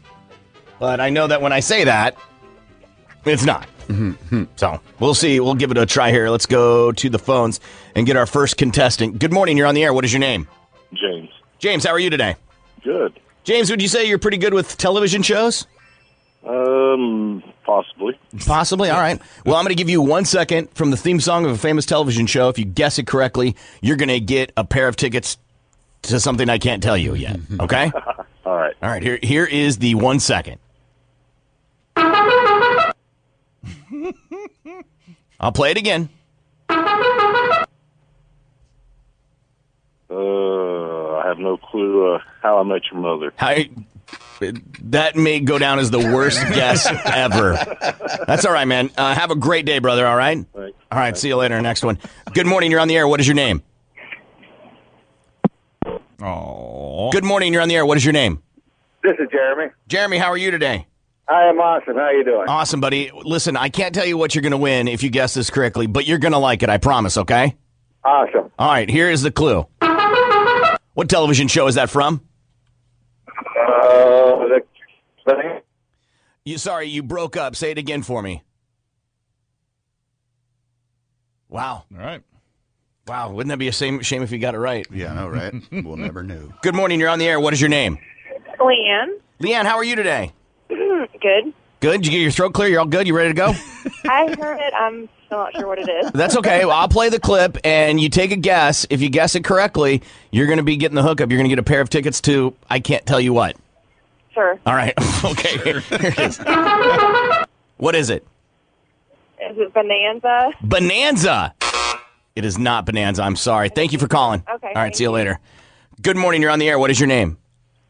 G: but I know that when I say that, It's not. So we'll see. We'll give it a try here. Let's go to the phones and get our first contestant. Good morning. You're on the air. What is your name?
U: James.
G: James, how are you today?
U: Good.
G: James, would you say you're pretty good with television shows?
U: Um, possibly.
G: Possibly. All right. Well, I'm going to give you one second from the theme song of a famous television show. If you guess it correctly, you're going to get a pair of tickets to something I can't tell you yet. Okay.
U: All right.
G: All right. Here, here is the one second. I'll play it again.
U: Uh, I have no clue uh, how I met your mother.
G: I, that may go down as the worst guess ever. That's all right, man. Uh, have a great day, brother. All right. All right. See you later. Next one. Good morning. You're on the air. What is your name?
H: Oh.
G: Good morning. You're on the air. What is your name?
V: This is Jeremy.
G: Jeremy, how are you today?
V: I am awesome. How you doing?
G: Awesome, buddy. Listen, I can't tell you what you're going to win if you guess this correctly, but you're going to like it. I promise. Okay.
V: Awesome.
G: All right. Here is the clue. What television show is that from?
V: Uh, the thing.
G: You sorry, you broke up. Say it again for me. Wow.
H: All right.
G: Wow. Wouldn't that be a shame, shame if you got it right?
I: Yeah, I know, right? we'll never know.
G: Good morning. You're on the air. What is your name?
W: Leanne.
G: Leanne, how are you today?
W: Good.
G: Good. You get your throat clear? You're all good? You ready to go?
W: I heard it. I'm still not sure what it is.
G: That's okay. Well, I'll play the clip and you take a guess. If you guess it correctly, you're going to be getting the hookup. You're going to get a pair of tickets to I can't tell you what.
W: Sure.
G: All right. okay. Here it is. What is it?
W: Is it Bonanza?
G: Bonanza. It is not Bonanza. I'm sorry. Thank you for calling.
W: Okay,
G: All right.
W: thank
G: See you later. Good morning. You're on the air. What is your name?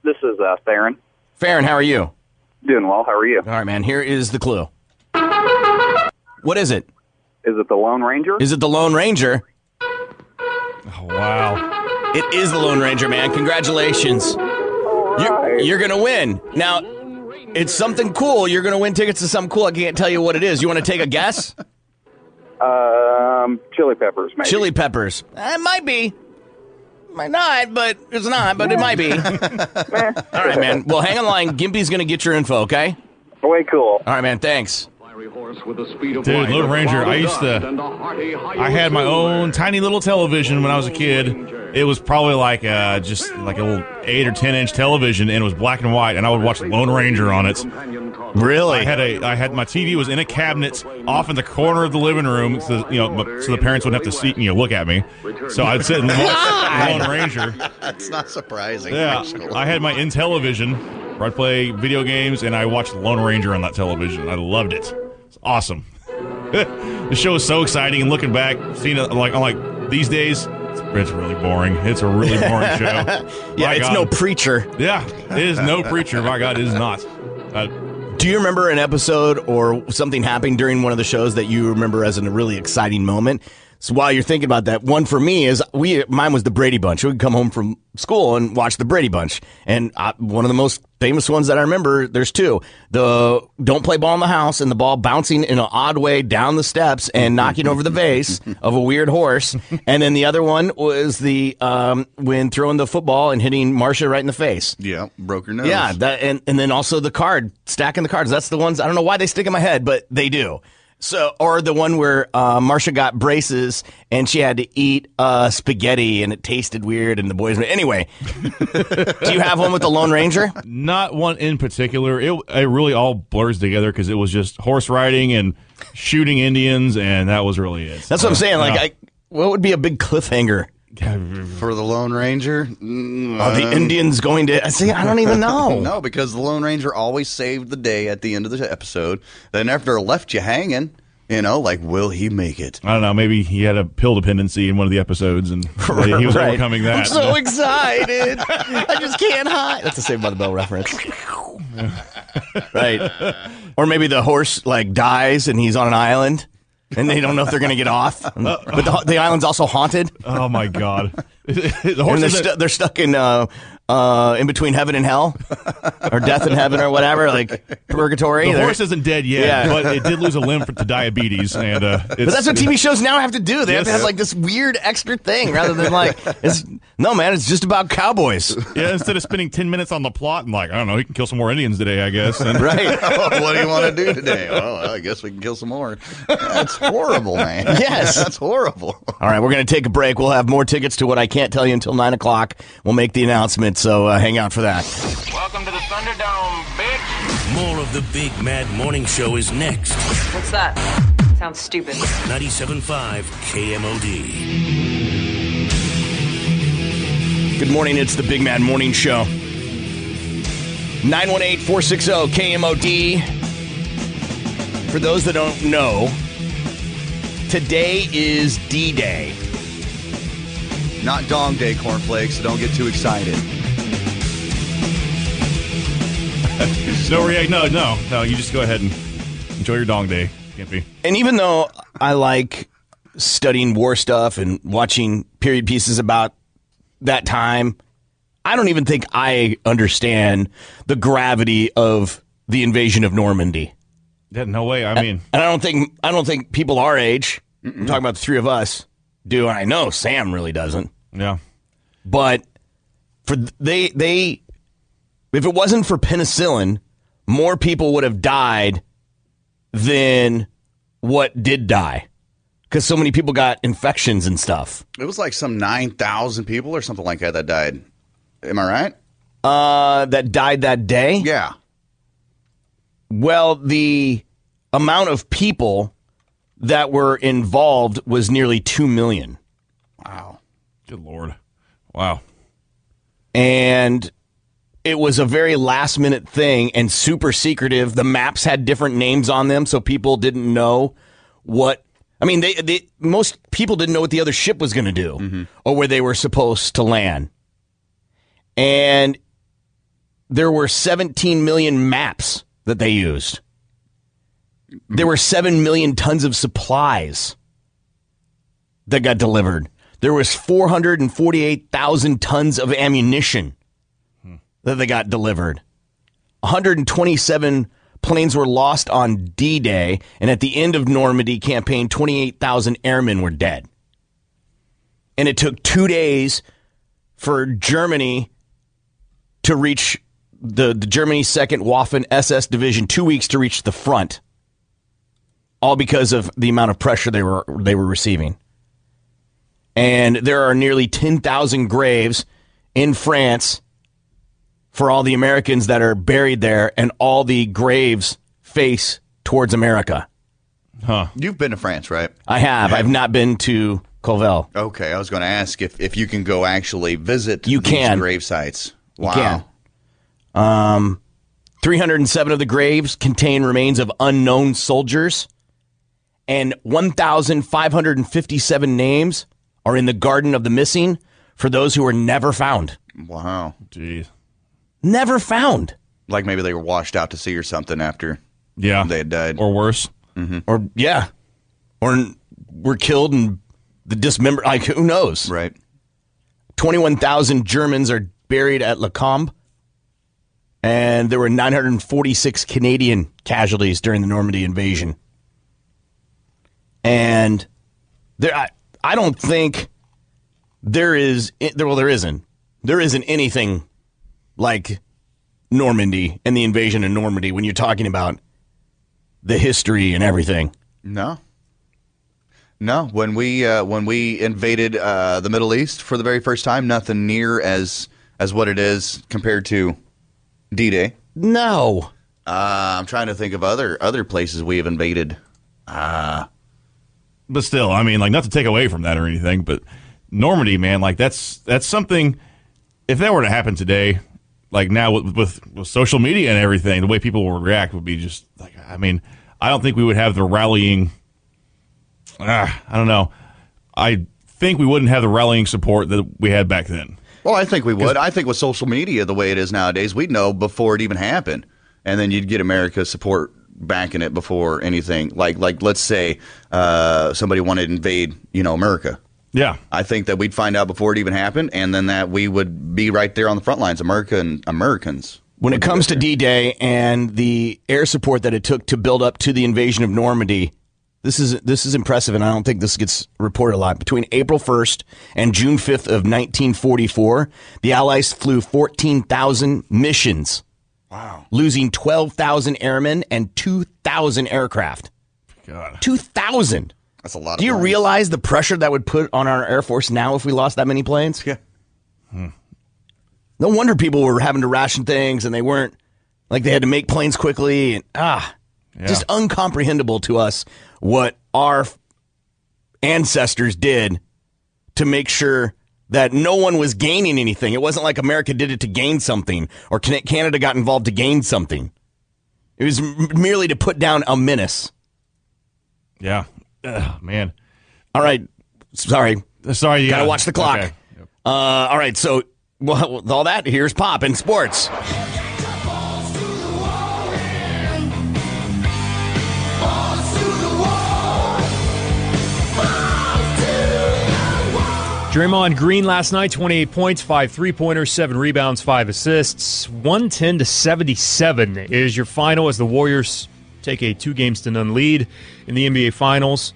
V: This is uh, Theron.
G: Farron, how are you?
V: Doing well. How are you? All
G: right, man. Here is the clue. What is it?
V: Is it the Lone Ranger?
G: Is it the Lone Ranger?
H: Oh, wow.
G: It is the Lone Ranger, man. Congratulations. You're, you're going to win. Now, it's something cool. You're going to win tickets to something cool. I can't tell you what it is. You want to take a guess?
V: Um, chili peppers, maybe.
G: Chili peppers. It might be. Might not, but it's not, but it might be. All right, man. Well, hang on the line. Gimpy's going to get your info, okay?
V: Way cool.
G: All right, man. Thanks.
H: Dude, Lone Ranger, I used to. I had my own tiny little television when I was a kid. It was probably like uh, just like a little eight or ten inch television, and it was black and white. And I would watch Lone Ranger on it.
G: Really?
H: I had a I had my TV was in a cabinet off in the corner of the living room, so you know, my- so the parents wouldn't have to see you know look at me. So I'd sit and watch Lone Ranger.
I: That's not surprising.
H: Yeah,
I: actually.
H: I had my in television where I'd play video games, and I watched Lone Ranger on that television. I loved it. It's awesome. the show is so exciting, and looking back, seeing it like I'm like these days, it's, it's really boring. It's a really boring show.
G: Yeah, it's no preacher.
H: Yeah, it is no preacher. My God, it is not. Uh,
G: Do you remember an episode or something happening during one of the shows that you remember as a really exciting moment? So while you're thinking about that, one for me is we mine was the Brady Bunch. We'd come home from school and watch the Brady Bunch, and I, one of the most famous ones that I remember. There's two: the "Don't Play Ball in the House" and the ball bouncing in an odd way down the steps and knocking over the vase of a weird horse, and then the other one was the um, when throwing the football and hitting Marcia right in the face.
I: Yeah, broke your nose.
G: Yeah, that, and and then also the card stacking the cards. That's the ones I don't know why they stick in my head, but they do. So, or the one where uh, Marsha got braces and she had to eat uh, spaghetti and it tasted weird and the boys. Anyway, do you have one with the Lone Ranger?
H: Not one in particular. It it really all blurs together because it was just horse riding and shooting Indians, and that was really it.
G: That's what I'm saying. Like,
H: Yeah.
G: I, what would be a big cliffhanger?
I: For the Lone Ranger? Mm,
G: Are the
I: um,
G: Indians going to see? I don't even know.
I: no, because the Lone Ranger always saved the day at the end of the episode. Then after it left you hanging, you know, like will he make it?
H: I don't know. Maybe he had a pill dependency in one of the episodes, and he was
I: Right.
H: overcoming that.
G: I'm so excited. I just can't hide. That's a Saved by the Bell reference. right. Or maybe the horse like dies and he's on an island and they don't know if they're going to get off. But the, the island's also haunted.
H: Oh my god. the
G: and
H: horse
G: they're,
H: is a-
G: stu- they're stuck in uh, uh, in between heaven and hell, or death and heaven, or whatever, like purgatory.
H: The
G: There-
H: horse isn't dead yet,
G: Yeah.
H: but it did lose a limb for, to diabetes, and uh, it's,
G: But that's what TV shows now have to do. They have to
H: Yes.
G: have like this weird extra thing rather than like it's no man. It's just about cowboys.
H: Yeah, instead of spending ten minutes on the plot and like I don't know, he can kill some more Indians today, I guess. And-
I: right. what do you want to do today? Well, I guess we can kill some more. That's horrible, man.
G: Yes.
I: That's horrible.
G: All right, we're going to take a break. We'll have more tickets to what I can't tell you until 9 o'clock. We'll make the announcement, so uh, hang out for that.
L: More of the Big Mad Morning Show is next.
A: What's that? Sounds stupid.
L: 97.5 KMOD.
G: Good morning. It's the Big Man Morning Show. 918 460 KMOD. For those that don't know, today is D Day.
I: Not Dong Day cornflakes, so don't get too excited.
H: no, yeah, no, no, no. You just go ahead and enjoy your dong day, Gimpy.
G: And even though I like studying war stuff and watching period pieces about that time, I don't even think I understand the gravity of the invasion of Normandy.
H: Yeah, no way. I mean,
G: and I don't think I don't think people our age, I'm talking about the three of us, do. And I know Sam really doesn't.
H: Yeah,
G: but for th- they they, if it wasn't for penicillin, more people would have died than what did die, because so many people got infections and stuff.
I: It was like some 9,000 people or something like that that died. Am I right?
G: Uh, that died that day.
I: Yeah.
G: Well, the amount of people that were involved was nearly two million.
H: Good lord. Wow.
G: And it was a very last minute thing and super secretive. The maps had different names on them, so people didn't know what. I mean, they, they most people didn't know what the other ship was going to do
H: Mm-hmm.
G: or where they were supposed to land. And there were 17 million maps that they used. There were 7 million tons of supplies that got delivered. There was 448,000 tons of ammunition that they got delivered. 127 planes were lost on D-Day, and at the end of Normandy campaign, 28,000 airmen were dead. And it took 2 days for Germany to reach the, the Germany's 2nd Waffen SS division, 2 weeks to reach the front. All because of the amount of pressure they were they were receiving and there are nearly 10,000 graves in France for all the Americans that are buried there, and all the graves face towards America.
H: Huh.
I: You've been to France, right?
G: I have. I've not been to Covell.
I: Okay, I was going to ask if, if you can go actually visit
G: You
I: these
G: can.
I: grave sites.
G: You
I: Wow.
G: can. Um, 307 of the graves contain remains of unknown soldiers, and 1,557 names are in the Garden of the Missing for those who were never found.
I: Wow.
H: Jeez.
G: Never found.
I: Like maybe they were washed out to sea or something after
H: yeah.
I: they had died. Mm-hmm.
H: Or worse.
G: Or, yeah. Or n- were killed and the dismembered. Like, who knows?
I: Right.
G: 21,000 Germans are buried at Lacombe. And there were 946 Canadian casualties during the Normandy invasion. And there, I, I don't think there is, i- there, well, there isn't. There isn't anything like Normandy and the invasion of Normandy when you're talking about the history and everything.
I: No. No, when we uh, when we invaded uh, the Middle East for the very first time, nothing near as as what it is compared to D Day.
G: No,
I: uh, I'm trying to think of other other places we have invaded. Uh,
H: but still, I mean, like not to take away from that or anything, but Normandy, man, like that's that's something. If that were to happen today, like now with with, with social media and everything, the way people would react would be just like, I mean, I don't think we would have the rallying. Ah, I don't know. I think we wouldn't have the rallying support that we had back then.
I: Well, I think we would. I think with social media the way it is nowadays, we'd know before it even happened, and then you'd get America's support backing it before anything. Like like let's say uh, somebody wanted to invade, you know, America.
H: Yeah.
I: I think that we'd find out before it even happened, and then that we would be right there on the front lines, America and Americans.
G: When it comes to D Day and the air support that it took to build up to the invasion of Normandy, this is this is impressive, and I don't think this gets reported a lot. Between April 1st and June 5th of 1944, the Allies flew 14,000 missions. Wow. Losing 12,000 airmen and 2,000 aircraft. God. 2,000.
I: That's a lot.
G: Do you realize the pressure that would put on our Air Force now if we lost that many planes? Yeah. No wonder people were having to ration things and they weren't like they had to make planes quickly and ah, just uncomprehendable to us what our f- ancestors did to make sure that no one was gaining anything. It wasn't like America did it to gain something or Can- Canada got involved to gain something. It was m- merely to put down a menace.
H: Yeah. Ugh, man.
G: Oh, All right. Sorry.
H: Sorry.
G: Gotta
H: yeah.
G: watch the clock.
H: Okay.
G: Uh, all right. So, well, with all that, here's Pop in sports.
N: Draymond Green last night, 28 points, five three pointers, seven rebounds, five assists. 110 to 77 is your final as the Warriors take a two games to none lead in the NBA Finals.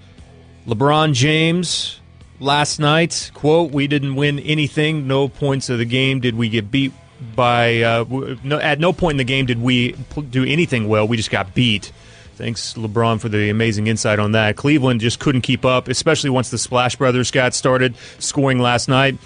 N: LeBron James last night, quote, we didn't win anything. No points of the game did we get beat by. Uh, w- no, at no point in the game did we pl- do anything well. We just got beat. Thanks, LeBron, for the amazing insight on that. Cleveland just couldn't keep up, especially once the Splash Brothers got started scoring last night.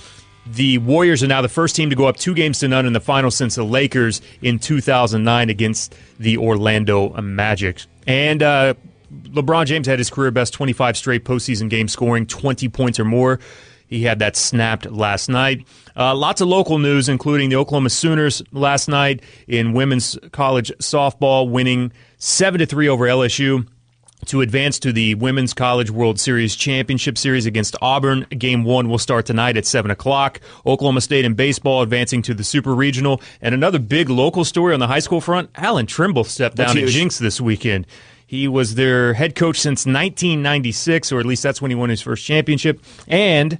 N: The Warriors are now the first team to go up two games to none in the final since the Lakers in 2009 against the Orlando Magic. And uh, LeBron James had his career best 25 straight postseason games, scoring 20 points or more. He had that snapped last night. Uh, lots of local news, including the Oklahoma Sooners last night in women's college softball, winning seven to three over LSU to advance to the Women's College World Series Championship Series against Auburn. Game one will start tonight at 7 o'clock. Oklahoma State in baseball advancing to the Super Regional. And another big local story on the high school front Alan Trimble stepped
G: That's
N: down at
G: huge.
N: Jinx this weekend. He was their head coach since 1996, or at least that's when he won his first championship. And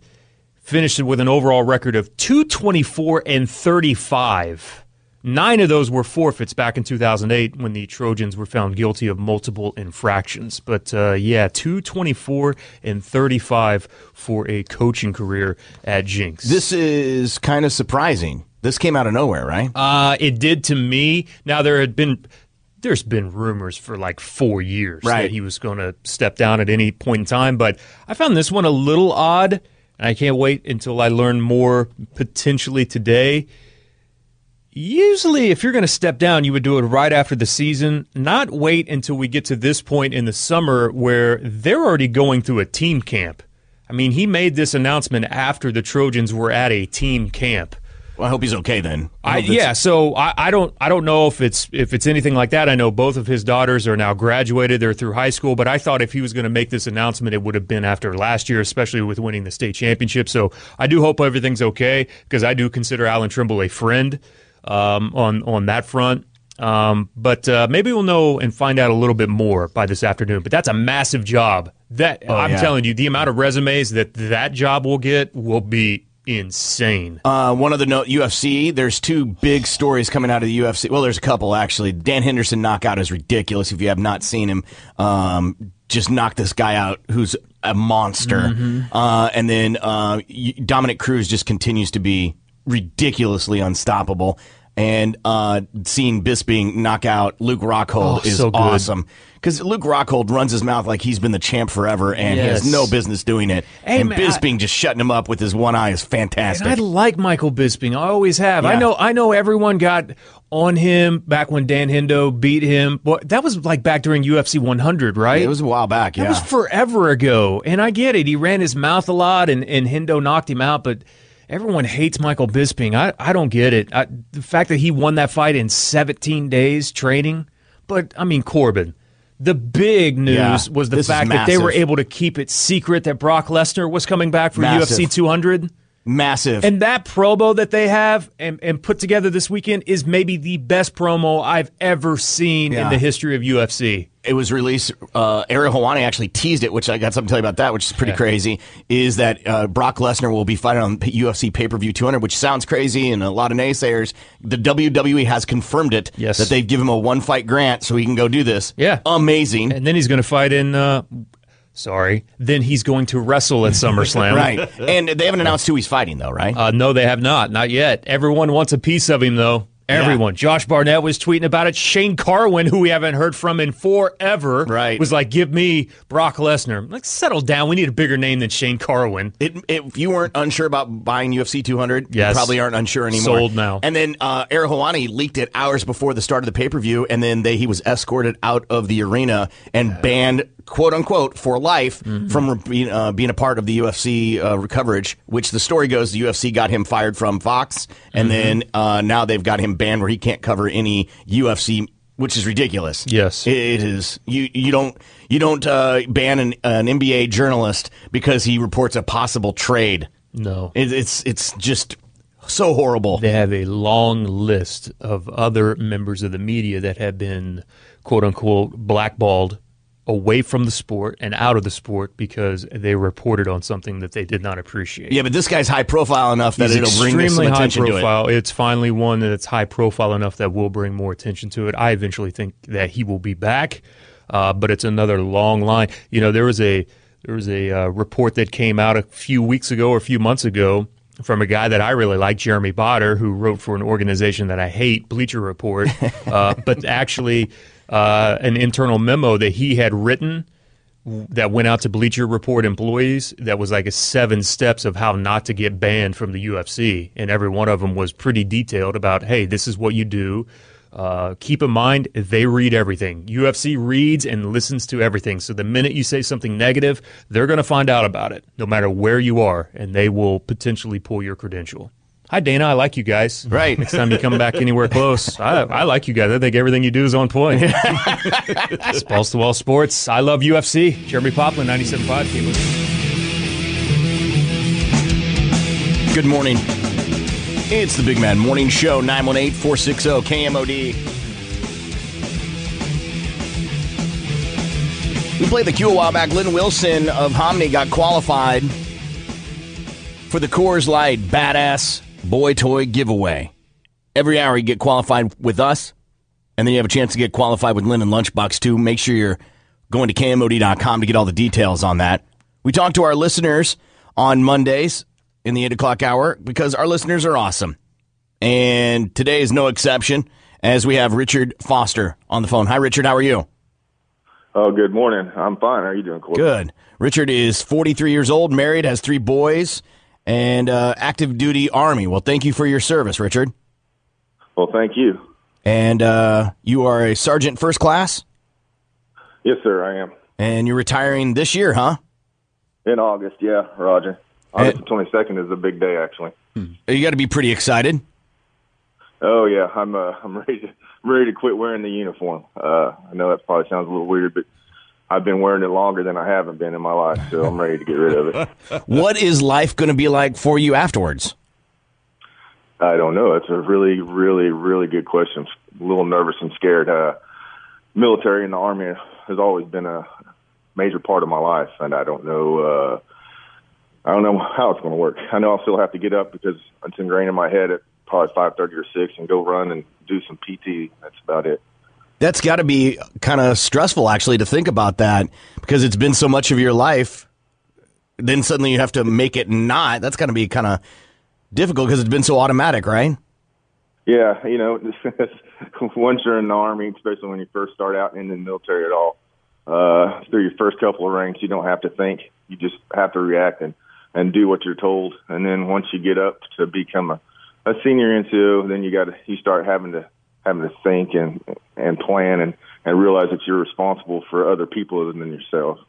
N: finished with an overall record of 224 and 35. Nine of those were forfeits back in 2008 when the Trojans were found guilty of multiple infractions. But uh, yeah, 224 and 35 for a coaching career at Jinx.
G: This is kind of surprising. This came out of nowhere, right?
N: Uh, it did to me. Now there had been there's been rumors for like four years
G: Right.
N: that he was going to step down at any point in time, but I found this one a little odd, and I can't wait until I learn more potentially today. Usually, if you're going to step down, you would do it right after the season, not wait until we get to this point in the summer where they're already going through a team camp. I mean, he made this announcement after the Trojans were at a team camp.
G: Well, I hope he's okay then.
N: I, yeah, so I, I don't I don't know if it's if it's anything like that. I know both of his daughters are now graduated; they're through high school. But I thought if he was going to make this announcement, it would have been after last year, especially with winning the state championship. So I do hope everything's okay because I do consider Alan Trimble a friend um, on on that front. Um, but uh, maybe we'll know and find out a little bit more by this afternoon. But that's a massive job. That
G: Oh,
N: I'm
G: yeah.
N: telling you, the amount of resumes that that job will get will be insane.
G: Uh, one other note: UFC. There's two big stories coming out of the UFC. Well, there's a couple actually. Dan Henderson knockout is ridiculous. If you have not seen him, um, just knock this guy out, who's a monster.
N: Mm-hmm.
D: Mhm.
G: Uh, and then uh, y- Dominic Cruz just continues to be ridiculously unstoppable. And uh, seeing Bisping knock out Luke Rockhold
N: Oh,
G: is
N: so good.
G: awesome because Luke Rockhold runs his mouth like he's been the champ forever, and he
N: Yes.
G: has no business doing it.
N: Hey,
G: and
N: man, I-
G: Bisping just shutting him up with his one eye is fantastic.
N: And I like Michael Bisping. I always have. I
G: Yeah.
N: know. I know everyone got on him back when Dan Hendo beat him. But that was like back during UFC 100, right?
G: it was a while back.
N: That
G: yeah.
N: was forever ago. And I get it. He ran his mouth a lot, and and Hendo knocked him out. But everyone hates Michael Bisping. I I don't get it. I, the fact that he won that fight in 17 days training. But I mean Corbin. The big news
G: Yeah.
N: was the
G: This is
N: fact that they
G: massive.
N: were able to keep it secret that Brock Lesnar was coming back for
G: Massive.
N: UFC 200.
G: Massive.
N: And that promo that they have and, and put together this weekend is maybe the best promo I've ever seen
G: Yeah.
N: in the history of UFC.
G: It was released. Uh, Ariel Helwani actually teased it, which I got something to tell you about that, which is pretty
N: Yeah.
G: crazy. Is that uh, Brock Lesnar will be fighting on P- UFC pay per view 200, which sounds crazy and a lot of naysayers. The WWE has confirmed it yes. that they've given him a one fight grant so he can go do this. Yeah, amazing.
N: And then he's going to fight in. Uh, sorry. Then he's going to wrestle at SummerSlam.
G: right, and they haven't announced who he's fighting though, right?
N: Uh, no, they have not. Not yet. Everyone wants a piece of him, though. Everyone. Josh Barnett was tweeting about it. Shane Carwin, who we haven't heard from in forever, right. was like, "Give me Brock Lesnar." I'm Like, settle down. We need a bigger name than Shane Carwin.
G: It, if you weren't unsure about buying UFC 200, you probably aren't unsure anymore.
N: Sold now.
G: And then uh, Ariel Helwani leaked it hours before the start of the pay per view, and then they, he was escorted out of the arena and banned, quote unquote, for life
N: Mm-hmm.
G: from being, uh, being a part of the UFC uh, coverage. Which the story goes, the UFC got him fired from Fox, and
N: Mhm.
G: then uh, now they've got him banned where he can't cover any UFC. Which is ridiculous. Yes, it is. You you don't you don't uh, ban an, an NBA journalist because he reports a possible trade.
N: No.
G: It, it's it's just so horrible.
N: They have a long list of other members of the media that have been quote unquote blackballed away from the sport and out of the sport because they reported on something that they did not appreciate.
G: Yeah, but this guy's high profile enough that
N: He's
G: it'll bring this some
N: extremely high
G: attention to it.
N: profile. It's finally one that's high profile enough that will bring more attention to it. I eventually think that he will be back, uh, but it's another long line. You know, there was a there was a uh, report that came out a few weeks ago or a few months ago from a guy that I really like, Jeremy Botter, who wrote for an organization that I hate, Bleacher Report, uh, but actually uh, an internal memo that he had written that went out to Bleacher Report employees that was like a seven steps of how not to get banned from the UFC, and every one of them was pretty detailed about hey, this is what you do. Uh, keep in mind they read everything. UFC reads and listens to everything. So the minute you say something negative, they're going to find out about it, no matter where you are, and they will potentially pull your credential. Hi Dana, I like you guys. Right. Next time you come back anywhere close, I, I like you guys. I think everything you do is on point. it's Balls to Wall Sports. I love UFC. Jeremy Poplin, 97.5. Keep listening.
G: Good morning. It's the Big Man Morning Show, 918 460 KMOD. We played the cue a while back. Lynn Wilson of Hominy got qualified for the Coors Light Badass Boy Toy Giveaway. Every hour you get qualified with us, and then you have a chance to get qualified with Lynn and Lunchbox too. Make sure you're going to KMOD.com to get all the details on that. We talk to our listeners on Mondays in the 8 o'clock hour because our listeners are awesome. And today is no exception as we have Richard Foster on the phone. Hi, Richard. How are you?
D: Oh, good morning. I'm fine. How are you doing, Corbin?
G: Good. Richard is 43 years old, married, has three boys, and uh, active duty Army. Well, thank you for your service, Richard.
D: Well, thank you.
G: And uh, you are a sergeant first class,
D: Yes, sir. I am
G: and you're retiring this year, huh?
D: in August. Yeah, Roger. August the 22nd is a big day, actually.
G: You got to be pretty excited.
D: Oh yeah, I'm uh, I'm ready to I'm ready to quit wearing the uniform. Uh, I know that probably sounds a little weird, but I've been wearing it longer than I haven't been in my life, so I'm ready to get rid of it.
G: What is life going to be like for you afterwards?
D: I don't know. It's a really, really, really good question. I'm a little nervous and scared. Uh, military and the army has always been a major part of my life, and I don't know. Uh, I don't know how it's going to work. I know I'll still have to get up because it's ingrained in my head at probably five thirty or six, and go run and do some PT. That's about it.
G: That's got to be kind of stressful, actually, to think about that because it's been so much of your life. Then suddenly you have to make it not. That's going to be kind of difficult because it's been so automatic, right?
D: Yeah, you know, once you're in the army, especially when you first start out in the military at all, uh, through your first couple of ranks, you don't have to think. You just have to react and and do what you're told. And then once you get up to become a, a senior NCO, then you got to you start having to having to think and and plan and and realize that you're responsible for other people other than yourself.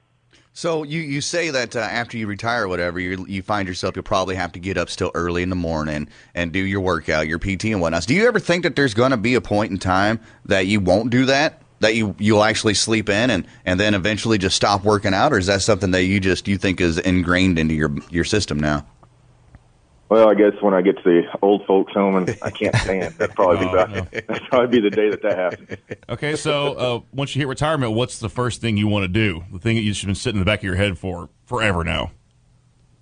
I: So you, you say that uh, after you retire, or whatever, you you find yourself you'll probably have to get up still early in the morning and do your workout, your PT and whatnot. So do you ever think that there's going to be a point in time that you won't do that, that you you'll actually sleep in and, and then eventually just stop working out, or is that something that you just you think is ingrained into your your system now?
D: Well, I guess when I get to the old folks home and I can't stand, that'd probably be
H: Oh,
D: about, that'd probably be the day that that happens.
H: Okay, so uh, once you hit retirement, what's the first thing you want to do? The thing that you've been sitting in the back of your head for forever now.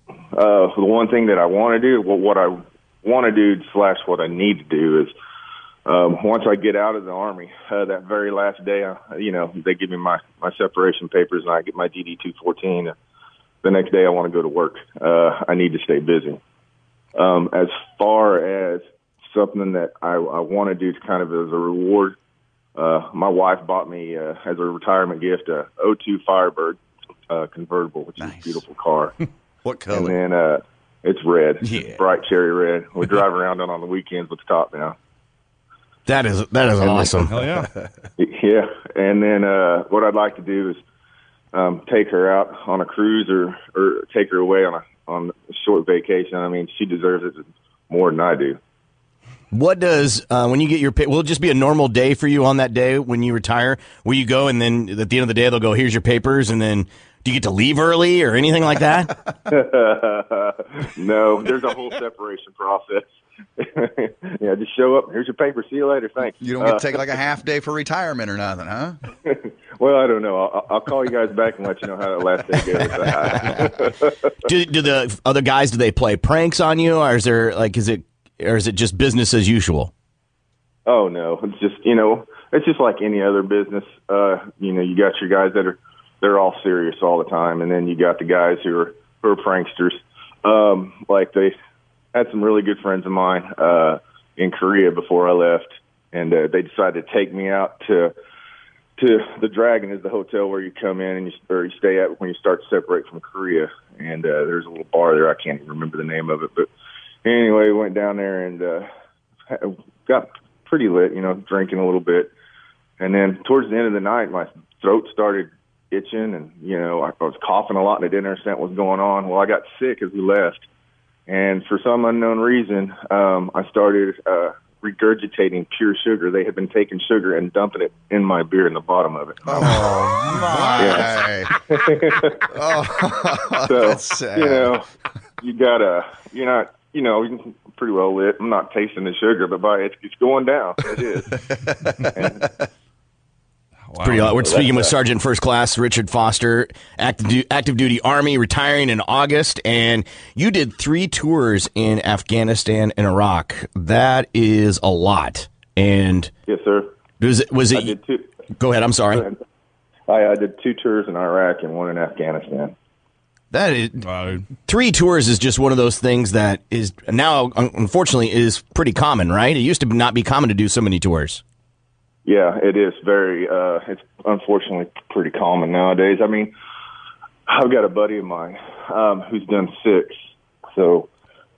D: Uh, the one thing that I want to do, well, what I want to do slash what I need to do is, um, once I get out of the army, uh, that very last day, uh, you know, they give me my my separation papers and I get my DD two fourteen. The next day, I want to go to work. Uh, I need to stay busy. Um, as far as something that I, I want to do, to kind of as a reward, uh, my wife bought me uh, as a retirement gift a 02 Firebird uh, convertible, which is a beautiful car.
I: What
D: color? And then uh, it's red, It's bright cherry red. We drive around it on the weekends with the top down.
G: That is that is
D: And then-
G: awesome.
D: yeah. And then uh, what I'd like to do is um, take her out on a cruise or or take her away on a on a short vacation. I mean, she deserves it more than I do.
G: What does uh, when you get your pay? Will it just be a normal day for you on that day when you retire? Will you go and then at the end of the day they'll go, "Here's your papers," and then do you get to leave early or anything like that?
D: no, there's a whole separation process. yeah, just show up. Here's your paper. See you later. Thanks.
I: You don't get
D: Uh,
I: to take like a half day for retirement or nothing, huh?
D: Well, I don't know. I'll, I'll call you guys back and let you know how that last day goes.
G: do, do the other guys do they play pranks on you, or is there like is it or is it just business as usual?
D: Oh no, it's just you know, it's just like any other business. Uh, you know, you got your guys that are they're all serious all the time, and then you got the guys who are who are pranksters. Um, like they had some really good friends of mine uh, in Korea before I left, and uh, they decided to take me out to to the Dragon is the hotel where you come in and you or you stay at when you start to separate from Korea. And uh, there's a little bar there. I can't even remember the name of it, but anyway, went down there and uh, got pretty lit, you know, drinking a little bit. And then towards the end of the night, my throat started itching and, you know, I, I was coughing a lot and I didn't understand what was going on. Well, I got sick as we left. And for some unknown reason, um, I started uh, regurgitating pure sugar. They had been taking sugar and dumping it in my beer in the bottom of it. Oh, my. oh, so,
I: that's sad.
D: You know, you gotta, you're not, you know, you're pretty well lit. I'm not tasting the sugar, but by it's, it's going down. It is. And-
G: It's Pretty, odd. we're
D: So
G: speaking with
D: that's, uh,
G: Sergeant First Class Richard Foster, active, du- active duty Army, retiring in August, and you did three tours in Afghanistan and Iraq. That is a lot. And
D: yes, sir.
G: Was it? Was
D: I
G: it
D: did two-
G: go ahead. I'm sorry.
D: I, I did two tours in Iraq and one in Afghanistan.
G: That is three tours is just one of those things that is now un- unfortunately is pretty common, right? It used to not be common to do so many tours.
D: Yeah, it is very. Uh, it's unfortunately pretty common nowadays. I mean, I've got a buddy of mine um, who's done six, so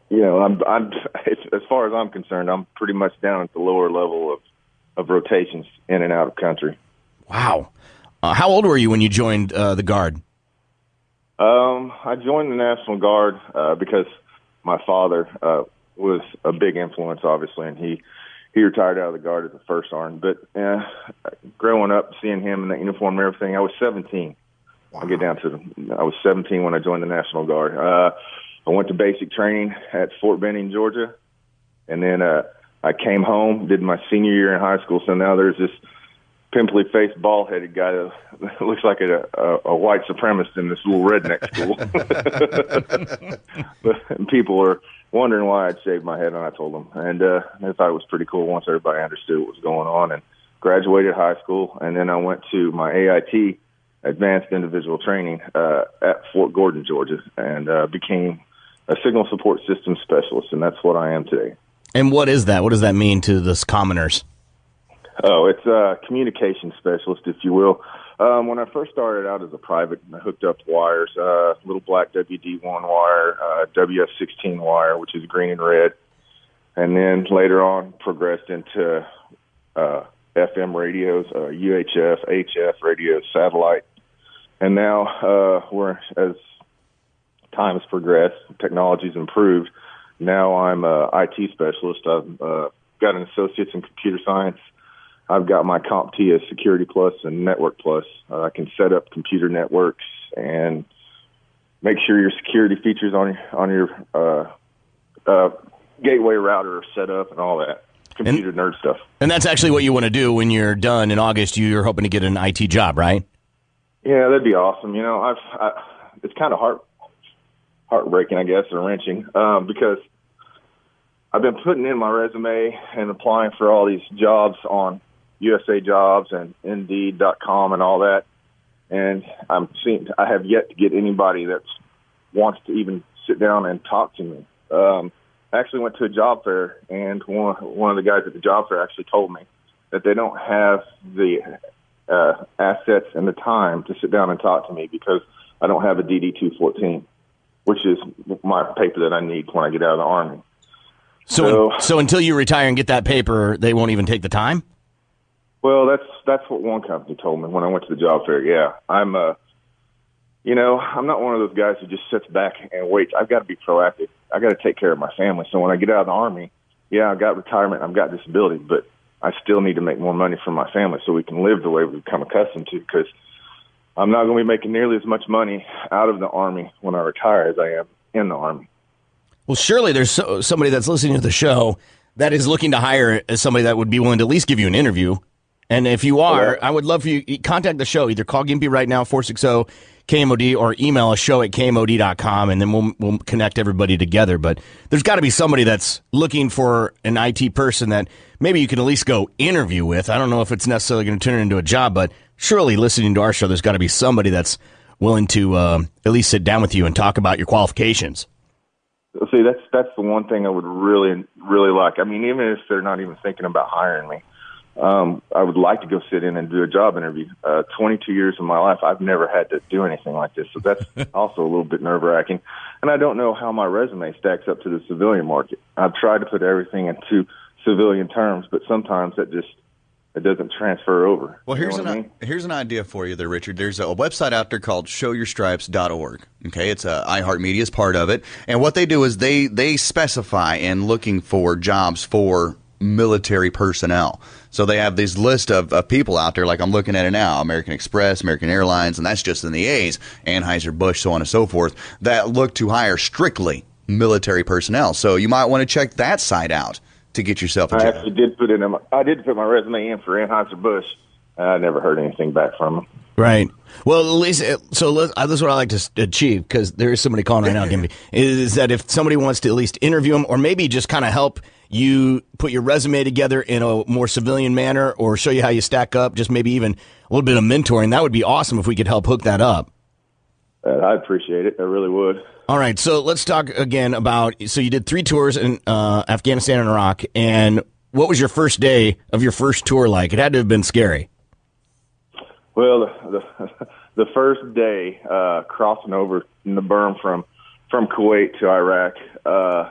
D: you know, I'm, I'm it's, as far as I'm concerned, I'm pretty much down at the lower level of of rotations in and out of country.
G: Wow. Uh, how old were you when you joined uh, the Guard?
D: Um, I joined the National Guard uh, because my father uh, was a big influence, obviously, and he he retired out of the Guard as a first sergeant. But uh, growing up, seeing him in that uniform and everything, I was 17. I'll get down to the, I was 17 when I joined the National Guard. Uh, I went to basic training at Fort Benning, Georgia, and then uh, I came home, did my senior year in high school. So now there's this pimply faced, bald headed guy that looks like a, a, a white supremacist in this little redneck school. but and people are wondering why I'd shaved my head, and I told them. And uh, they thought it was pretty cool once everybody understood what was going on. And graduated high school, and then I went to my AIT, Advanced Individual Training, uh, at Fort Gordon, Georgia, and uh, became a signal support system specialist, and that's what I am today.
G: And what is that? What does that mean to the commoners?
D: Oh, it's a communication specialist, if you will. Um, when I first started out as a private, I hooked up wires, uh, little black WD1 wire, uh, WF16 wire, which is green and red, and then later on progressed into uh, FM radios, uh, UHF, HF radios, satellite, and now uh, we're as time has progressed, technology's improved. Now I'm a IT specialist. I've uh, got an associate's in computer science. I've got my CompTIA Security Plus and Network Plus. Uh, I can set up computer networks and make sure your security features on on your uh, uh, gateway router set up and all that computer nerd stuff.
G: And that's actually what you want to do when you're done in August. You're hoping to get an IT job, right?
D: Yeah, that'd be awesome. You know, I've I, it's kind of heart heartbreaking, I guess, or wrenching um, because I've been putting in my resume and applying for all these jobs on USA Jobs and Indeed.com and all that, and I'm seeing I have yet to get anybody that wants to even sit down and talk to me. Um, I actually went to a job fair, and one one of the guys at the job fair actually told me that they don't have the uh, assets and the time to sit down and talk to me because I don't have a DD two fourteen, which is my paper that I need when I get out of the army.
G: So, so, until you retire and get that paper, they won't even take the time.
D: Well, that's that's what one company told me when I went to the job fair. Yeah, I'm uh you know, I'm not one of those guys who just sits back and waits. I've got to be proactive. I got to take care of my family. So when I get out of the army, yeah, I've got retirement, I've got disability, but I still need to make more money for my family so we can live the way we've become accustomed to. Because I'm not going to be making nearly as much money out of the army when I retire as I am in the army.
G: Well, surely there's so, somebody that's listening to the show that is looking to hire as somebody that would be willing to at least give you an interview. And if you are, I would love for you contact the show. Either call Gimpy right now, 460 KMOD, or email us show at KMOD.com, and then we'll, we'll connect everybody together. But there's got to be somebody that's looking for an IT person that maybe you can at least go interview with. I don't know if it's necessarily going to turn into a job, but surely listening to our show, there's got to be somebody that's willing to um, at least sit down with you and talk about your qualifications.
D: See, that's that's the one thing I would really really like. I mean, even if they're not even thinking about hiring me, um, I would like to go sit in and do a job interview. Uh, 22 years of my life, I've never had to do anything like this, so that's also a little bit nerve wracking. And I don't know how my resume stacks up to the civilian market. I've tried to put everything into civilian terms, but sometimes that just it doesn't transfer over.
I: Well,
D: You know
I: here's
D: what
I: an
D: I mean?
I: here's an idea for you there, Richard. There's a website out there called ShowYourStripes.org. Okay, it's a iHeartMedia is part of it, and what they do is they they specify in looking for jobs for military personnel. So they have this list of, of people out there, like I'm looking at it now, American Express, American Airlines, and that's just in the A's, Anheuser-Busch, so on and so forth, that look to hire strictly military personnel. So you might want to check that site out to get yourself a
D: I
I: job.
D: actually did put in. A, I did put my resume in for Anheuser Busch. I never heard anything back from them.
G: Right. Well, at least so. Let, uh, this is what I like to s- achieve because there is somebody calling right now. Gimpy, is that if somebody wants to at least interview them, or maybe just kind of help you put your resume together in a more civilian manner, or show you how you stack up, just maybe even a little bit of mentoring. That would be awesome if we could help hook that up.
D: Uh, I appreciate it. I really would.
G: All right, so let's talk again about. So you did three tours in uh, Afghanistan and Iraq, and what was your first day of your first tour like? It had to have been scary.
D: Well, the the, the first day uh, crossing over in the berm from from Kuwait to Iraq, uh,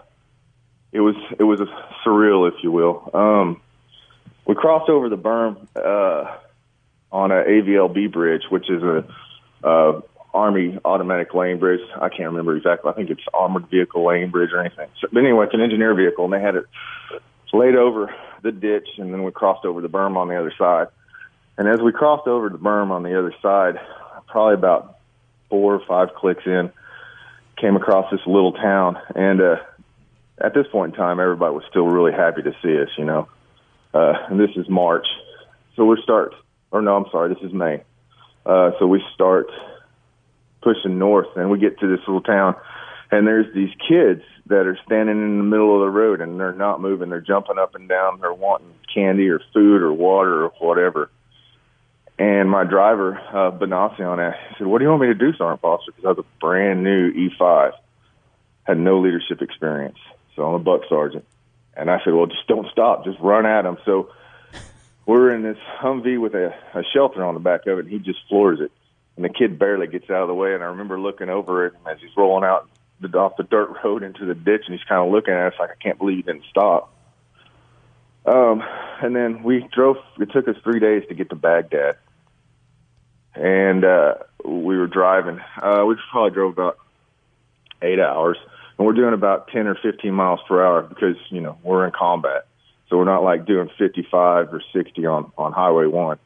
D: it was it was surreal, if you will. Um, we crossed over the berm uh, on a AVLB bridge, which is a uh, Army automatic lane bridge. I can't remember exactly. I think it's armored vehicle lane bridge or anything. So, but anyway, it's an engineer vehicle, and they had it laid over the ditch, and then we crossed over the berm on the other side. And as we crossed over the berm on the other side, probably about four or five clicks in, came across this little town. And uh, at this point in time, everybody was still really happy to see us, you know. Uh, and this is March. So we start, or no, I'm sorry, this is May. Uh, so we start pushing north and we get to this little town. And there's these kids that are standing in the middle of the road and they're not moving. They're jumping up and down. They're wanting candy or food or water or whatever. And my driver, uh, Benacion, asked, he said, What do you want me to do, Sergeant Foster? Because I was a brand new E5, had no leadership experience. So I'm a buck sergeant. And I said, Well, just don't stop, just run at him. So we're in this Humvee with a, a shelter on the back of it, and he just floors it. And the kid barely gets out of the way. And I remember looking over at him as he's rolling out the, off the dirt road into the ditch, and he's kind of looking at us like, I can't believe you didn't stop. Um, and then we drove. It took us three days to get to Baghdad, and uh, we were driving. Uh, we probably drove about eight hours, and we're doing about ten or fifteen miles per hour because you know we're in combat, so we're not like doing fifty-five or sixty on on Highway One.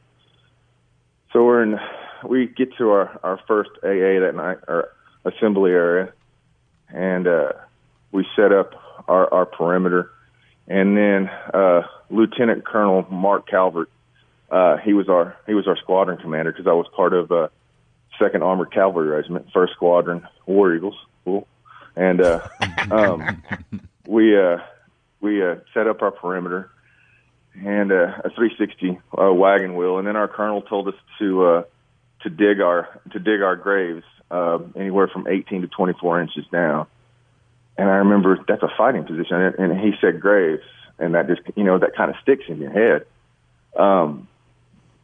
D: So we're in. We get to our our first AA that night or assembly area, and uh, we set up our, our perimeter. And then uh, Lieutenant Colonel Mark Calvert, uh, he was our he was our squadron commander because I was part of uh, Second Armored Cavalry Regiment, First Squadron War Eagles. Cool. And uh, um, we uh, we uh, set up our perimeter and uh, a 360 uh, wagon wheel, and then our colonel told us to uh, to dig our to dig our graves uh, anywhere from 18 to 24 inches down. And I remember that's a fighting position, and and he said graves, and that just you know that kind of sticks in your head. Um,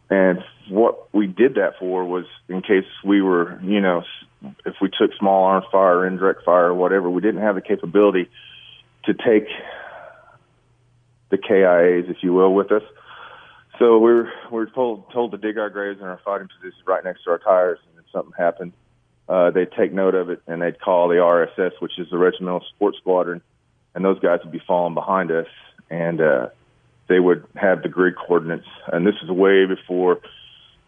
D: and what we did that for was in case we were you know s- if we took small arms fire, or indirect fire, or whatever, we didn't have the capability to take the KIAs, if you will, with us. So we were, we were told, told to dig our graves in our fighting positions right next to our tires, and if something happened, uh, they'd take note of it and they'd call the RSS, which is the Regimental Support Squadron, and those guys would be following behind us, and uh, they would have the grid coordinates. And this is way before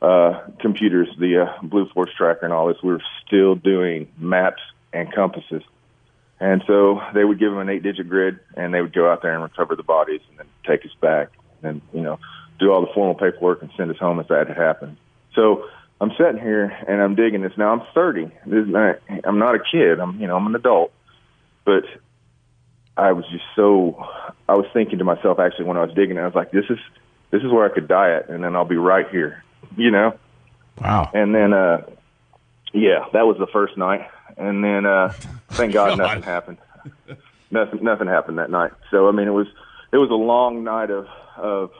D: uh, computers, the uh, Blue Force Tracker, and all this. We were still doing maps and compasses. And so they would give them an eight digit grid and they would go out there and recover the bodies and then take us back and, you know, do all the formal paperwork and send us home if that had happened. So I'm sitting here and I'm digging this. Now I'm 30. This is not, I'm not a kid. I'm, you know, I'm an adult, but I was just so, I was thinking to myself actually when I was digging, it, I was like, this is, this is where I could die at and then I'll be right here, you know?
H: Wow.
D: And then, uh, yeah, that was the first night. And then, uh, thank God, nothing happened. Nothing, nothing happened that night. So I mean, it was it was a long night of of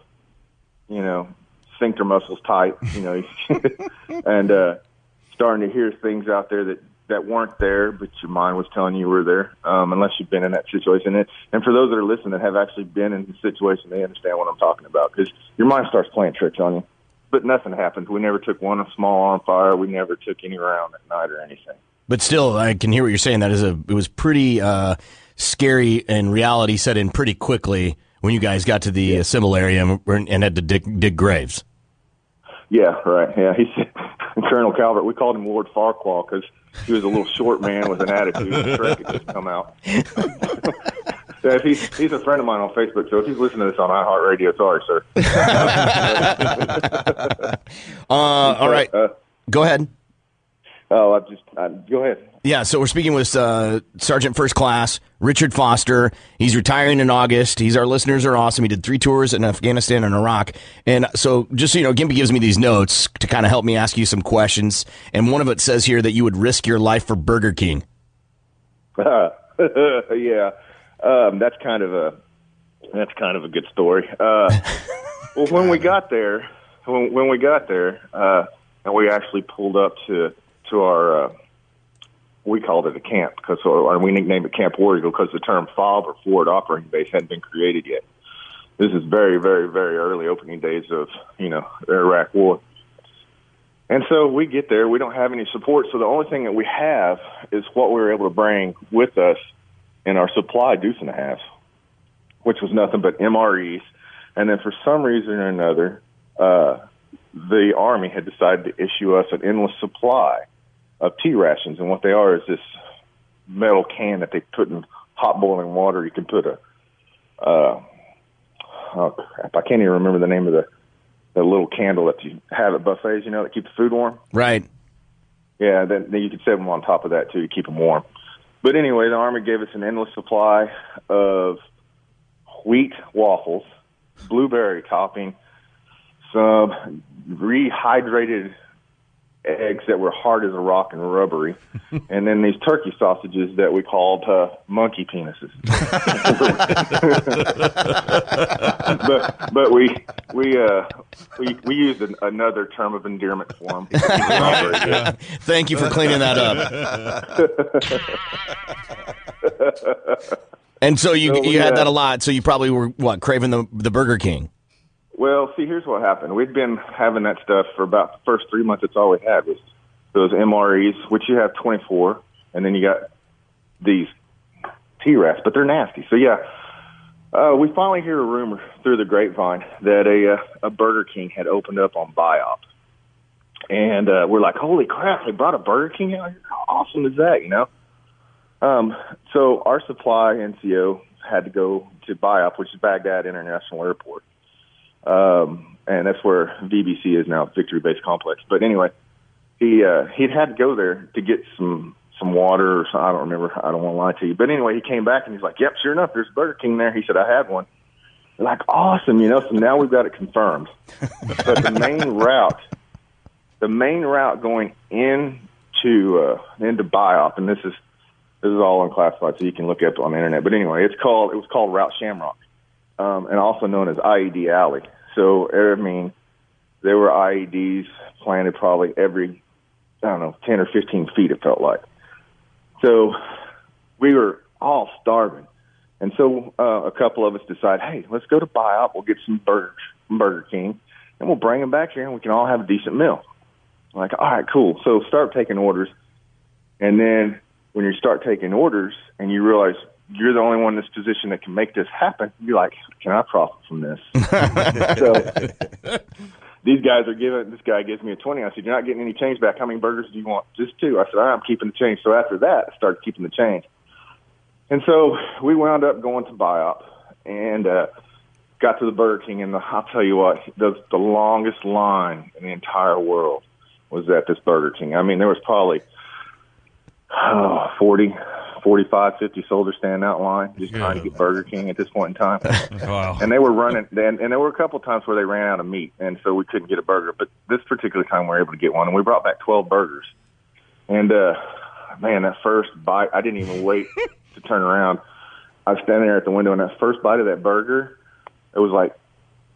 D: you know sphincter muscles tight, you know, and uh, starting to hear things out there that that weren't there, but your mind was telling you were there, um, unless you've been in that situation. And, and for those that are listening that have actually been in the situation, they understand what I'm talking about because your mind starts playing tricks on you. But nothing happened. We never took one small arm fire. We never took any round at night or anything.
G: But still, I can hear what you're saying. That is a it was pretty uh, scary, and reality set in pretty quickly when you guys got to the assemble area and, and had to dig, dig graves.
D: Yeah, right. Yeah, he said Colonel Calvert. We called him Lord Farquaad because he was a little short man with an attitude. The trick had just come out. so if he's he's a friend of mine on Facebook. So if he's listening to this on iHeartRadio, sorry, sir.
G: Uh, all right, go ahead.
D: Oh, I just I, go ahead.
G: Yeah, so we're speaking with uh, Sergeant First Class Richard Foster. He's retiring in August. He's our listeners are awesome. He did three tours in Afghanistan and Iraq, and so just so you know, Gimpy gives me these notes to kind of help me ask you some questions. And one of it says here that you would risk your life for Burger King.
D: yeah, um, that's kind of a that's kind of a good story. Uh, well, when we got there, when, when we got there, uh, and we actually pulled up to to our uh, we called it a camp because or we nicknamed it Camp War Eagle because the term FOB or Forward Operating Base hadn't been created yet. This is very, very, very early opening days of you know the Iraq War. And so we get there. We don't have any support. So the only thing that we have is what we were able to bring with us in our supply deuce and a half, which was nothing but MREs. And then for some reason or another, uh, the Army had decided to issue us an endless supply of tea rations. And what they are is this metal can that they put in hot boiling water. You can put a, uh, oh crap, I can't even remember the name of the, the little candle that you have at buffets, you know, that keep the food warm.
G: Right.
D: Yeah, then, then you could set them on top of that too to keep them warm. But anyway, the Army gave us an endless supply of wheat waffles, blueberry topping, some rehydrated eggs that were hard as a rock and rubbery, and then these turkey sausages that we called uh, monkey penises. but but we we uh, we we used an, another term of endearment for them.
G: Thank you for cleaning that up. and so you
D: So we,
G: you had
D: uh,
G: that a lot. So you probably were what craving the the Burger King.
D: Well, see, here's what happened. We'd been having that stuff for about the first three months. That's all we had was those MREs, which you have 24, and then you got these T rats, but they're nasty. So yeah, uh, we finally hear a rumor through the grapevine that a uh, a Burger King had opened up on Biop, and uh, we're like, holy crap, they brought a Burger King out here. How awesome is that? You know. Um, so our supply NCO had to go to BIOP, which is Baghdad International Airport. Um, and that's where VBC is now, Victory Base Complex. But anyway, he, uh, he'd had to go there to get some, some water or some, I don't remember. I don't want to lie to you. But anyway, he came back and he's like, yep, sure enough, there's Burger King there. He said, I had one. Like, awesome, you know, so now we've got it confirmed. but the main route, the main route going into, uh, into BIOP, and this is this is all unclassified, so you can look it up on the internet. But anyway, it's called it was called Route Shamrock, um, and also known as IED Alley. So er, I mean, there were IEDs planted probably every I don't know ten or fifteen feet. It felt like. So we were all starving, and so uh, a couple of us decide, hey, let's go to Buyout. We'll get some burgers from Burger King, and we'll bring them back here, and we can all have a decent meal. I'm like, all right, cool. So start taking orders, and then when you start taking orders and you realize you're the only one in this position that can make this happen, you're like, can I profit from this? so these guys are giving, this guy gives me a 20. I said, you're not getting any change back. How many burgers do you want? Just two. I said, all right, I'm keeping the change. So after that, I started keeping the change. And so we wound up going to BIOP and uh, got to the Burger King. And the, I'll tell you what, the, the longest line in the entire world was at this Burger King. I mean, there was probably – oh, 40, 45, 50 soldiers standing out in line just trying to get Burger King at this point in time.
H: wow.
D: And they were running, and, and there were a couple times where they ran out of meat, and so we couldn't get a burger. But this particular time, we were able to get one, and we brought back 12 burgers. And uh, man, that first bite, I didn't even wait to turn around. I was standing there at the window, and that first bite of that burger, it was like,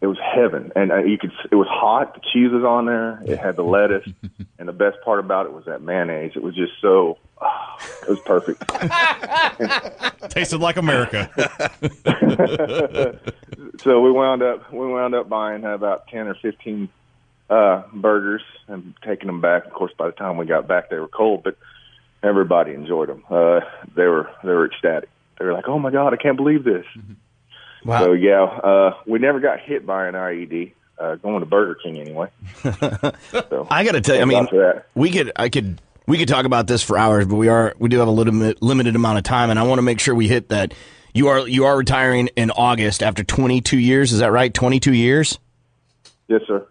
D: it was heaven, and uh, you could. It was hot. The cheese was on there. It had the lettuce, and the best part about it was that mayonnaise. It was just so. oh, it was perfect.
H: Tasted like America.
D: so we wound up we wound up buying uh, about ten or fifteen uh, burgers and taking them back. Of course, by the time we got back, they were cold, but everybody enjoyed them. Uh, they were they were ecstatic. They were like, "Oh my god, I can't believe this!"
F: Wow.
D: So yeah, uh, we never got hit by an IED. Uh, going to Burger King anyway.
G: I got to tell you, I mean, we could, I could, we could talk about this for hours, but we are, we do have a little bit- limited amount of time, and I want to make sure we hit that. You are, you are retiring in August after 22 years. Is that right? 22 years.
D: Yes, sir.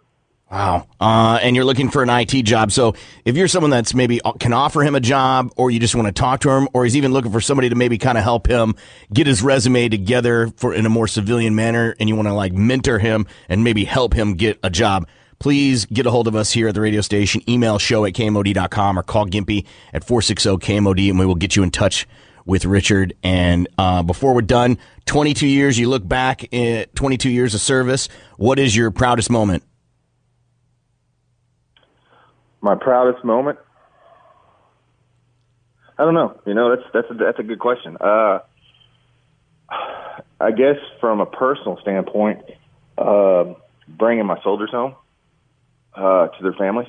G: Wow. Uh, and you're looking for an IT job. So if you're someone that's maybe uh, can offer him a job, or you just want to talk to him, or he's even looking for somebody to maybe kind of help him get his resume together for in a more civilian manner, and you want to like mentor him and maybe help him get a job. Please get a hold of us here at the radio station. Email show at kmod.com or call Gimpy at 460 KMOD, and we will get you in touch with Richard. And uh, before we're done, 22 years, you look back at 22 years of service. What is your proudest moment?
D: My proudest moment? I don't know. You know, that's that's a, that's a good question. Uh, I guess from a personal standpoint, uh, bringing my soldiers home uh, to their families.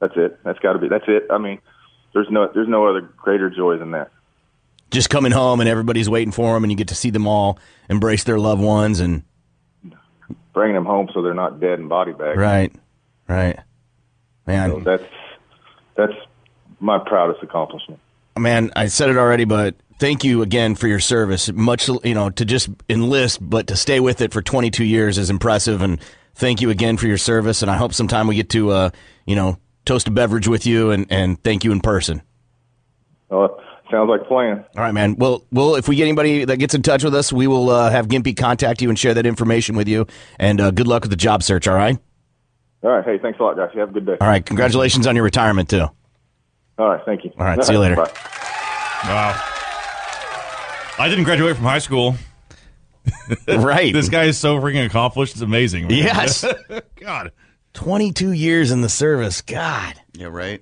D: That's it. That's got to be. That's it. I mean, there's no there's no other greater joy than that.
G: just coming home and everybody's waiting for them and you get to see them all embrace their loved ones and
D: Bringing them home so they're not dead in body bags.
G: right right man
D: So that's that's my proudest accomplishment.
G: man i said it already but thank you again for your service much you know to just enlist but to stay with it for 22 years is impressive and thank you again for your service and i hope sometime we get to uh you know toast a beverage with you and and thank you in person
D: Uh, sounds like playing.
G: All right, man. Well, well, if we get anybody that gets in touch with us, we will uh, have Gimpy contact you and share that information with you. And uh, good luck with the job search. All right.
D: All right. Hey, thanks a lot, guys. You have a good day.
G: All right. Congratulations on your retirement too.
D: All right. Thank you.
G: All right, see you later.
D: Bye.
H: Wow. I didn't graduate from high school.
G: Right.
H: this guy is so freaking accomplished. It's amazing. man.
G: Yes.
H: God.
G: 22 years in the service. God.
I: Yeah, right.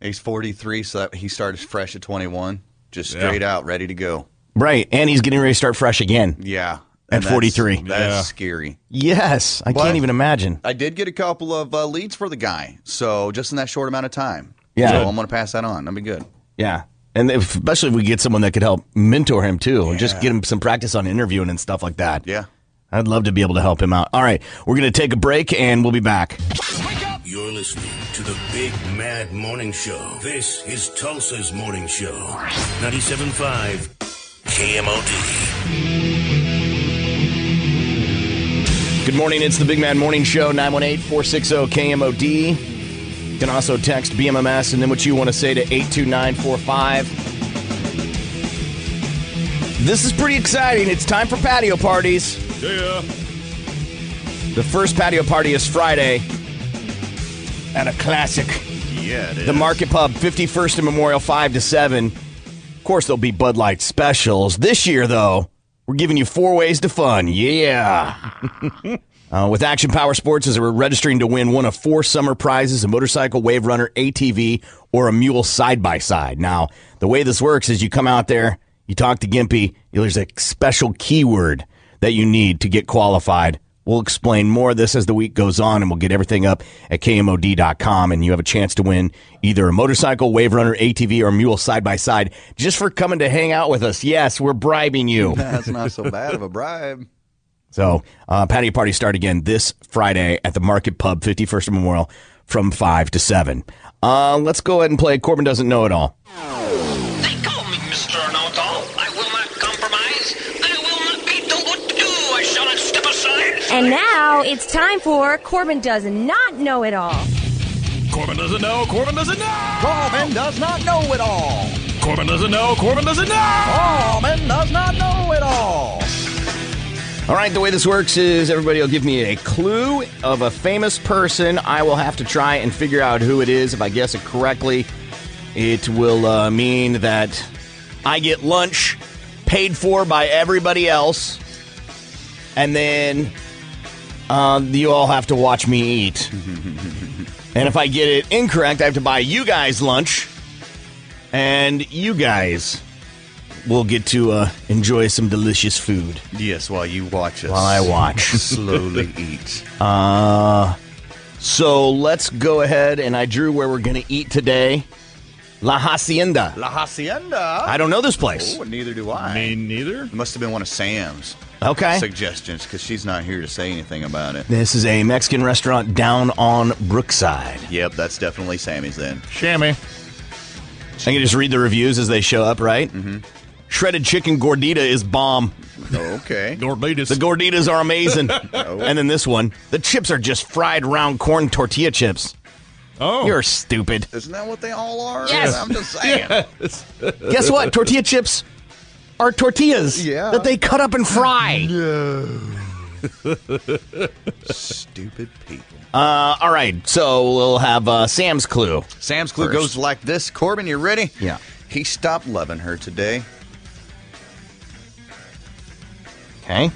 I: He's 43, so that, he started fresh at 21, just straight out, ready to go.
G: Right. And he's getting ready to start fresh again.
I: Yeah.
G: At
I: And that's-
G: 43.
I: That's
G: Yeah.
I: scary.
G: Yes. I
I: But-
G: can't even imagine.
I: I did get a couple of uh, leads for the guy, so just in that short amount of time.
G: Yeah.
I: So
G: Good.
I: I'm going to pass that on. That'll be good.
G: Yeah. And if, especially if we get someone that could help mentor him too and just get him some practice on interviewing and stuff like that.
I: Yeah.
G: I'd love to be able to help him out. All right. We're going to take a break and we'll be back.
L: You're listening to the Big Mad Morning Show. This is Tulsa's Morning Show. 97.5 KMOD.
G: Good morning. It's the Big Man Morning Show, 918 460 KMOD. You can also text BMMS and then what you want to say to 82945. This is pretty exciting. It's time for patio parties.
H: Yeah.
G: The first patio party is Friday at a classic.
H: Yeah, it
G: The Market Pub, 51st and Memorial, 5 to 7. Of course, there'll be Bud Light specials. This year, though, we're giving you four ways to fun. Yeah. Uh, with Action Power Sports, as we're registering to win one of four summer prizes a motorcycle, wave runner, ATV, or a mule side by side. Now, the way this works is you come out there, you talk to Gimpy, there's a special keyword that you need to get qualified. We'll explain more of this as the week goes on, and we'll get everything up at KMOD.com. And you have a chance to win either a motorcycle, wave runner, ATV, or mule side by side just for coming to hang out with us. Yes, we're bribing you.
I: That's not so bad of a bribe.
G: So, uh, patio party start again this Friday at the Market Pub, 51st and Memorial, from 5 to 7. Uh, let's go ahead and play Corbin Doesn't Know It All.
B: They call me Mr. Know-it-all. I will not compromise. I will not be told what to do. I shall not step aside.
F: And now it's time for Corbin Does Not Know It All.
H: Corbin doesn't know. Corbin doesn't know.
I: Corbin does not know it all.
H: Corbin doesn't know. Corbin doesn't know.
I: Corbin does not know it all.
G: All right, the way this works is everybody will give me a clue of a famous person. I will have to try and figure out who it is. If I guess it correctly, it will uh, mean that I get lunch paid for by everybody else. And then uh, you all have to watch me eat. and if I get it incorrect, I have to buy you guys lunch. And you guys will get to uh, enjoy some delicious food.
I: Yes, while you watch us.
G: While I watch.
I: Slowly eat.
G: Uh, so let's go ahead and I drew where we're going to eat today La Hacienda.
I: La Hacienda.
G: I don't know this place.
I: Oh, and neither do I.
H: Me neither.
I: It must have been one of Sam's
G: Okay.
I: suggestions because she's not here to say anything about it.
G: This is a Mexican restaurant down on Brookside.
I: Yep, that's definitely Sammy's then.
H: Shammy.
G: I can just read the reviews as they show up, right? Mm-hmm. Shredded chicken gordita is bomb.
I: Okay.
H: Gorditas.
G: The gorditas are amazing. And then this one. The chips are just fried round corn tortilla chips.
H: oh.
G: You're stupid.
I: Isn't that what they all are?
G: Yes.
I: I'm just saying.
G: Guess what? Tortilla chips are tortillas
I: Yeah.
G: that they cut up and fry.
I: Stupid people.
G: Uh, all right, so we'll have uh, Sam's clue.
I: Sam's clue
G: First.
I: goes like this. Corbin, you ready?
G: Yeah.
I: He stopped loving her today.
G: Okay.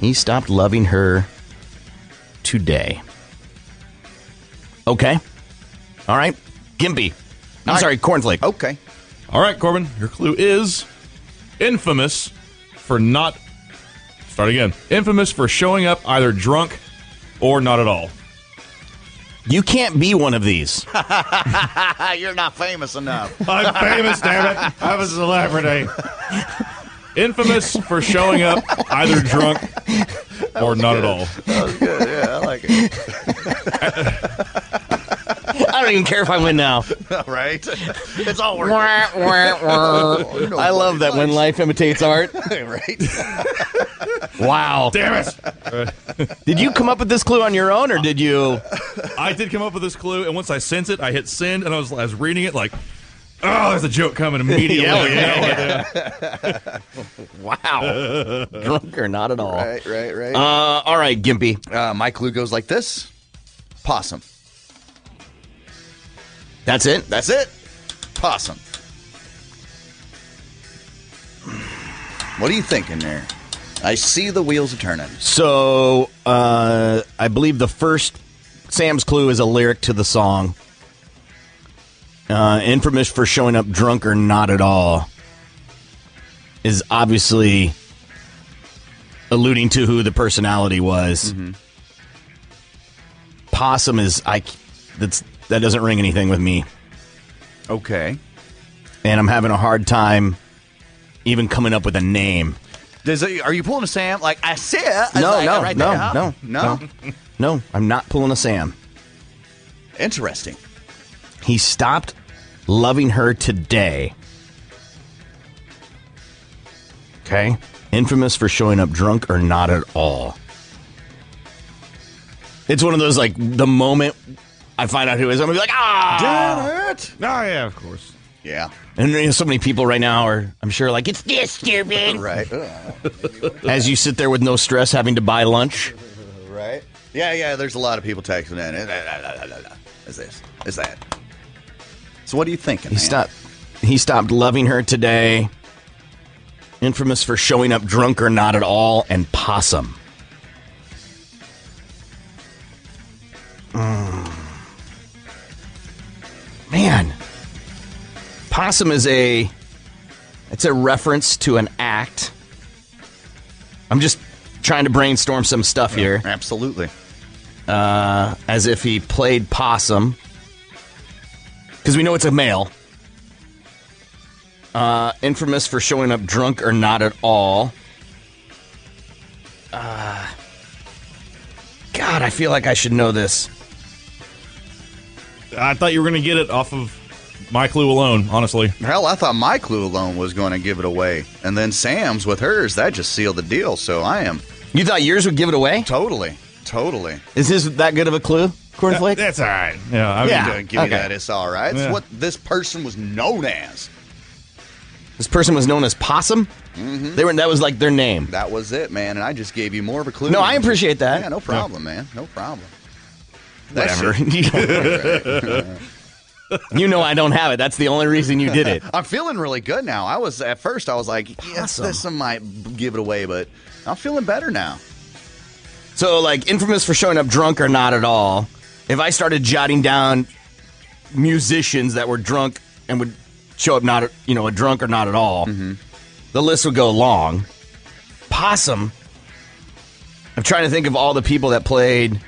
G: He stopped loving her today. Okay. All right. Gimpy. I'm sorry, Cornflake.
I: Okay.
H: All right, Corbin, your clue is infamous for not. Start again. Infamous for showing up either drunk or not at all.
G: You can't be one of these.
I: Ah, you're not famous enough.
H: I'm famous, damn it. I'm a celebrity. infamous for showing up either drunk or not at all.
I: that was good. Yeah, I like it.
G: I don't even care if I win now.
I: All right. It's all working. Oh,
G: Wah, wah, wah. I love that when life imitates art.
I: right?
G: Wow.
H: Damn it.
G: Did you come up with this clue on your own or did you?
H: I did come up with this clue, and once I sent it, I hit send, and I was, I was reading it like, oh, there's a joke coming immediately.
G: Yeah, yeah,
H: You know,
G: Wow. Drunk or not at all.
I: Right, right, right.
G: Uh, all right, Gimpy.
I: Uh, my clue goes like this Possum.
G: That's it.
I: That's it. Possum. What are you thinking there? I see the wheels are turning.
G: So uh, I believe the first Sam's clue is a lyric to the song. Uh, infamous for showing up drunk or not at all is obviously alluding to who the personality was. Possum is I c- that's that doesn't ring anything with me,
I: Okay.
G: and I'm having a hard time even coming up with a name.
I: Does it, are you pulling a Sam? Like I see it. It's
G: No,
I: like,
G: no,
I: right
G: no,
I: there, huh?
G: no, no, no, I'm not pulling a Sam.
I: Interesting.
G: He stopped loving her today. Okay? Infamous for showing up drunk or not at all. It's one of those like the moment I find out who it is, I'm gonna be like, ah,
I: damn it!
H: No, yeah, of course.
I: Yeah.
G: And you know, so many people right now are, I'm sure, like it's this stupid.
I: right.
G: As you sit there with no stress, having to buy lunch.
I: Right? Yeah, yeah. There's a lot of people texting in. Is this? Is that? So what are you thinking?
G: He stopped. He stopped loving her today. Infamous for showing up drunk or not at all, and possum. Mm. Man, possum is a. It's a reference to an act. I'm just trying to brainstorm some stuff here.
I: Absolutely.
G: Uh, as if he played possum, because we know it's a male. Uh, infamous for showing up drunk or not at all. Uh, God, I feel like I should know this.
H: I thought you were going to get it off of my clue alone, honestly.
I: Hell, I thought my clue alone was going to give it away, and then Sam's with hers that just sealed the deal. So I am.
G: You thought yours would give it away?
I: Totally, totally.
G: Is this that good of a clue, Cornflake?
H: that's all right. Yeah,
I: I
H: I
I: mean,
H: mean-
I: yeah, give
G: okay.
I: me that. It's all right. It's
G: Yeah.
I: what this person was known as.
G: This person was known as Possum.
H: Mm-hmm.
I: Mhm.
G: They were that was like their name.
I: That was it, man. And I just gave you more of a clue.
G: No, I appreciate that.
I: Yeah, no problem, man. No problem. That
G: Whatever.
I: shit-
G: you know I don't have it. That's the only reason you did it.
I: I'm feeling really good now. I was at first I was like, yes, this one might b- give it away, but I'm feeling better now.
G: So, like, infamous for showing up drunk or not at all. If I started jotting down musicians that were drunk and would show up not, you know, a drunk or not at all, the list would go long. Possum. I'm trying to think of all the people that played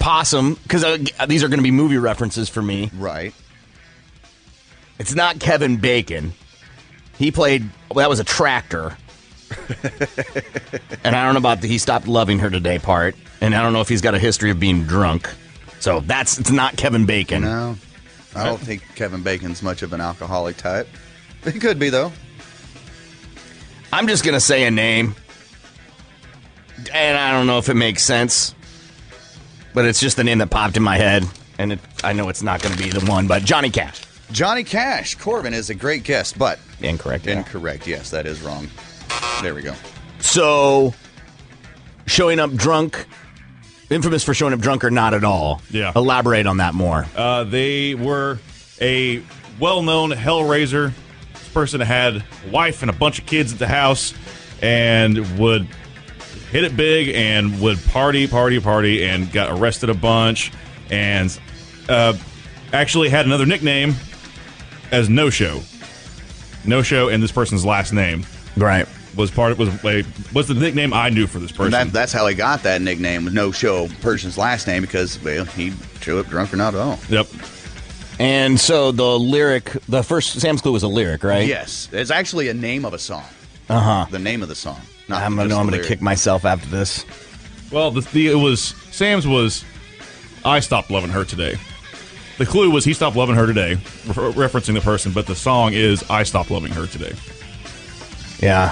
G: Possum because these are going to be movie references for me.
I: Right.
G: It's not Kevin Bacon. He played. Well, that was a tractor. and I don't know about the he stopped loving her today part. And I don't know if he's got a history of being drunk. So that's it's not Kevin Bacon.
I: No, I don't think Kevin Bacon's much of an alcoholic type. He could be though.
G: I'm just gonna say a name. And I don't know if it makes sense. But it's just the name that popped in my head. And it, I know it's not gonna be the one, but Johnny Cash.
I: Johnny Cash, Corbin is a great guess, but
G: incorrect.
I: Incorrect. Yes, that is wrong. There we go.
G: So showing up drunk. Infamous for showing up drunk or not at all. Yeah. Elaborate on that more.
H: Uh, they were a well-known Hellraiser. This person had a wife and a bunch of kids at the house, and would hit it big and would party, party, party, and got arrested a bunch, and uh, actually had another nickname as No Show. No Show, and this person's last name,
G: right,
H: was part of was a, was the nickname I knew for this person.
I: And that, that's how he got that nickname with no show person's last name because well he show up drunk or not at all.
H: Yep.
G: And so the lyric, the first Sam's Clue was a lyric, right?
I: Yes, it's actually a name of a song.
G: Uh huh.
I: The name of the song. Not
G: I'm gonna
I: just
G: know I'm
I: the
G: gonna
I: lyric.
G: kick myself after this.
H: Well, the, the it was Sam's was I stopped loving her today. The clue was he stopped loving her today, refer referencing the person, but the song is I stopped loving her today.
G: Yeah.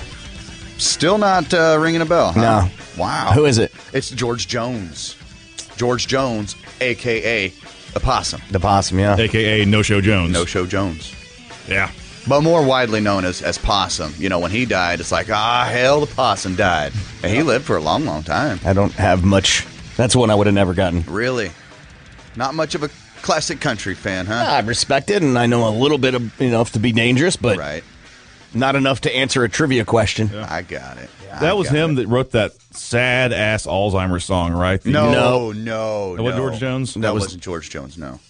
I: Still not uh, ringing a bell. Huh? No. Wow.
G: Who is it?
I: It's George Jones. George Jones, aka the Possum.
G: The possum, yeah.
H: AKA No Show Jones.
I: No Show Jones.
H: Yeah.
I: But more widely known as, as Possum. You know, when he died, it's like, ah, hell, the Possum died. And he lived for a long, long time.
G: I don't have much. That's one I would have never gotten.
I: Really? Not much of a classic country fan, huh?
G: I respect it, and I know a little bit of enough to be dangerous, but not enough to answer a trivia question.
I: I got it.
H: That was him that wrote that sad ass Alzheimer's song, right? The-
I: No, no,
H: That wasn't
I: no.
H: George Jones?
I: That,
H: That was-
I: was, not George Jones. No,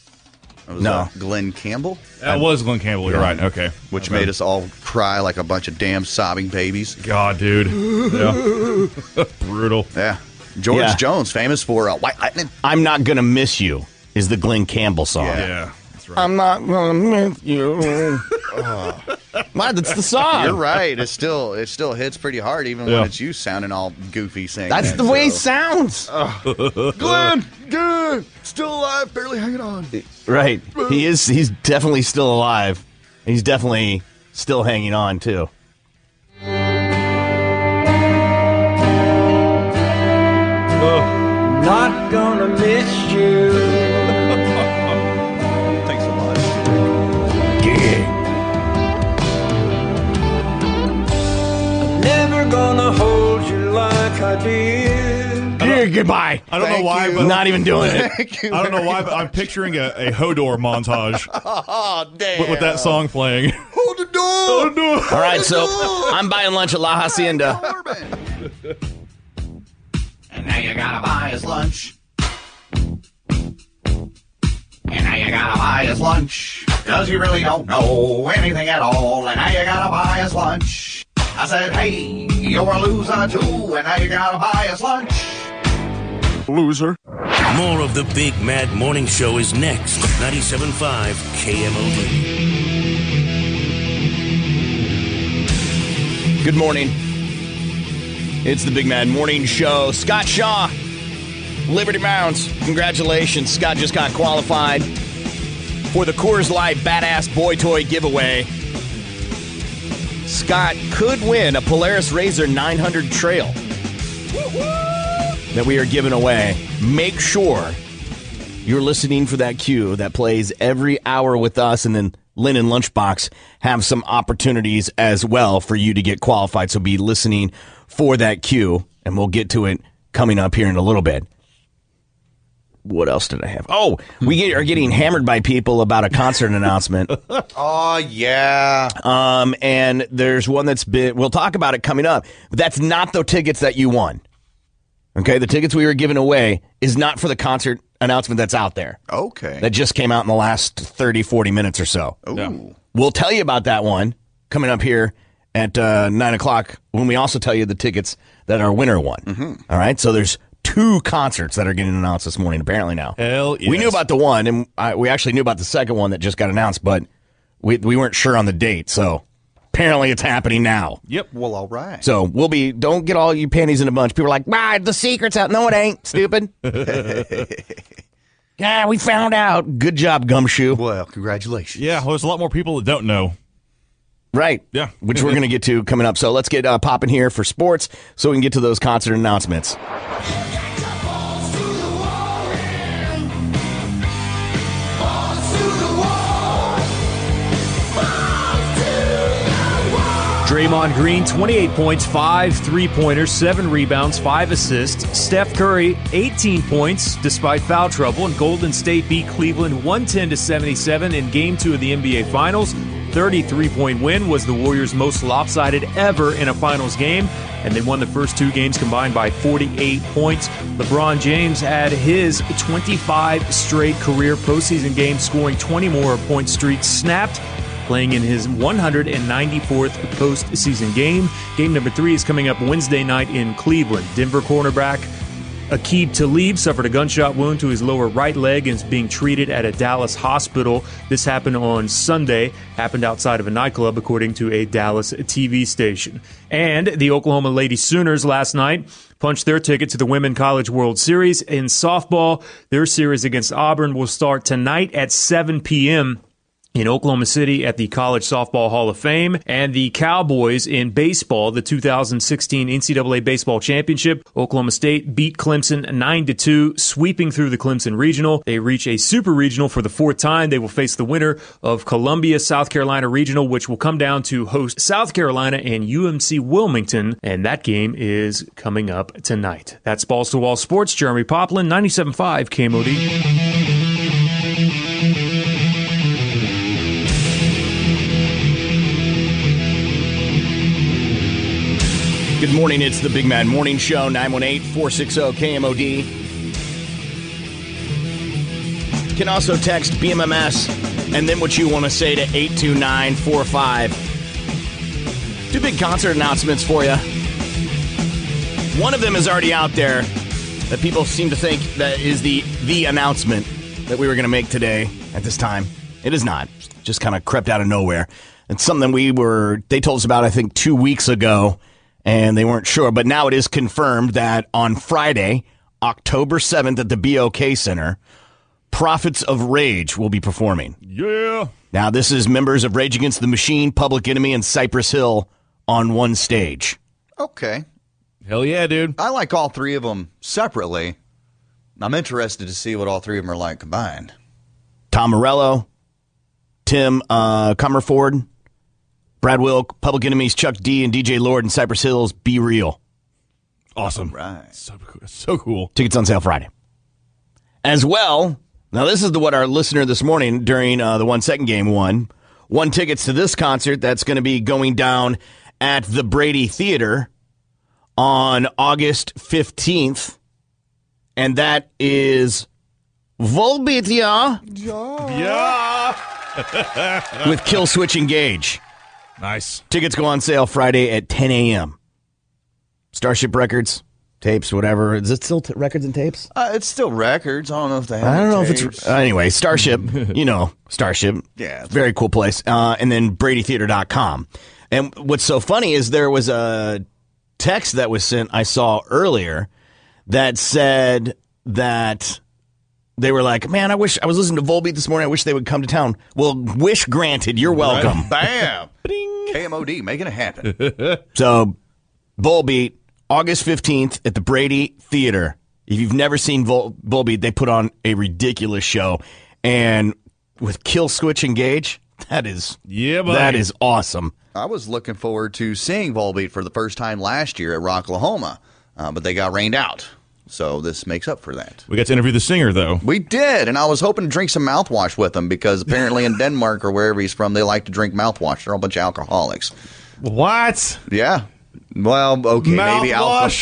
I: that was,
H: No.
I: uh, Glenn Campbell.
H: That was Glenn Campbell. You're
I: Yeah.
H: right. Okay.
I: which
H: Okay.
I: made us all cry like a bunch of damn sobbing babies.
H: God, dude, Yeah. brutal.
I: Yeah, George
G: Yeah.
I: Jones, famous for uh, White Lightning.
G: I'm not gonna miss you is the Glenn Campbell song.
I: Yeah.
G: I'm not gonna miss you.
H: Ah.
G: Man, that's the song.
I: You're right. It still it still hits pretty hard, even
G: Yeah.
I: when it's you sounding all goofy saying.
G: That's
I: that,
G: the way it
I: so-
G: sounds.
I: Glenn, Glenn. Woo! Still alive, barely hanging on.
G: Right. He is. He's definitely still alive. He's definitely still hanging on too.
C: Not gonna miss you.
I: Thanks a lot.
C: Never gonna hold you like I did.
G: Yeah, goodbye.
H: I don't know why, but
G: Not even doing it.
H: I don't know why, but I'm picturing a, a Hodor montage
I: Oh, damn.
H: with, with that song playing.
I: Hold the door. Hold
H: the door.
G: All right, so I'm buying lunch at La Hacienda.
B: And now you gotta buy his lunch. And now you gotta buy his lunch. Cause you really don't know anything at all. And now you gotta buy his lunch. I said, hey, you're a loser too. And now you gotta buy his lunch.
L: Loser. More of the Big Mad Morning Show is next. 97.5 KMOD.
G: Good morning. It's the Big Mad Morning Show. Scott Shaw, Liberty Mounds. Congratulations, Scott just got qualified for the Coors Light Badass Boy Toy giveaway. Scott could win a Polaris Razor 900 Trail that we are giving away. Make sure you're listening for that cue that plays every hour with us, and then Lynn and Lunchbox have some opportunities as well for you to get qualified. So be listening for that cue, and we'll get to it coming up here in a little bit. What else did I have? Oh, we get, are getting hammered by people about a concert announcement.
I: Oh, yeah.
G: Um, and there's one that's been, we'll talk about it coming up, but that's not the tickets that you won. Okay. The tickets we were giving away is not for the concert announcement that's out there.
I: Okay.
G: That just came out in the last 30, 40 minutes or so.
I: Ooh.
G: We'll tell you about that one coming up here at uh, nine o'clock when we also tell you the tickets that our winner won.
I: Mm-hmm.
G: All right. So there's two concerts that are getting announced this morning, apparently now.
H: Hell
G: We knew about the one, and I, we actually knew about the second one that just got announced, but we, we weren't sure on the date. So apparently it's happening now.
I: Yep. Well, all right.
G: So we'll be, don't get all your panties in a bunch. People are like, ah, the secret's out. No, it ain't, stupid. yeah, we found out. Good job, Gumshoe.
I: Well, congratulations.
H: Yeah, well, there's a lot more people that don't know.
G: Right.
H: Yeah.
G: Which we're going to get to coming up. So let's get uh, popping here for sports so we can get to those concert announcements.
N: Draymond Green, 28 points, five three pointers, seven rebounds, five assists. Steph Curry, 18 points despite foul trouble. And Golden State beat Cleveland 110 to 77 in game two of the NBA Finals. 33 point win was the Warriors' most lopsided ever in a finals game, and they won the first two games combined by 48 points. LeBron James had his 25 straight career postseason game scoring 20 more point streak snapped playing in his 194th postseason game. Game number three is coming up Wednesday night in Cleveland. Denver cornerback Akib Talib suffered a gunshot wound to his lower right leg and is being treated at a Dallas hospital. This happened on Sunday, happened outside of a nightclub, according to a Dallas TV station. And the Oklahoma Lady Sooners last night punched their ticket to the Women College World Series in softball. Their series against Auburn will start tonight at 7 p.m in Oklahoma City at the College Softball Hall of Fame, and the Cowboys in baseball, the 2016 NCAA Baseball Championship. Oklahoma State beat Clemson 9 2, sweeping through the Clemson Regional. They reach a Super Regional for the fourth time. They will face the winner of Columbia, South Carolina Regional, which will come down to host South Carolina and UMC Wilmington, and that game is coming up tonight. That's Balls to Wall Sports. Jeremy Poplin, 97.5 KMOD.
G: Good morning. It's the Big Man Morning Show, 918 460 KMOD. Can also text BMMS and then what you want to say to 82945. Two big concert announcements for you. One of them is already out there that people seem to think that is the the announcement that we were going to make today at this time. It is not. Just kind of crept out of nowhere. It's something we were they told us about I think 2 weeks ago and they weren't sure, but now it is confirmed that on Friday, October 7th at the BOK Center. Prophets of Rage will be performing.
H: Yeah.
G: Now, this is members of Rage Against the Machine, Public Enemy, and Cypress Hill on one stage.
I: Okay.
H: Hell yeah, dude.
I: I like all three of them separately. I'm interested to see what all three of them are like combined.
G: Tom Morello, Tim uh, Comerford, Brad Wilk, Public Enemies, Chuck D, and DJ Lord, and Cypress Hills. Be real.
H: Awesome.
I: Right.
H: So, so cool.
G: Tickets on sale Friday. As well, now this is the what our listener this morning during uh, the one second game won. Won tickets to this concert that's going to be going down at the Brady Theater on August 15th. And that is Volbeat
H: Yeah.
G: with Kill Switch Engage.
H: Nice.
G: Tickets go on sale Friday at 10 a.m. Starship Records, tapes, whatever. Is it still t- records and tapes?
I: Uh, it's still records. I don't know if they. Have
G: I don't know if
I: tapes.
G: it's uh, anyway. Starship, you know, Starship.
I: Yeah.
G: very cool place. Uh, and then BradyTheater.com. And what's so funny is there was a text that was sent I saw earlier that said that they were like, "Man, I wish I was listening to Volbeat this morning. I wish they would come to town." Well, wish granted. You're welcome.
I: Bam. KMOD making it happen.
G: So, Bullbeat, August 15th at the Brady Theater. If you've never seen Vol- Bullbeat, they put on a ridiculous show. And with Kill Switch Engage, that is
H: yeah,
I: buddy.
G: that is awesome.
I: I was looking forward to seeing Volbeat for the first time last year at Rocklahoma, uh, but they got rained out. So this makes up for that.
H: We got to interview the singer, though.
I: We did, and I was hoping to drink some mouthwash with him because apparently in Denmark or wherever he's from, they like to drink mouthwash. They're all a bunch of alcoholics.
H: What?
I: Yeah. Well, okay, maybe
H: Mouthwash?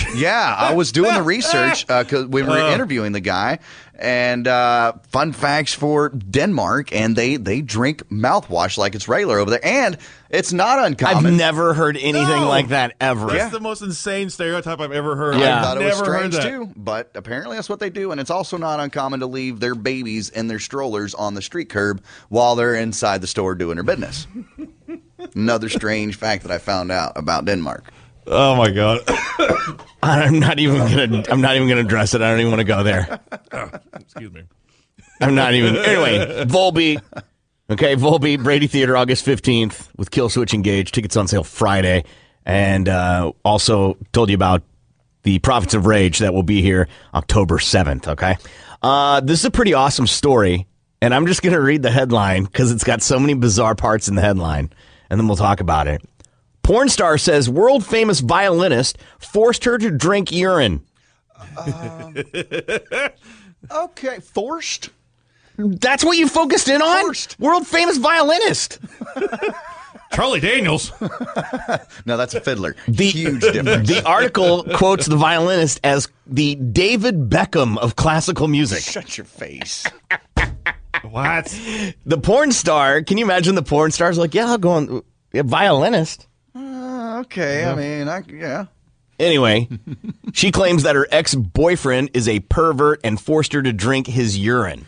I: alcohol. Yeah, I was doing the research because we were
G: Uh.
I: interviewing the guy, and uh, fun facts for Denmark, and they they drink mouthwash like it's regular over there, and it's not
G: I've
I: uncommon.
G: never heard anything
H: No.
G: like that ever.
H: That's the most insane stereotype I've ever heard.
G: Yeah.
H: I've
I: thought it was
H: never heard
I: strange
H: that.
I: too, but apparently that's what they do, and it's also not uncommon to leave their babies and their strollers on the street curb while they're inside the store doing their business. Another strange fact that I found out about Denmark.
H: Oh my god.
G: I'm not even gonna. I'm not even gonna address it. I don't even want to go there.
H: Oh, Excuse me.
G: I'm not even. Anyway, Volbeat. Okay, Volbeat, Brady Theater, August 15th with Kill Switch Engage. Tickets on sale Friday. And uh, also told you about the Prophets of Rage that will be here October 7th. Okay. Uh, this is a pretty awesome story. And I'm just going to read the headline because it's got so many bizarre parts in the headline. And then we'll talk about it. Porn star says world famous violinist forced her to drink urine.
B: Um,
I: Okay, forced.
G: That's what you focused in on? World famous violinist.
H: Charlie Daniels.
I: No, that's a fiddler. Huge difference.
G: The article quotes the violinist as the David Beckham of classical music.
I: Shut your face.
H: What?
G: The porn star, can you imagine the porn stars like, yeah, I'll go on yeah, violinist.
I: Uh, okay, I mean, I, yeah.
G: Anyway, she claims that her ex-boyfriend is a pervert and forced her to drink his urine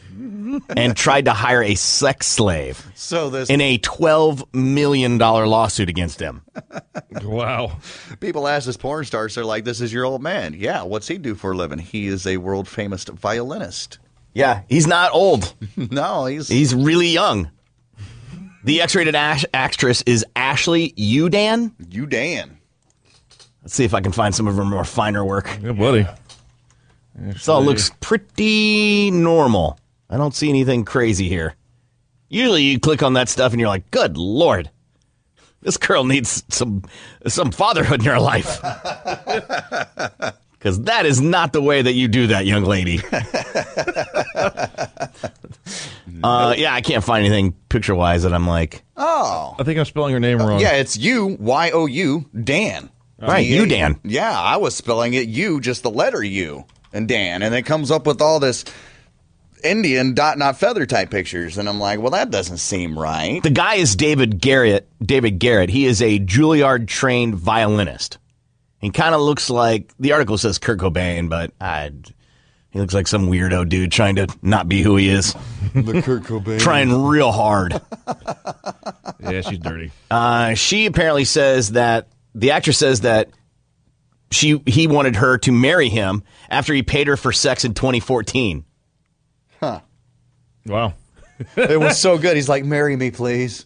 G: and tried to hire a sex slave
I: So this
G: in a 12 million dollar lawsuit against him.
H: Wow.
I: people ask this porn star, so they're like, "This is your old man." Yeah, what's he do for a living? He is a world famous violinist.
G: Yeah, he's not old.
I: no, he's
G: He's really young. The X-rated ash- actress is Ashley Udan.
I: you, Dan.
G: Let's see if I can find some of her more finer work.
H: Yeah, buddy.
G: This all looks pretty normal. I don't see anything crazy here. Usually you click on that stuff and you're like, good lord. This girl needs some some fatherhood in her life. Cause that is not the way that you do that, young lady. uh, yeah, I can't find anything picture wise that I'm like
I: Oh,
H: I think I'm spelling her name wrong.
I: yeah, it's you, Y O U, Dan.
G: Right, you Dan.
I: Yeah, I was spelling it you, just the letter U and Dan, and it comes up with all this Indian dot not feather type pictures, and I'm like, well, that doesn't seem right.
G: The guy is David Garrett. David Garrett. He is a Juilliard trained violinist. He kind of looks like the article says Kurt Cobain, but I, he looks like some weirdo dude trying to not be who he is,
I: the Kurt Cobain.
G: trying real hard.
H: Yeah, she's dirty.
G: Uh, she apparently says that the actress says that she he wanted her to marry him after he paid her for sex in 2014.
I: Huh.
H: Wow.
I: it was so good. He's like, marry me, please.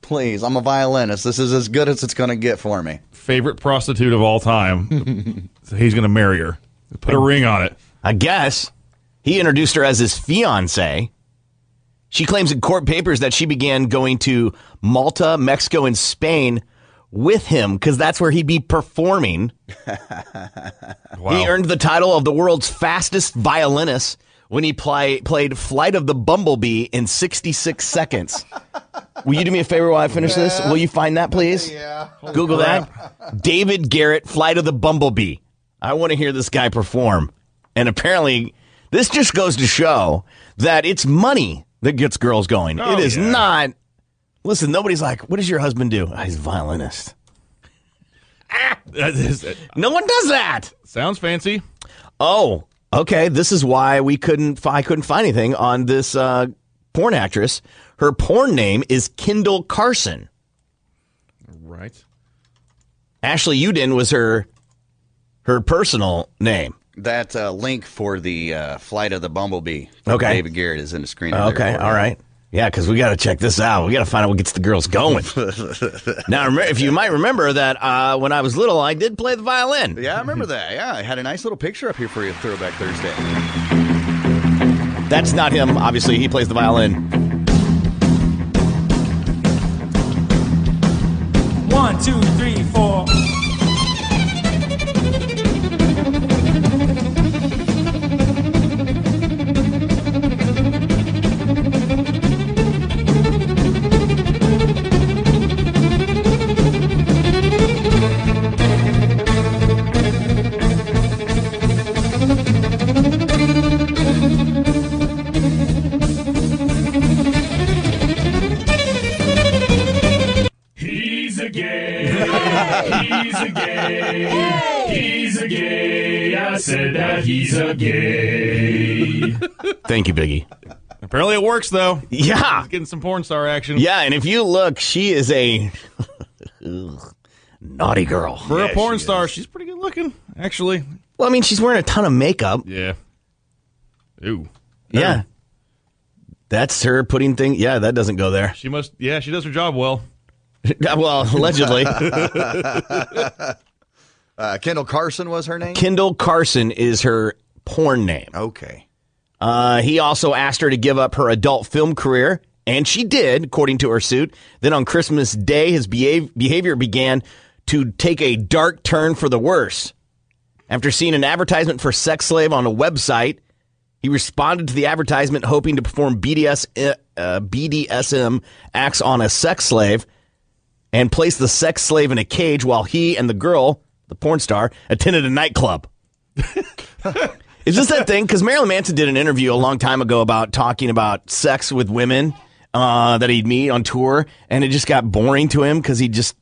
I: Please. I'm a violinist. This is as good as it's going to get for me.
H: Favorite prostitute of all time. so he's going to marry her. Put a ring on it.
G: I guess he introduced her as his fiance. She claims in court papers that she began going to Malta, Mexico, and Spain with him because that's where he'd be performing. He earned the title of the world's fastest violinist when he play, played Flight of the Bumblebee in 66 seconds. Will you do me a favor while I finish this? Will you find that, please? Yeah. Google that. David Garrett, Flight of the Bumblebee. I want to hear this guy perform. And apparently, this just goes to show that it's money that gets girls going.
E: Oh,
G: it is
E: yeah.
G: not. Listen, nobody's like, what does your husband do? "Ah, he's a violinist. no one does that.
H: Sounds fancy.
G: Oh, okay. This is why we couldn't. fi- I couldn't find anything on this uh, porn actress. Her porn name is Kendall Carson.
H: Right.
G: Ashley Uden was her her personal name.
I: That uh, link for the uh, Flight of the Bumblebee.
G: Okay.
I: David Garrett is in the screen.
G: Okay, all right. Yeah, because we got to check this out. We got to find out what gets the girls going. now, remember, if you might remember that uh, when I was little, I did play the violin.
I: Yeah, I remember that. Yeah, I had a nice little picture up here for you, Throwback Thursday.
G: That's not him. Obviously, he plays the violin.
E: One, two, three, four. He's a gay. He's a gay. He's a gay. I said that he's a gay.
G: Thank you, Biggie.
H: Apparently, it works though.
G: Yeah.
H: He's getting some porn star action.
G: Yeah, and if you look, she is a naughty girl.
H: For a porn star, she's pretty good looking, actually.
G: Well, I mean, she's wearing a ton of makeup.
H: Yeah. Ooh.
G: Yeah. That's her putting thing. Yeah, that doesn't go there.
H: She must. Yeah, she does her job well.
G: well, allegedly.
I: Uh, Kendall Carson was her name?
G: Kendall Carson is her porn name.
I: Okay.
G: Uh, he also asked her to give up her adult film career, and she did, according to her suit. Then on Christmas Day, his behave- behavior began to take a dark turn for the worse. After seeing an advertisement for Sex Slave on a website, he responded to the advertisement hoping to perform BDS, uh, BDSM acts on a sex slave and placed the sex slave in a cage while he and the girl, the porn star, attended a nightclub. Is this that thing? Because Marilyn Manson did an interview a long time ago about talking about sex with women uh, that he'd meet on tour, and it just got boring to him because he just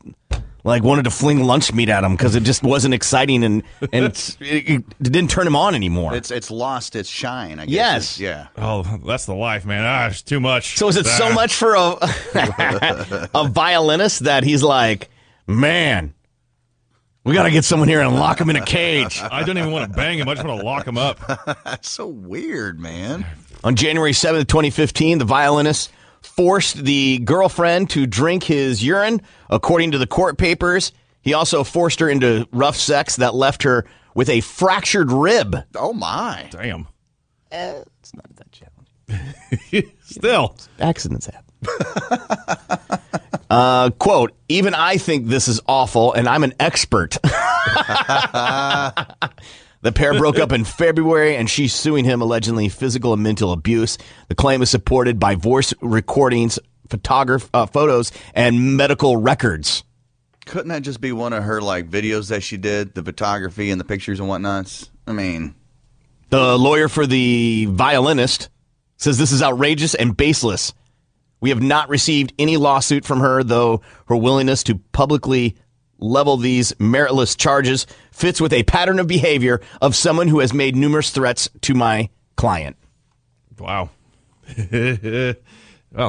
G: like wanted to fling lunch meat at him because it just wasn't exciting and and it's- it, it didn't turn him on anymore.
I: It's it's lost its shine, I guess.
G: Yes.
I: Yeah.
H: Oh, that's the life, man. Ah, it's too much.
G: So is it so much for a a violinist that he's like, man, we got to get someone here and lock him in a cage.
H: I don't even want to bang him. I just want to lock him up.
I: That's so weird, man.
G: On January 7th, 2015, the violinist forced the girlfriend to drink his urine, according to the court papers. He also forced her into rough sex that left her with a fractured rib.
I: Oh my!
H: Damn. Uh,
G: it's not that challenging.
H: Still,
G: accidents happen. Uh, quote, even I think this is awful, and I'm an expert. the pair broke up in February, and she's suing him allegedly physical and mental abuse. The claim is supported by voice recordings, photograph uh, photos, and medical records.
I: Couldn't that just be one of her like videos that she did, the photography and the pictures and whatnots? I mean,
G: The lawyer for the violinist says this is outrageous and baseless. We have not received any lawsuit from her, though her willingness to publicly level these meritless charges fits with a pattern of behavior of someone who has made numerous threats to my client.
H: Wow. well,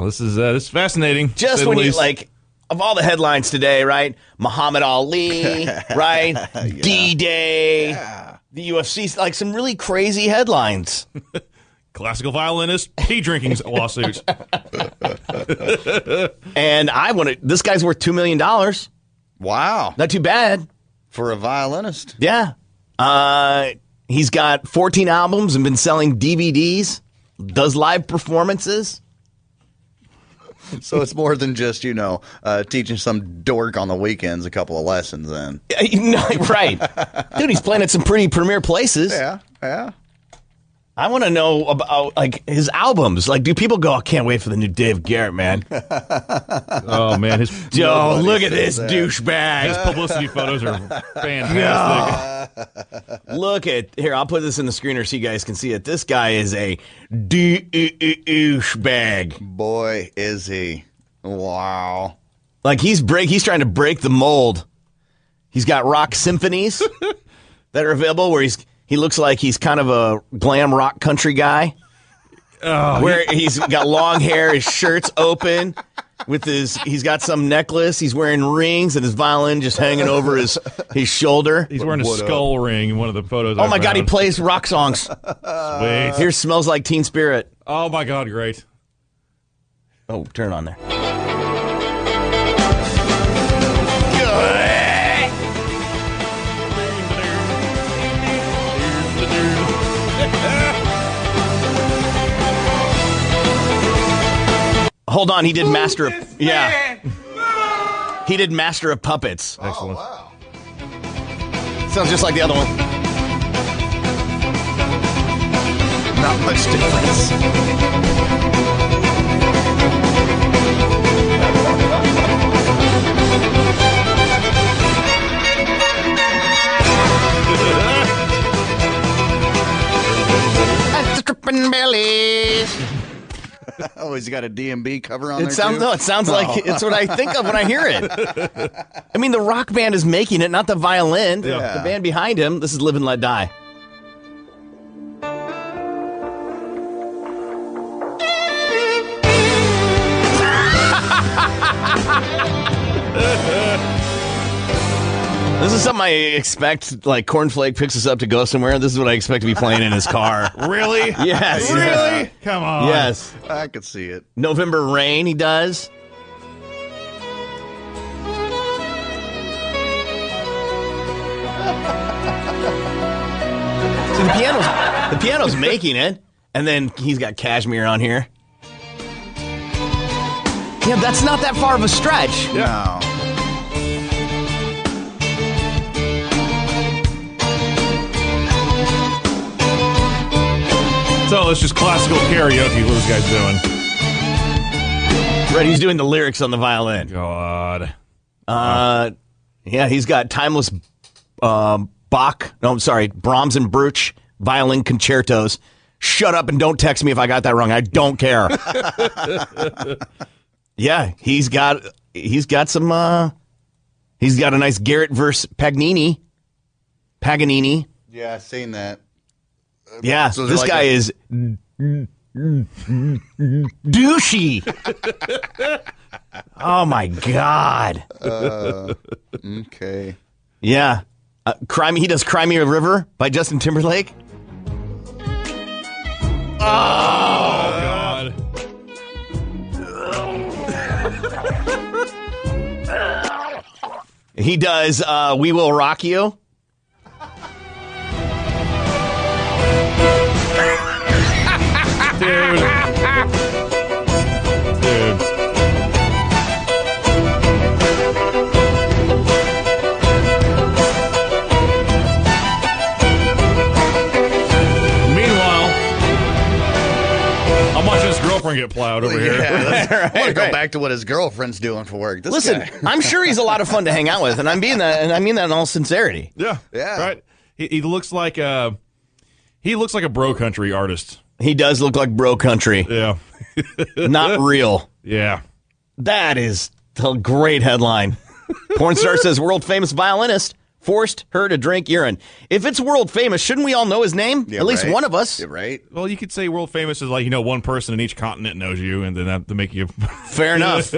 H: this is uh, this is fascinating.
G: Just
H: to say the
G: when you
H: least.
G: like, of all the headlines today, right? Muhammad Ali, right? D Day, the UFC, like some really crazy headlines.
H: Classical violinist, pee drinking lawsuits.
G: and I want to. This guy's worth two million dollars.
I: Wow,
G: not too bad
I: for a violinist.
G: Yeah, uh, he's got 14 albums and been selling DVDs. Does live performances.
I: So it's more than just you know uh, teaching some dork on the weekends a couple of lessons. Then
G: No, right, dude. He's playing at some pretty premier places.
I: Yeah, yeah.
G: I want to know about like his albums. Like, do people go? I can't wait for the new Dave Garrett, man.
H: oh man, his
G: yo,
H: Nobody
G: look at this
H: says that.
G: douchebag.
H: His publicity photos are
G: fantastic. look at here. I'll put this in the screener so you guys can see it. This guy is a douchebag.
I: Boy, is he! Wow.
G: Like he's break. He's trying to break the mold. He's got rock symphonies that are available where he's he looks like he's kind of a glam rock country guy.
I: Oh,
G: where he's got long hair, his shirt's open, with his he's got some necklace, he's wearing rings, and his violin just hanging over his his shoulder.
H: He's wearing a skull ring in one of the photos.
G: Oh
H: I
G: my god, he
H: found.
G: plays rock songs.
H: Sweet.
G: Here's smells like Teen Spirit.
H: Oh my god, great.
G: Oh, turn on there. Hold on, he did master. Of, yeah, he did master of puppets.
H: Oh,
G: Excellent. Sounds just like the other one.
I: Not much difference.
G: Stripping bellies.
I: oh, he's got a DMB cover on
G: It
I: there.
G: sounds
I: too? Oh.
G: no. It sounds
I: No.
G: like it's what I think of when I hear it. I mean, the rock band is making it, not the violin.
I: Yeah.
G: The band behind him. This is "Live and Let Die." This is something I expect. Like Cornflake picks us up to go somewhere. This is what I expect to be playing in his car.
H: Really?
G: Yes.
H: Really? Come on.
G: Yes.
I: I could see it.
G: November Rain, he does. See, the piano's the piano's making it, and then he's got cashmere on here. Yeah, that's not that far of a stretch.
I: No.
H: So it's just classical karaoke. What this guy's doing?
G: Right, he's doing the lyrics on the violin.
H: God.
G: Uh, yeah, he's got timeless um, Bach. No, I'm sorry, Brahms and Bruch violin concertos. Shut up and don't text me if I got that wrong. I don't care. yeah, he's got he's got some. Uh, he's got a nice Garrett versus Pagnini. Paganini.
I: Yeah, I've seen that.
G: Yeah,
I: So
G: this
I: like
G: guy
I: a-
G: is douchey. oh my god.
I: Uh, okay.
G: Yeah. Uh, Cry Me- he does Cry Me a River by Justin Timberlake.
H: Oh, God.
G: He does uh, We Will Rock You.
H: Meanwhile, I'm watching his girlfriend get plowed over here.
I: Yeah, let's- I want to go
G: right.
I: back to what his girlfriend's doing for work. This
G: Listen,
I: guy.
G: I'm sure he's a lot of fun to hang out with, and I'm being that, and I mean that in all sincerity.
H: Yeah.
I: Yeah.
H: Right. He, he looks like a he looks like a bro country artist.
G: He does look like bro country.
H: Yeah.
G: Not real.
H: Yeah.
G: That is a great headline. Porn star says world famous violinist forced her to drink urine. If it's world famous, shouldn't we all know his name? At least one of us.
I: right?
H: Well, you could say world famous is like you know one person in each continent knows you, and then that to make you
G: fair enough.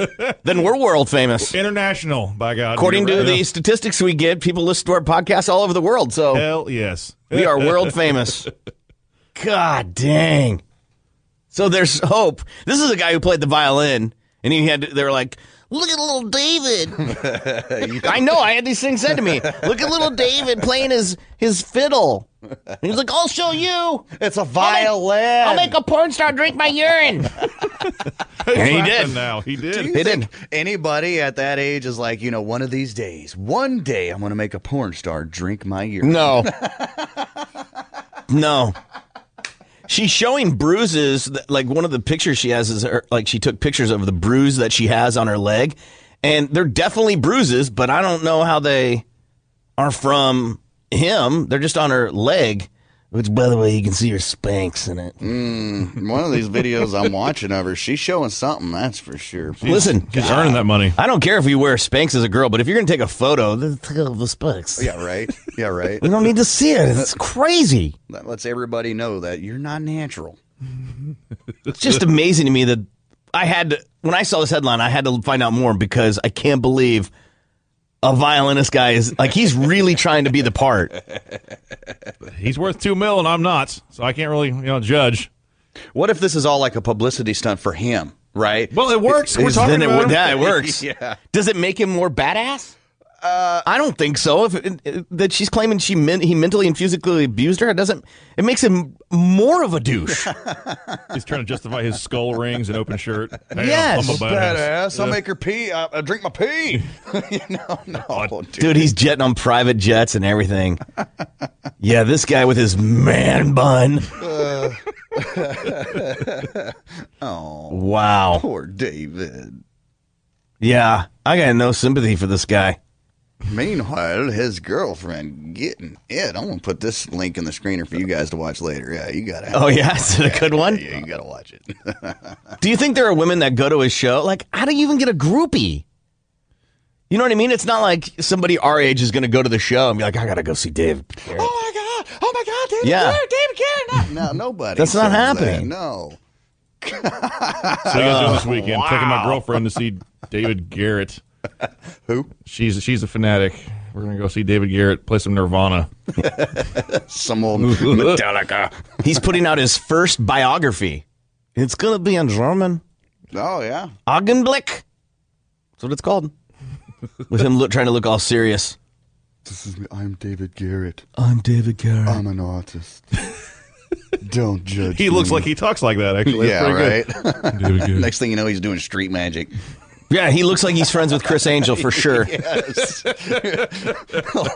G: then we're world famous,
H: international. By God,
G: According
H: You're
G: to
H: right.
G: the statistics we get, people listen to our podcast all over the world. So
H: hell yes,
G: we are world famous. God dang! So there's hope. This is a guy who played the violin, and he had. They were like, Look at little David. I know. I had these things said to me. Look at little David playing his his fiddle. And he's like, I'll show you.
I: It's a violin.
G: I'll make a porn star drink my urine.
I: And
G: he did.
H: Now he did.
I: He did. Anybody at that age is like, you know, one of these days, one day, I'm going to make a porn star drink my urine.
G: No. no. She's showing bruises. that- Like one of the pictures she has is her, like she took pictures of the bruise that she has on her leg, and they're definitely bruises, but I don't know how they are from him. They're just on her leg, which, by the way, you can see her spanks in it.
I: Mm, one of these videos I'm watching of her, she's showing something. That's for sure.
G: Listen,
I: God.
H: that money.
G: I don't care if you wear spanks as a girl, but if you're going to take a photo, then take off the spanks.
I: Yeah, right. Yeah, right.
G: We don't need to see it. It's crazy.
I: That lets everybody know that you're not natural.
G: It's just amazing to me that I had to, when I saw this headline, I had to find out more because I can't believe a violinist guy is like he's really trying to be the part.
H: He's worth two mil, and I'm not, so I can't really you know judge.
I: What if this is all like a publicity stunt for him, right?
H: Well, it works. We're talking
G: Then it,
H: about
G: wo-
H: him.
G: yeah, it works.
I: Yeah.
G: Does it make him more badass? Uh, I don't think so. If it- that she's claiming she men- he mentally and physically abused her, it doesn't. It makes him more of a douche.
H: He's trying to justify his skull rings and open shirt. Hey, I'm-
G: Yes.
H: I'm a badass.
I: Badass. I'll make her pee. I'll, I'll drink my pee. you know, no, dude.
G: Dude, he's jetting on private jets and everything. yeah, this guy with his man bun.
I: oh,
G: Wow.
I: poor David.
G: Yeah, I got no sympathy for this guy.
I: Meanwhile, his girlfriend getting it. I'm gonna put this link in the screener for you guys to watch later. Yeah, you gotta.
G: Oh yeah, is it a good one?
I: yeah, you gotta watch it. Oh,
G: Do you think there are women that go to his show? Like, how do you even get a groupie? You know what I mean? It's not like somebody our age is going to go to the show and be like, "I gotta go see Dave." Garrett."
I: Oh my god! Oh my god, David
G: Yeah.
I: Garrett! David Garrett! No, no, nobody.
G: That's
I: says
G: not
I: that.
G: happening.
I: No.
H: So I got doing this
I: Oh,
H: weekend, taking my
I: wow.
H: girlfriend to see David Garrett.
I: Who?
H: She's she's a fanatic. We're gonna go see David Garrett play some Nirvana.
I: Some old Metallica.
G: He's putting out his first biography. It's gonna be in German.
I: Oh yeah.
G: Augenblick. That's what it's called. With him look, trying to look all serious.
I: This is me. I'm David Garrett.
G: I'm David Garrett.
I: I'm an artist. Don't judge.
H: He looks
I: me.
H: like he talks like that. Actually,
I: Yeah,
H: That's pretty
I: right.
H: good. David Garrett.
I: Next thing you know, he's doing street magic.
G: Yeah, he looks like he's friends with Chris Angel for sure.
I: Yes.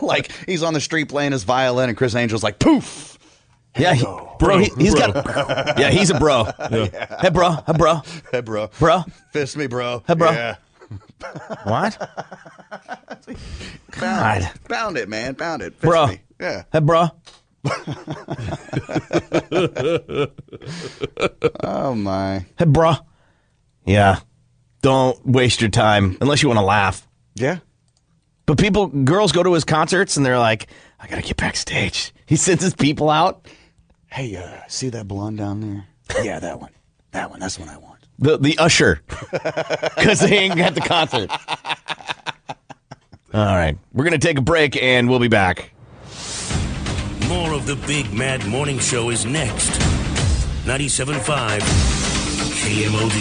I: like he's on the street playing his violin, and Chris Angel's like, poof.
G: Yeah, he, bro, he, has got. Yeah, he's a bro. Hey, bro. Hey, bro.
I: Hey, bro.
G: Bro.
I: Fist me, bro.
G: Hey, bro.
I: Yeah.
G: What?
I: Found,
G: God.
I: found it, man. Found it. Fist
G: Bro.
I: me. Yeah.
G: Hey, bro.
I: Oh my.
G: Hey, bro. Yeah. Don't waste your time unless you want to laugh.
I: Yeah.
G: But people, girls go to his concerts and they're like, I got to get backstage. He sends his people out.
I: Hey, uh, see that blonde down there? Yeah, that one. That one. That's what I want.
G: The, the usher. Because they ain't at the concert. All right. We're going to take a break and we'll be back.
L: More of the Big Mad Morning Show is next. 97.5 KMOD.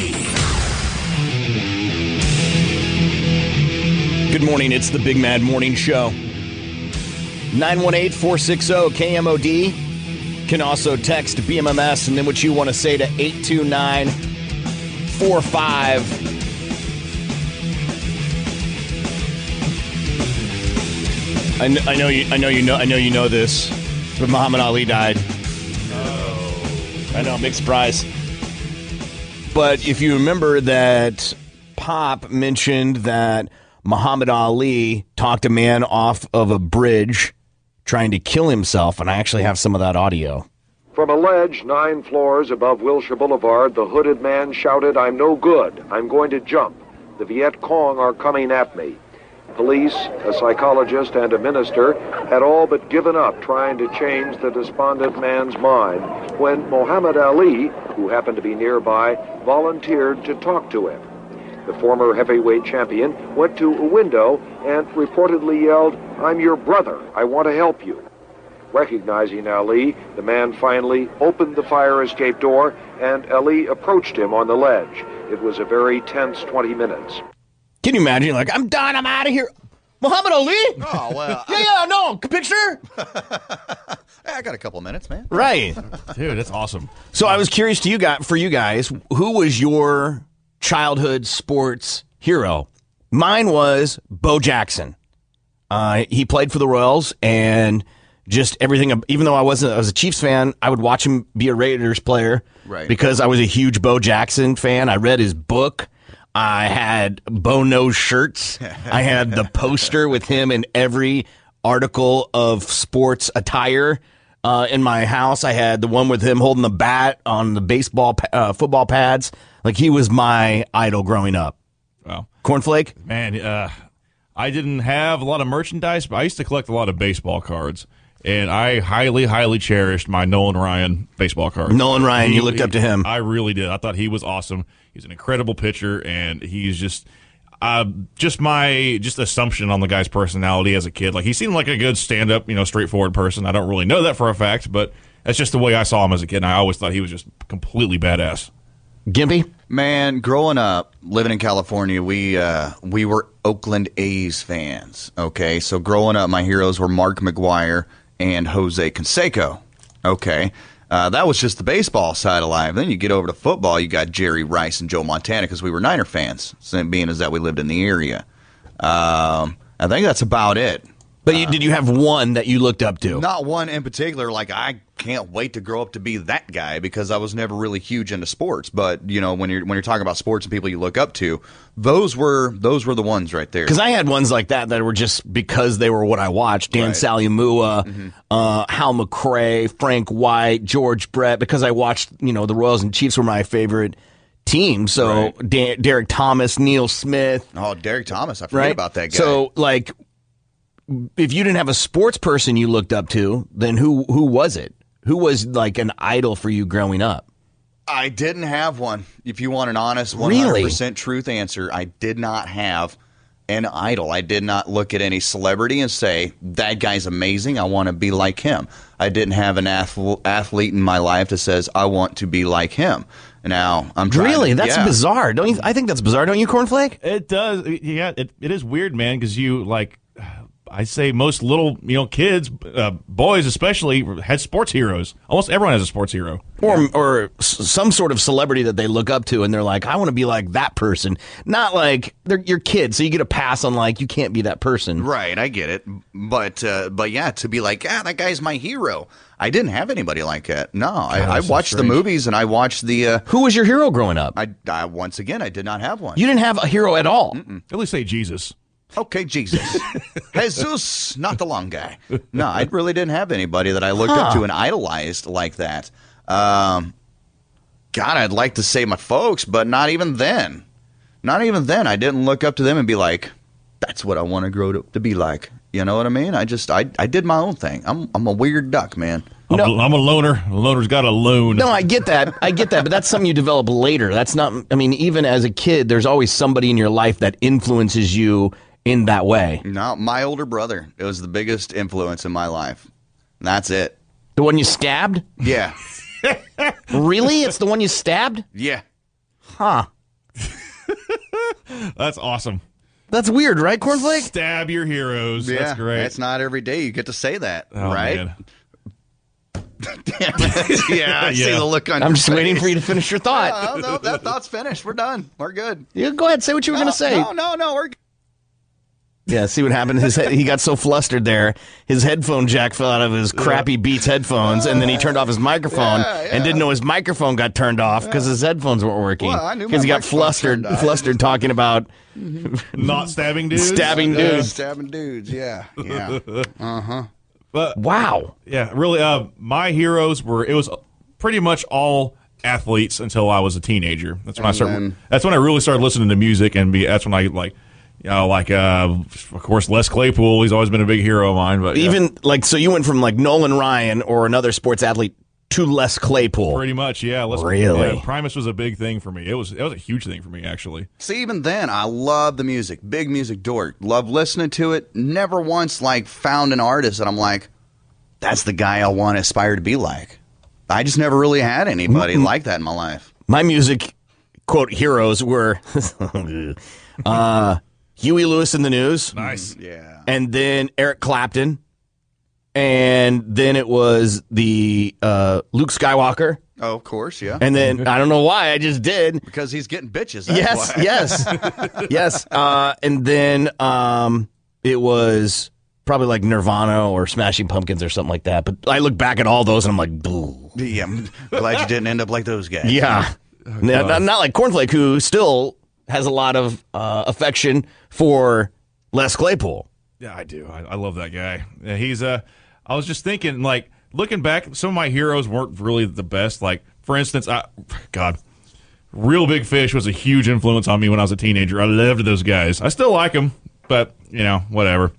G: Good morning. It's the Big Mad Morning Show. 918 460 KMOD. Can also text BMMS and then what you want to say to 829 45. I kn- I know you. I know you know. I know you know this, but Muhammad Ali died. I know, big surprise. But if you remember that Pop mentioned that Muhammad Ali talked a man off of a bridge trying to kill himself, and I actually have some of that audio.
J: From a ledge nine floors above Wilshire Boulevard, the hooded man shouted, I'm no good. I'm going to jump. The Viet Cong are coming at me. police, a psychologist, and a minister had all but given up trying to change the despondent man's mind when Muhammad Ali, who happened to be nearby, volunteered to talk to him. The former heavyweight champion went to a window and reportedly yelled, I'm your brother. I want to help you. Recognizing Ali, the man finally opened the fire escape door and Ali approached him on the ledge. It was a very tense 20 minutes.
G: Can you imagine? Like, I'm done. I'm out of here. Muhammad Ali?
I: Oh, well.
G: yeah, yeah, no. Picture?
I: I got a couple minutes, man.
G: Right.
H: Dude, that's awesome.
G: So I was curious to you guys, for you guys, who was your childhood sports hero? Mine was Bo Jackson. Uh, he played for the Royals and just everything. Even though I wasn't, I was a Chiefs fan. I would watch him be a Raiders player,
I: Right.
G: Because I was a huge Bo Jackson fan. I read his book. I had Bo Nose shirts. I had the poster with him in every article of sports attire uh, in my house. I had the one with him holding the bat on the baseball, pa- uh, football pads. Like he was my idol growing up.
H: Wow.
G: Cornflake?
H: Man, uh, I didn't have a lot of merchandise, but I used to collect a lot of baseball cards. And I highly, highly cherished my Nolan Ryan baseball card.
G: Nolan Ryan, you looked up to him.
H: I really did. I thought he was awesome. He's an incredible pitcher, and he's just, uh, just my just assumption on the guy's personality as a kid. Like he seemed like a good stand-up, you know, straightforward person. I don't really know that for a fact, but that's just the way I saw him as a kid. And I always thought he was just completely badass.
G: Gimpy?
I: Man, growing up, living in California, we uh, we were Oakland A's fans. Okay, so growing up, my heroes were Mark McGuire and Jose Canseco. Okay, uh, that was just the baseball side of life. Then you get over to football, you got Jerry Rice and Joe Montana because we were Niner fans, so being as that we lived in the area. Um, I think that's about it.
G: But you, did you have one that you looked up to?
I: Not one in particular. Like I can't wait to grow up to be that guy because I was never really huge into sports. But you know, when you're when you're talking about sports and people you look up to, those were those were the ones right there.
G: Because I had ones like that that were just because they were what I watched. Dan Salamua,
I: Mm-hmm.
G: uh, Hal McCray, Frank White, George Brett. Because I watched, you know, the Royals and Chiefs were my favorite team. So Da- Derek Thomas, Neil Smith.
I: Oh, Derek Thomas, I forget
G: right?
I: about that guy.
G: So like, if you didn't have a sports person you looked up to, then who who was it? Who was like an idol for you growing up?
I: I didn't have one. If you want an honest, one hundred
G: Really?
I: percent truth answer, I did not have an idol. I did not look at any celebrity and say that guy's amazing. I want to be like him. I didn't have an athl- athlete in my life that says I want to be like him. Now I'm trying.
G: Really, that's
I: yeah.
G: bizarre. Don't you? I think that's bizarre. Don't you, Cornflake?
H: It does. Yeah, it, it is weird, man, because you like I say most little you know kids, uh, boys especially, had sports heroes. Almost everyone has a sports hero.
G: or or s- some sort of celebrity that they look up to, and they're like, I want to be like that person, not like they're your kid, so you get a pass on like you can't be that person.
I: Right, I get it, but uh, but yeah, to be like, ah, that guy's my hero. I didn't have anybody like that. No, I, I
G: that's so
I: watched the
G: strange.
I: movies and I watched the. Uh,
G: Who was your hero growing up?
I: I, I once again, I did not have one.
G: You didn't have a hero at all.
H: At least say Jesus.
I: Okay, Jesus. Jesus, not the long guy. No, I really didn't have anybody that I looked up
G: Huh.
I: to and idolized like that. Um, God, I'd like to say my folks, but not even then. Not even then. I didn't look up to them and be like, that's what I want to grow to, to be like. You know what I mean? I just, I, I did my own thing. I'm, I'm a weird duck, man.
H: I'm, a, I'm a loner. A loner's got a loan.
G: No, I get that. I get that, but that's something you develop later. That's not. I mean, even as a kid, there's always somebody in your life that influences you in that way.
I: No, my older brother. It was the biggest influence in my life. That's it.
G: The one you stabbed?
I: Yeah.
G: Really? It's the one you stabbed?
I: Yeah.
G: Huh.
H: That's awesome.
G: That's weird, right, Cornflake?
H: Stab your heroes.
I: Yeah,
H: That's great.
I: That's not every day you get to say that,
H: Oh,
I: right?
H: man.
I: yeah, I see
H: Yeah.
I: the look on.
G: I'm
I: your
G: just waiting for you to finish your
I: face.
G: thought.
I: No, no, that thought's finished. We're done. We're good.
G: You go ahead, say what you were
I: No,
G: going to say.
I: No, no, no. We're.
G: Yeah, see what happened. His head, he got so flustered there. His headphone jack fell out of his crappy Beats headphones, and then he turned off his microphone
I: Yeah, yeah.
G: and didn't know his microphone got turned off because his headphones weren't working.
I: Well, I knew my
G: he got
I: microphone
G: flustered,
I: turned off.
G: flustered talking about
H: Not stabbing dudes.
G: stabbing
I: Yeah,
G: dudes.
I: Stabbing dudes. Yeah. Yeah. Uh huh.
H: But
G: Wow.
H: Yeah, really. Uh, my heroes were it was pretty much all athletes until I was a teenager. That's when I
I: And
H: started.
I: then-
H: That's when I really started listening to music, and be, that's when I like you know, like uh, of course Les Claypool. He's always been a big hero of mine. But yeah.
G: Even like so, you went from like Nolan Ryan or another sports athlete to Les Claypool.
H: pretty much, yeah. Les
G: Really?
H: yeah, Primus was a big thing for me. It was it was a huge thing for me actually.
I: See, even then, I love the music. Big music dork. Love listening to it. Never once like found an artist that I'm like, that's the guy I want to aspire to be like. I just never really had anybody like that in my life.
G: My music quote heroes were uh, Huey Lewis in the News.
H: Nice.
I: Mm, Yeah.
G: And then Eric Clapton. And then it was the uh, Luke Skywalker.
I: Oh, of course, yeah.
G: And then I don't know why I just did.
I: because he's getting bitches. that's
G: Yes,
I: why.
G: yes, yes. Uh, and then um, it was probably like Nirvana or Smashing Pumpkins or something like that. But I look back at all those and I'm like, boo.
I: Yeah, I'm glad you didn't end up like those guys.
G: Yeah.
H: Oh,
G: Now,
I: God.
G: not, not like Cornflake, who still has a lot of uh, affection for Les Claypool.
H: Yeah, I do. I, I love that guy. Yeah, he's Uh, I was just thinking, like looking back, some of my heroes weren't really the best. Like for instance, I God, Real Big Fish was a huge influence on me when I was a teenager. I loved those guys. I still like them, but you know, whatever.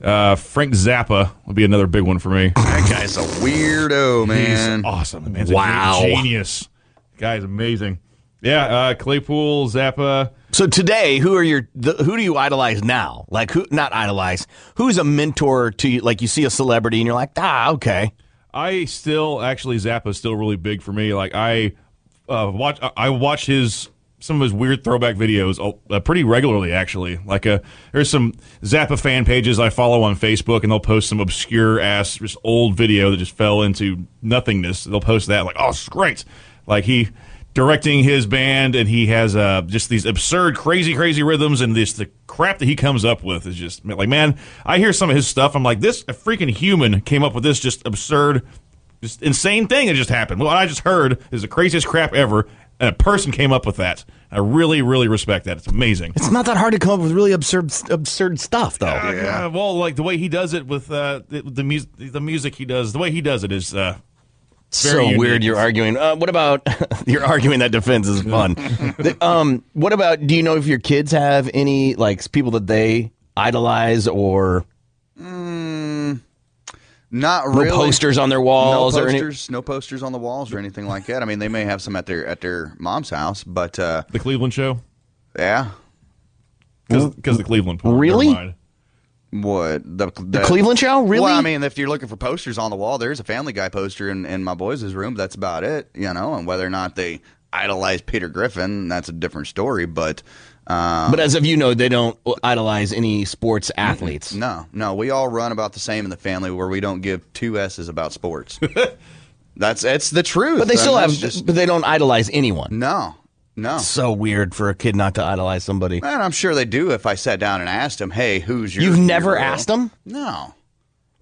H: Uh, Frank Zappa would be another big one for me.
I: That guy's a weirdo, man.
H: He's awesome. The man's
G: Wow.
H: a gen- genius. Guy is amazing. Yeah, uh, Claypool, Zappa.
G: So today, who are your the, who do you idolize now? Like who not idolize? Who's a mentor to you? Like you see a celebrity and you're like, ah, okay.
H: I still actually Zappa's still really big for me. Like I uh, watch I- I watch his some of his weird throwback videos uh, uh, pretty regularly actually. Like uh, there's some Zappa fan pages I follow on Facebook and they'll post some obscure ass just old video that just fell into nothingness. They'll post that like oh it's great. Like he directing his band and he has uh, just these absurd crazy crazy rhythms and this the crap that he comes up with is just like man i hear some of his stuff i'm like this a freaking human came up with this just absurd just insane thing that just happened what i just heard is the craziest crap ever and a person came up with that i really really respect that it's amazing
G: It's not that hard to come up with really absurd absurd stuff though.
H: yeah. well like the way he does it with uh, the, the music the music he does the way he does it is uh,
G: so
H: very
G: weird
H: unique.
G: you're arguing. Uh, what about you're arguing that defense is fun. The- um, what about do you know if your kids have any like people that they idolize or
I: Hmm, Not
G: No
I: really.
G: posters on their walls
I: No
G: or any-
I: posters. no posters on the walls or anything like that. I mean, they may have some at their at their mom's house, but uh,
H: the Cleveland show.
I: Yeah.
H: Because the Cleveland. Never
I: Really?
H: mind.
I: What the, the
G: Cleveland show? Really?
I: Well, I mean, if you're looking for posters on the wall, there's a Family Guy poster in, in my boys' room. That's about it, you know. And whether or not they idolize Peter Griffin, that's a different story. But um,
G: But as of you know, they don't idolize any sports athletes.
I: No, no, we all run about the same in the family where we don't give two s's about sports. that's it's the truth.
G: But they
I: I
G: still
I: mean,
G: have
I: that's just-
G: but they don't idolize anyone.
I: No. No.
G: So weird for a kid not to idolize somebody.
I: Man, I'm sure they do. If I sat down and asked them, "Hey, who's your?"
G: You've never
I: hero?"
G: asked them?
I: No.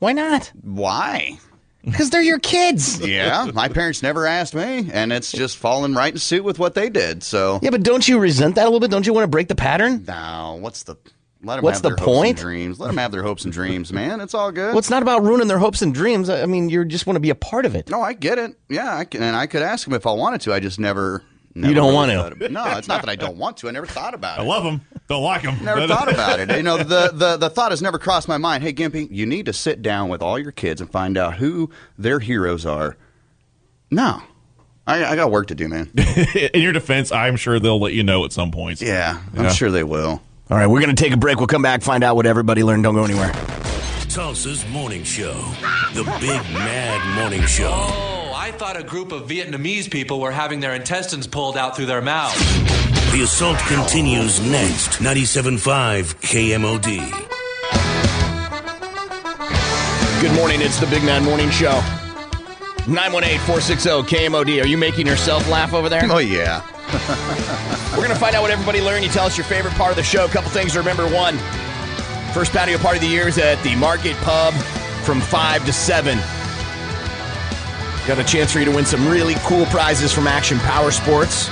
G: Why not?
I: Why?
G: Because they're your kids.
I: Yeah, my parents never asked me, and it's just fallen right in suit with what they did. So
G: Yeah, but don't you resent that a little bit? Don't you want to break the pattern?
I: No, what's the let them
G: What's
I: have
G: the
I: their
G: point?
I: hopes and dreams. Let them have their hopes and dreams, man. It's all good.
G: Well, it's not about ruining their hopes and dreams. I I mean, you just want to be a part of it.
I: no, I get it. Yeah, I can, and I could ask them if I wanted to. I just never.
G: you
I: never
G: don't
I: really
G: want to.
I: thought about- No, it's not that I don't want to. I never thought about
H: i
I: it.
H: love him don't like him
I: Never thought about it. You know, the, the, the thought has never crossed my mind. Hey, Gimpy, you need to sit down with all your kids and find out who their heroes are. No, I, I got work to do, man.
H: in your defense, I'm sure they'll let you know at some point.
I: Yeah, I'm sure they will.
G: All right, we're going to take a break. We'll come back, find out what everybody learned. Don't go anywhere.
L: Tulsa's morning show. The Big Mad Morning Show.
K: Oh, I thought a group of Vietnamese people were having their intestines pulled out through their mouths.
L: The assault continues next. 97.5 KMOD.
G: Good morning. It's the Big Man Morning Show. 918 460 KMOD. Are you making yourself laugh over there?
I: Oh, yeah.
G: We're going to find out what everybody learned. You tell us your favorite part of the show. A couple things to remember. One, first patio party of the year is at the Market Pub from 5 to 7. Got a chance for you to win some really cool prizes from Action Power Sports.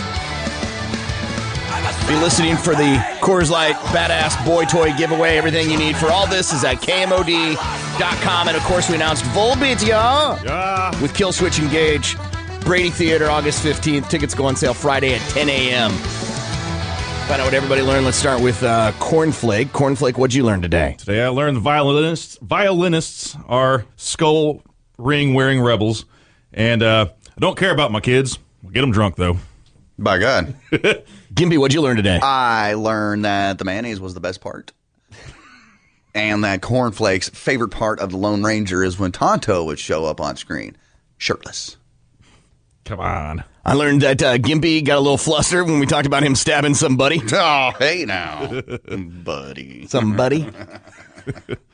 G: Be listening for the Coors Light Badass Boy Toy giveaway. Everything you need for all this is at KMOD.com. And of course, we announced Volbeat, y'all, with Kill Switch Engage. Brady Theater, August 15th. Tickets go on sale Friday at 10 a.m. Find out what everybody learned. Let's start with uh, Cornflake. Cornflake, what'd you learn today?
H: Today I learned the violinists violinists are skull ring wearing rebels, and uh, I don't care about my kids. I'll get them drunk though.
I: By God,
G: Gimby, what'd you learn today?
I: I learned that the mayonnaise was the best part. And that cornflakes' favorite part of the Lone Ranger is when Tonto would show up on screen, shirtless.
H: Come on.
G: I learned that uh, Gimpy got a little flustered when we talked about him stabbing somebody.
I: Oh, hey now, buddy.
G: Somebody.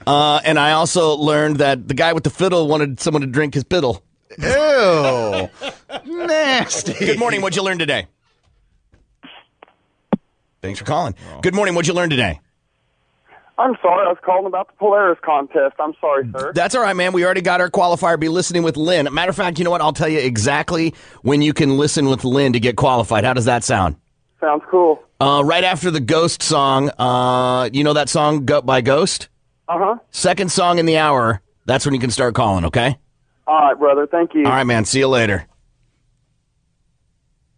G: Uh, and I also learned that the guy with the fiddle wanted someone to drink his piddle.
I: Ew. Nasty.
G: Good morning. What'd you learn today? Thanks for calling. Good morning. What'd you learn today?
X: I'm sorry, I was calling about the Polaris contest. I'm sorry, sir.
G: That's all right, man. We already got our qualifier. Be listening with Lynn. Matter of fact, you know what? I'll tell you exactly when you can listen with Lynn to get qualified. How does that sound?
D: Mm.
X: Sounds cool.
G: Uh, right after the Ghost song, uh, you know that song Go- by Ghost?
X: Uh huh.
G: Second song in the hour, that's when you can start calling, okay?
X: All right, brother. Thank you.
G: All right, man. See you later.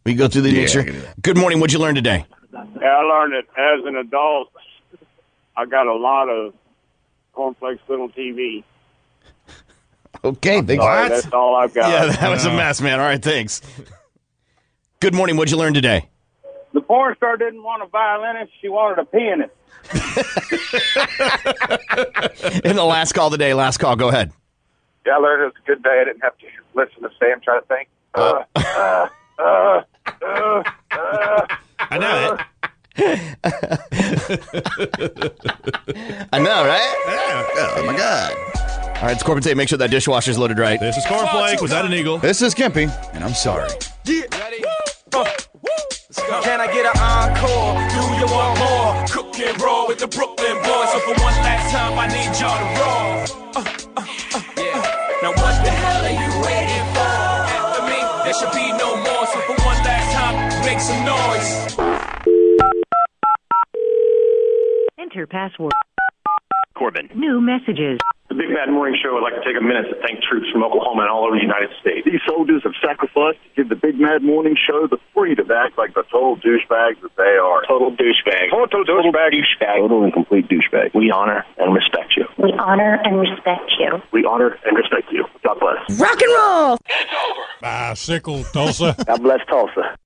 G: We go through the
M: Yeah, I
G: mixture.
M: can do
G: Good morning. What'd you learn today?
M: Yeah, I learned that as an adult, I got a lot of cornflakes little TV.
G: Okay, thanks.
M: Sorry, that's all I've got.
G: Yeah, that
M: Uh-huh.
G: was a mess, man. All right, thanks. Good morning. What'd you learn today?
M: The porn star didn't want a violinist; she wanted a pianist.
G: In the last call today, last call. Go ahead.
O: Yeah, I learned it was a good day. I didn't have to listen to Sam try to think. Uh, uh, uh, uh, uh,
H: I know
G: it. I know, right? Oh my god. All right, it's Corbin Tate. Make sure that dishwasher's loaded right.
H: This is Cornflake without an eagle.
I: This is Gimpy, and I'm sorry.
F: Yeah. Ready? Uh, Can I get an encore? Do you want more? Cook and roll with the Brooklyn boys. So for one last time, I need y'all to roll. Uh, uh, uh, uh. Now what the hell are you waiting for? After me, there should be no more. So for one last time, make some noise.
Q: Enter password.
O: Corbin.
Q: New messages.
O: The Big Bad Morning Show would like to take a minute to thank troops from Oklahoma and all over the United States. These soldiers have sacrificed to give the Big Mad Morning Show the freedom to act like the total douchebags that they are. Total douchebag. Total douchebag. douchebag. Total and complete douchebag. We honor and respect you.
R: We honor and respect you.
O: We honor and respect you. God bless.
R: Rock and roll!
Y: Bicycle, Tulsa.
O: God bless Tulsa.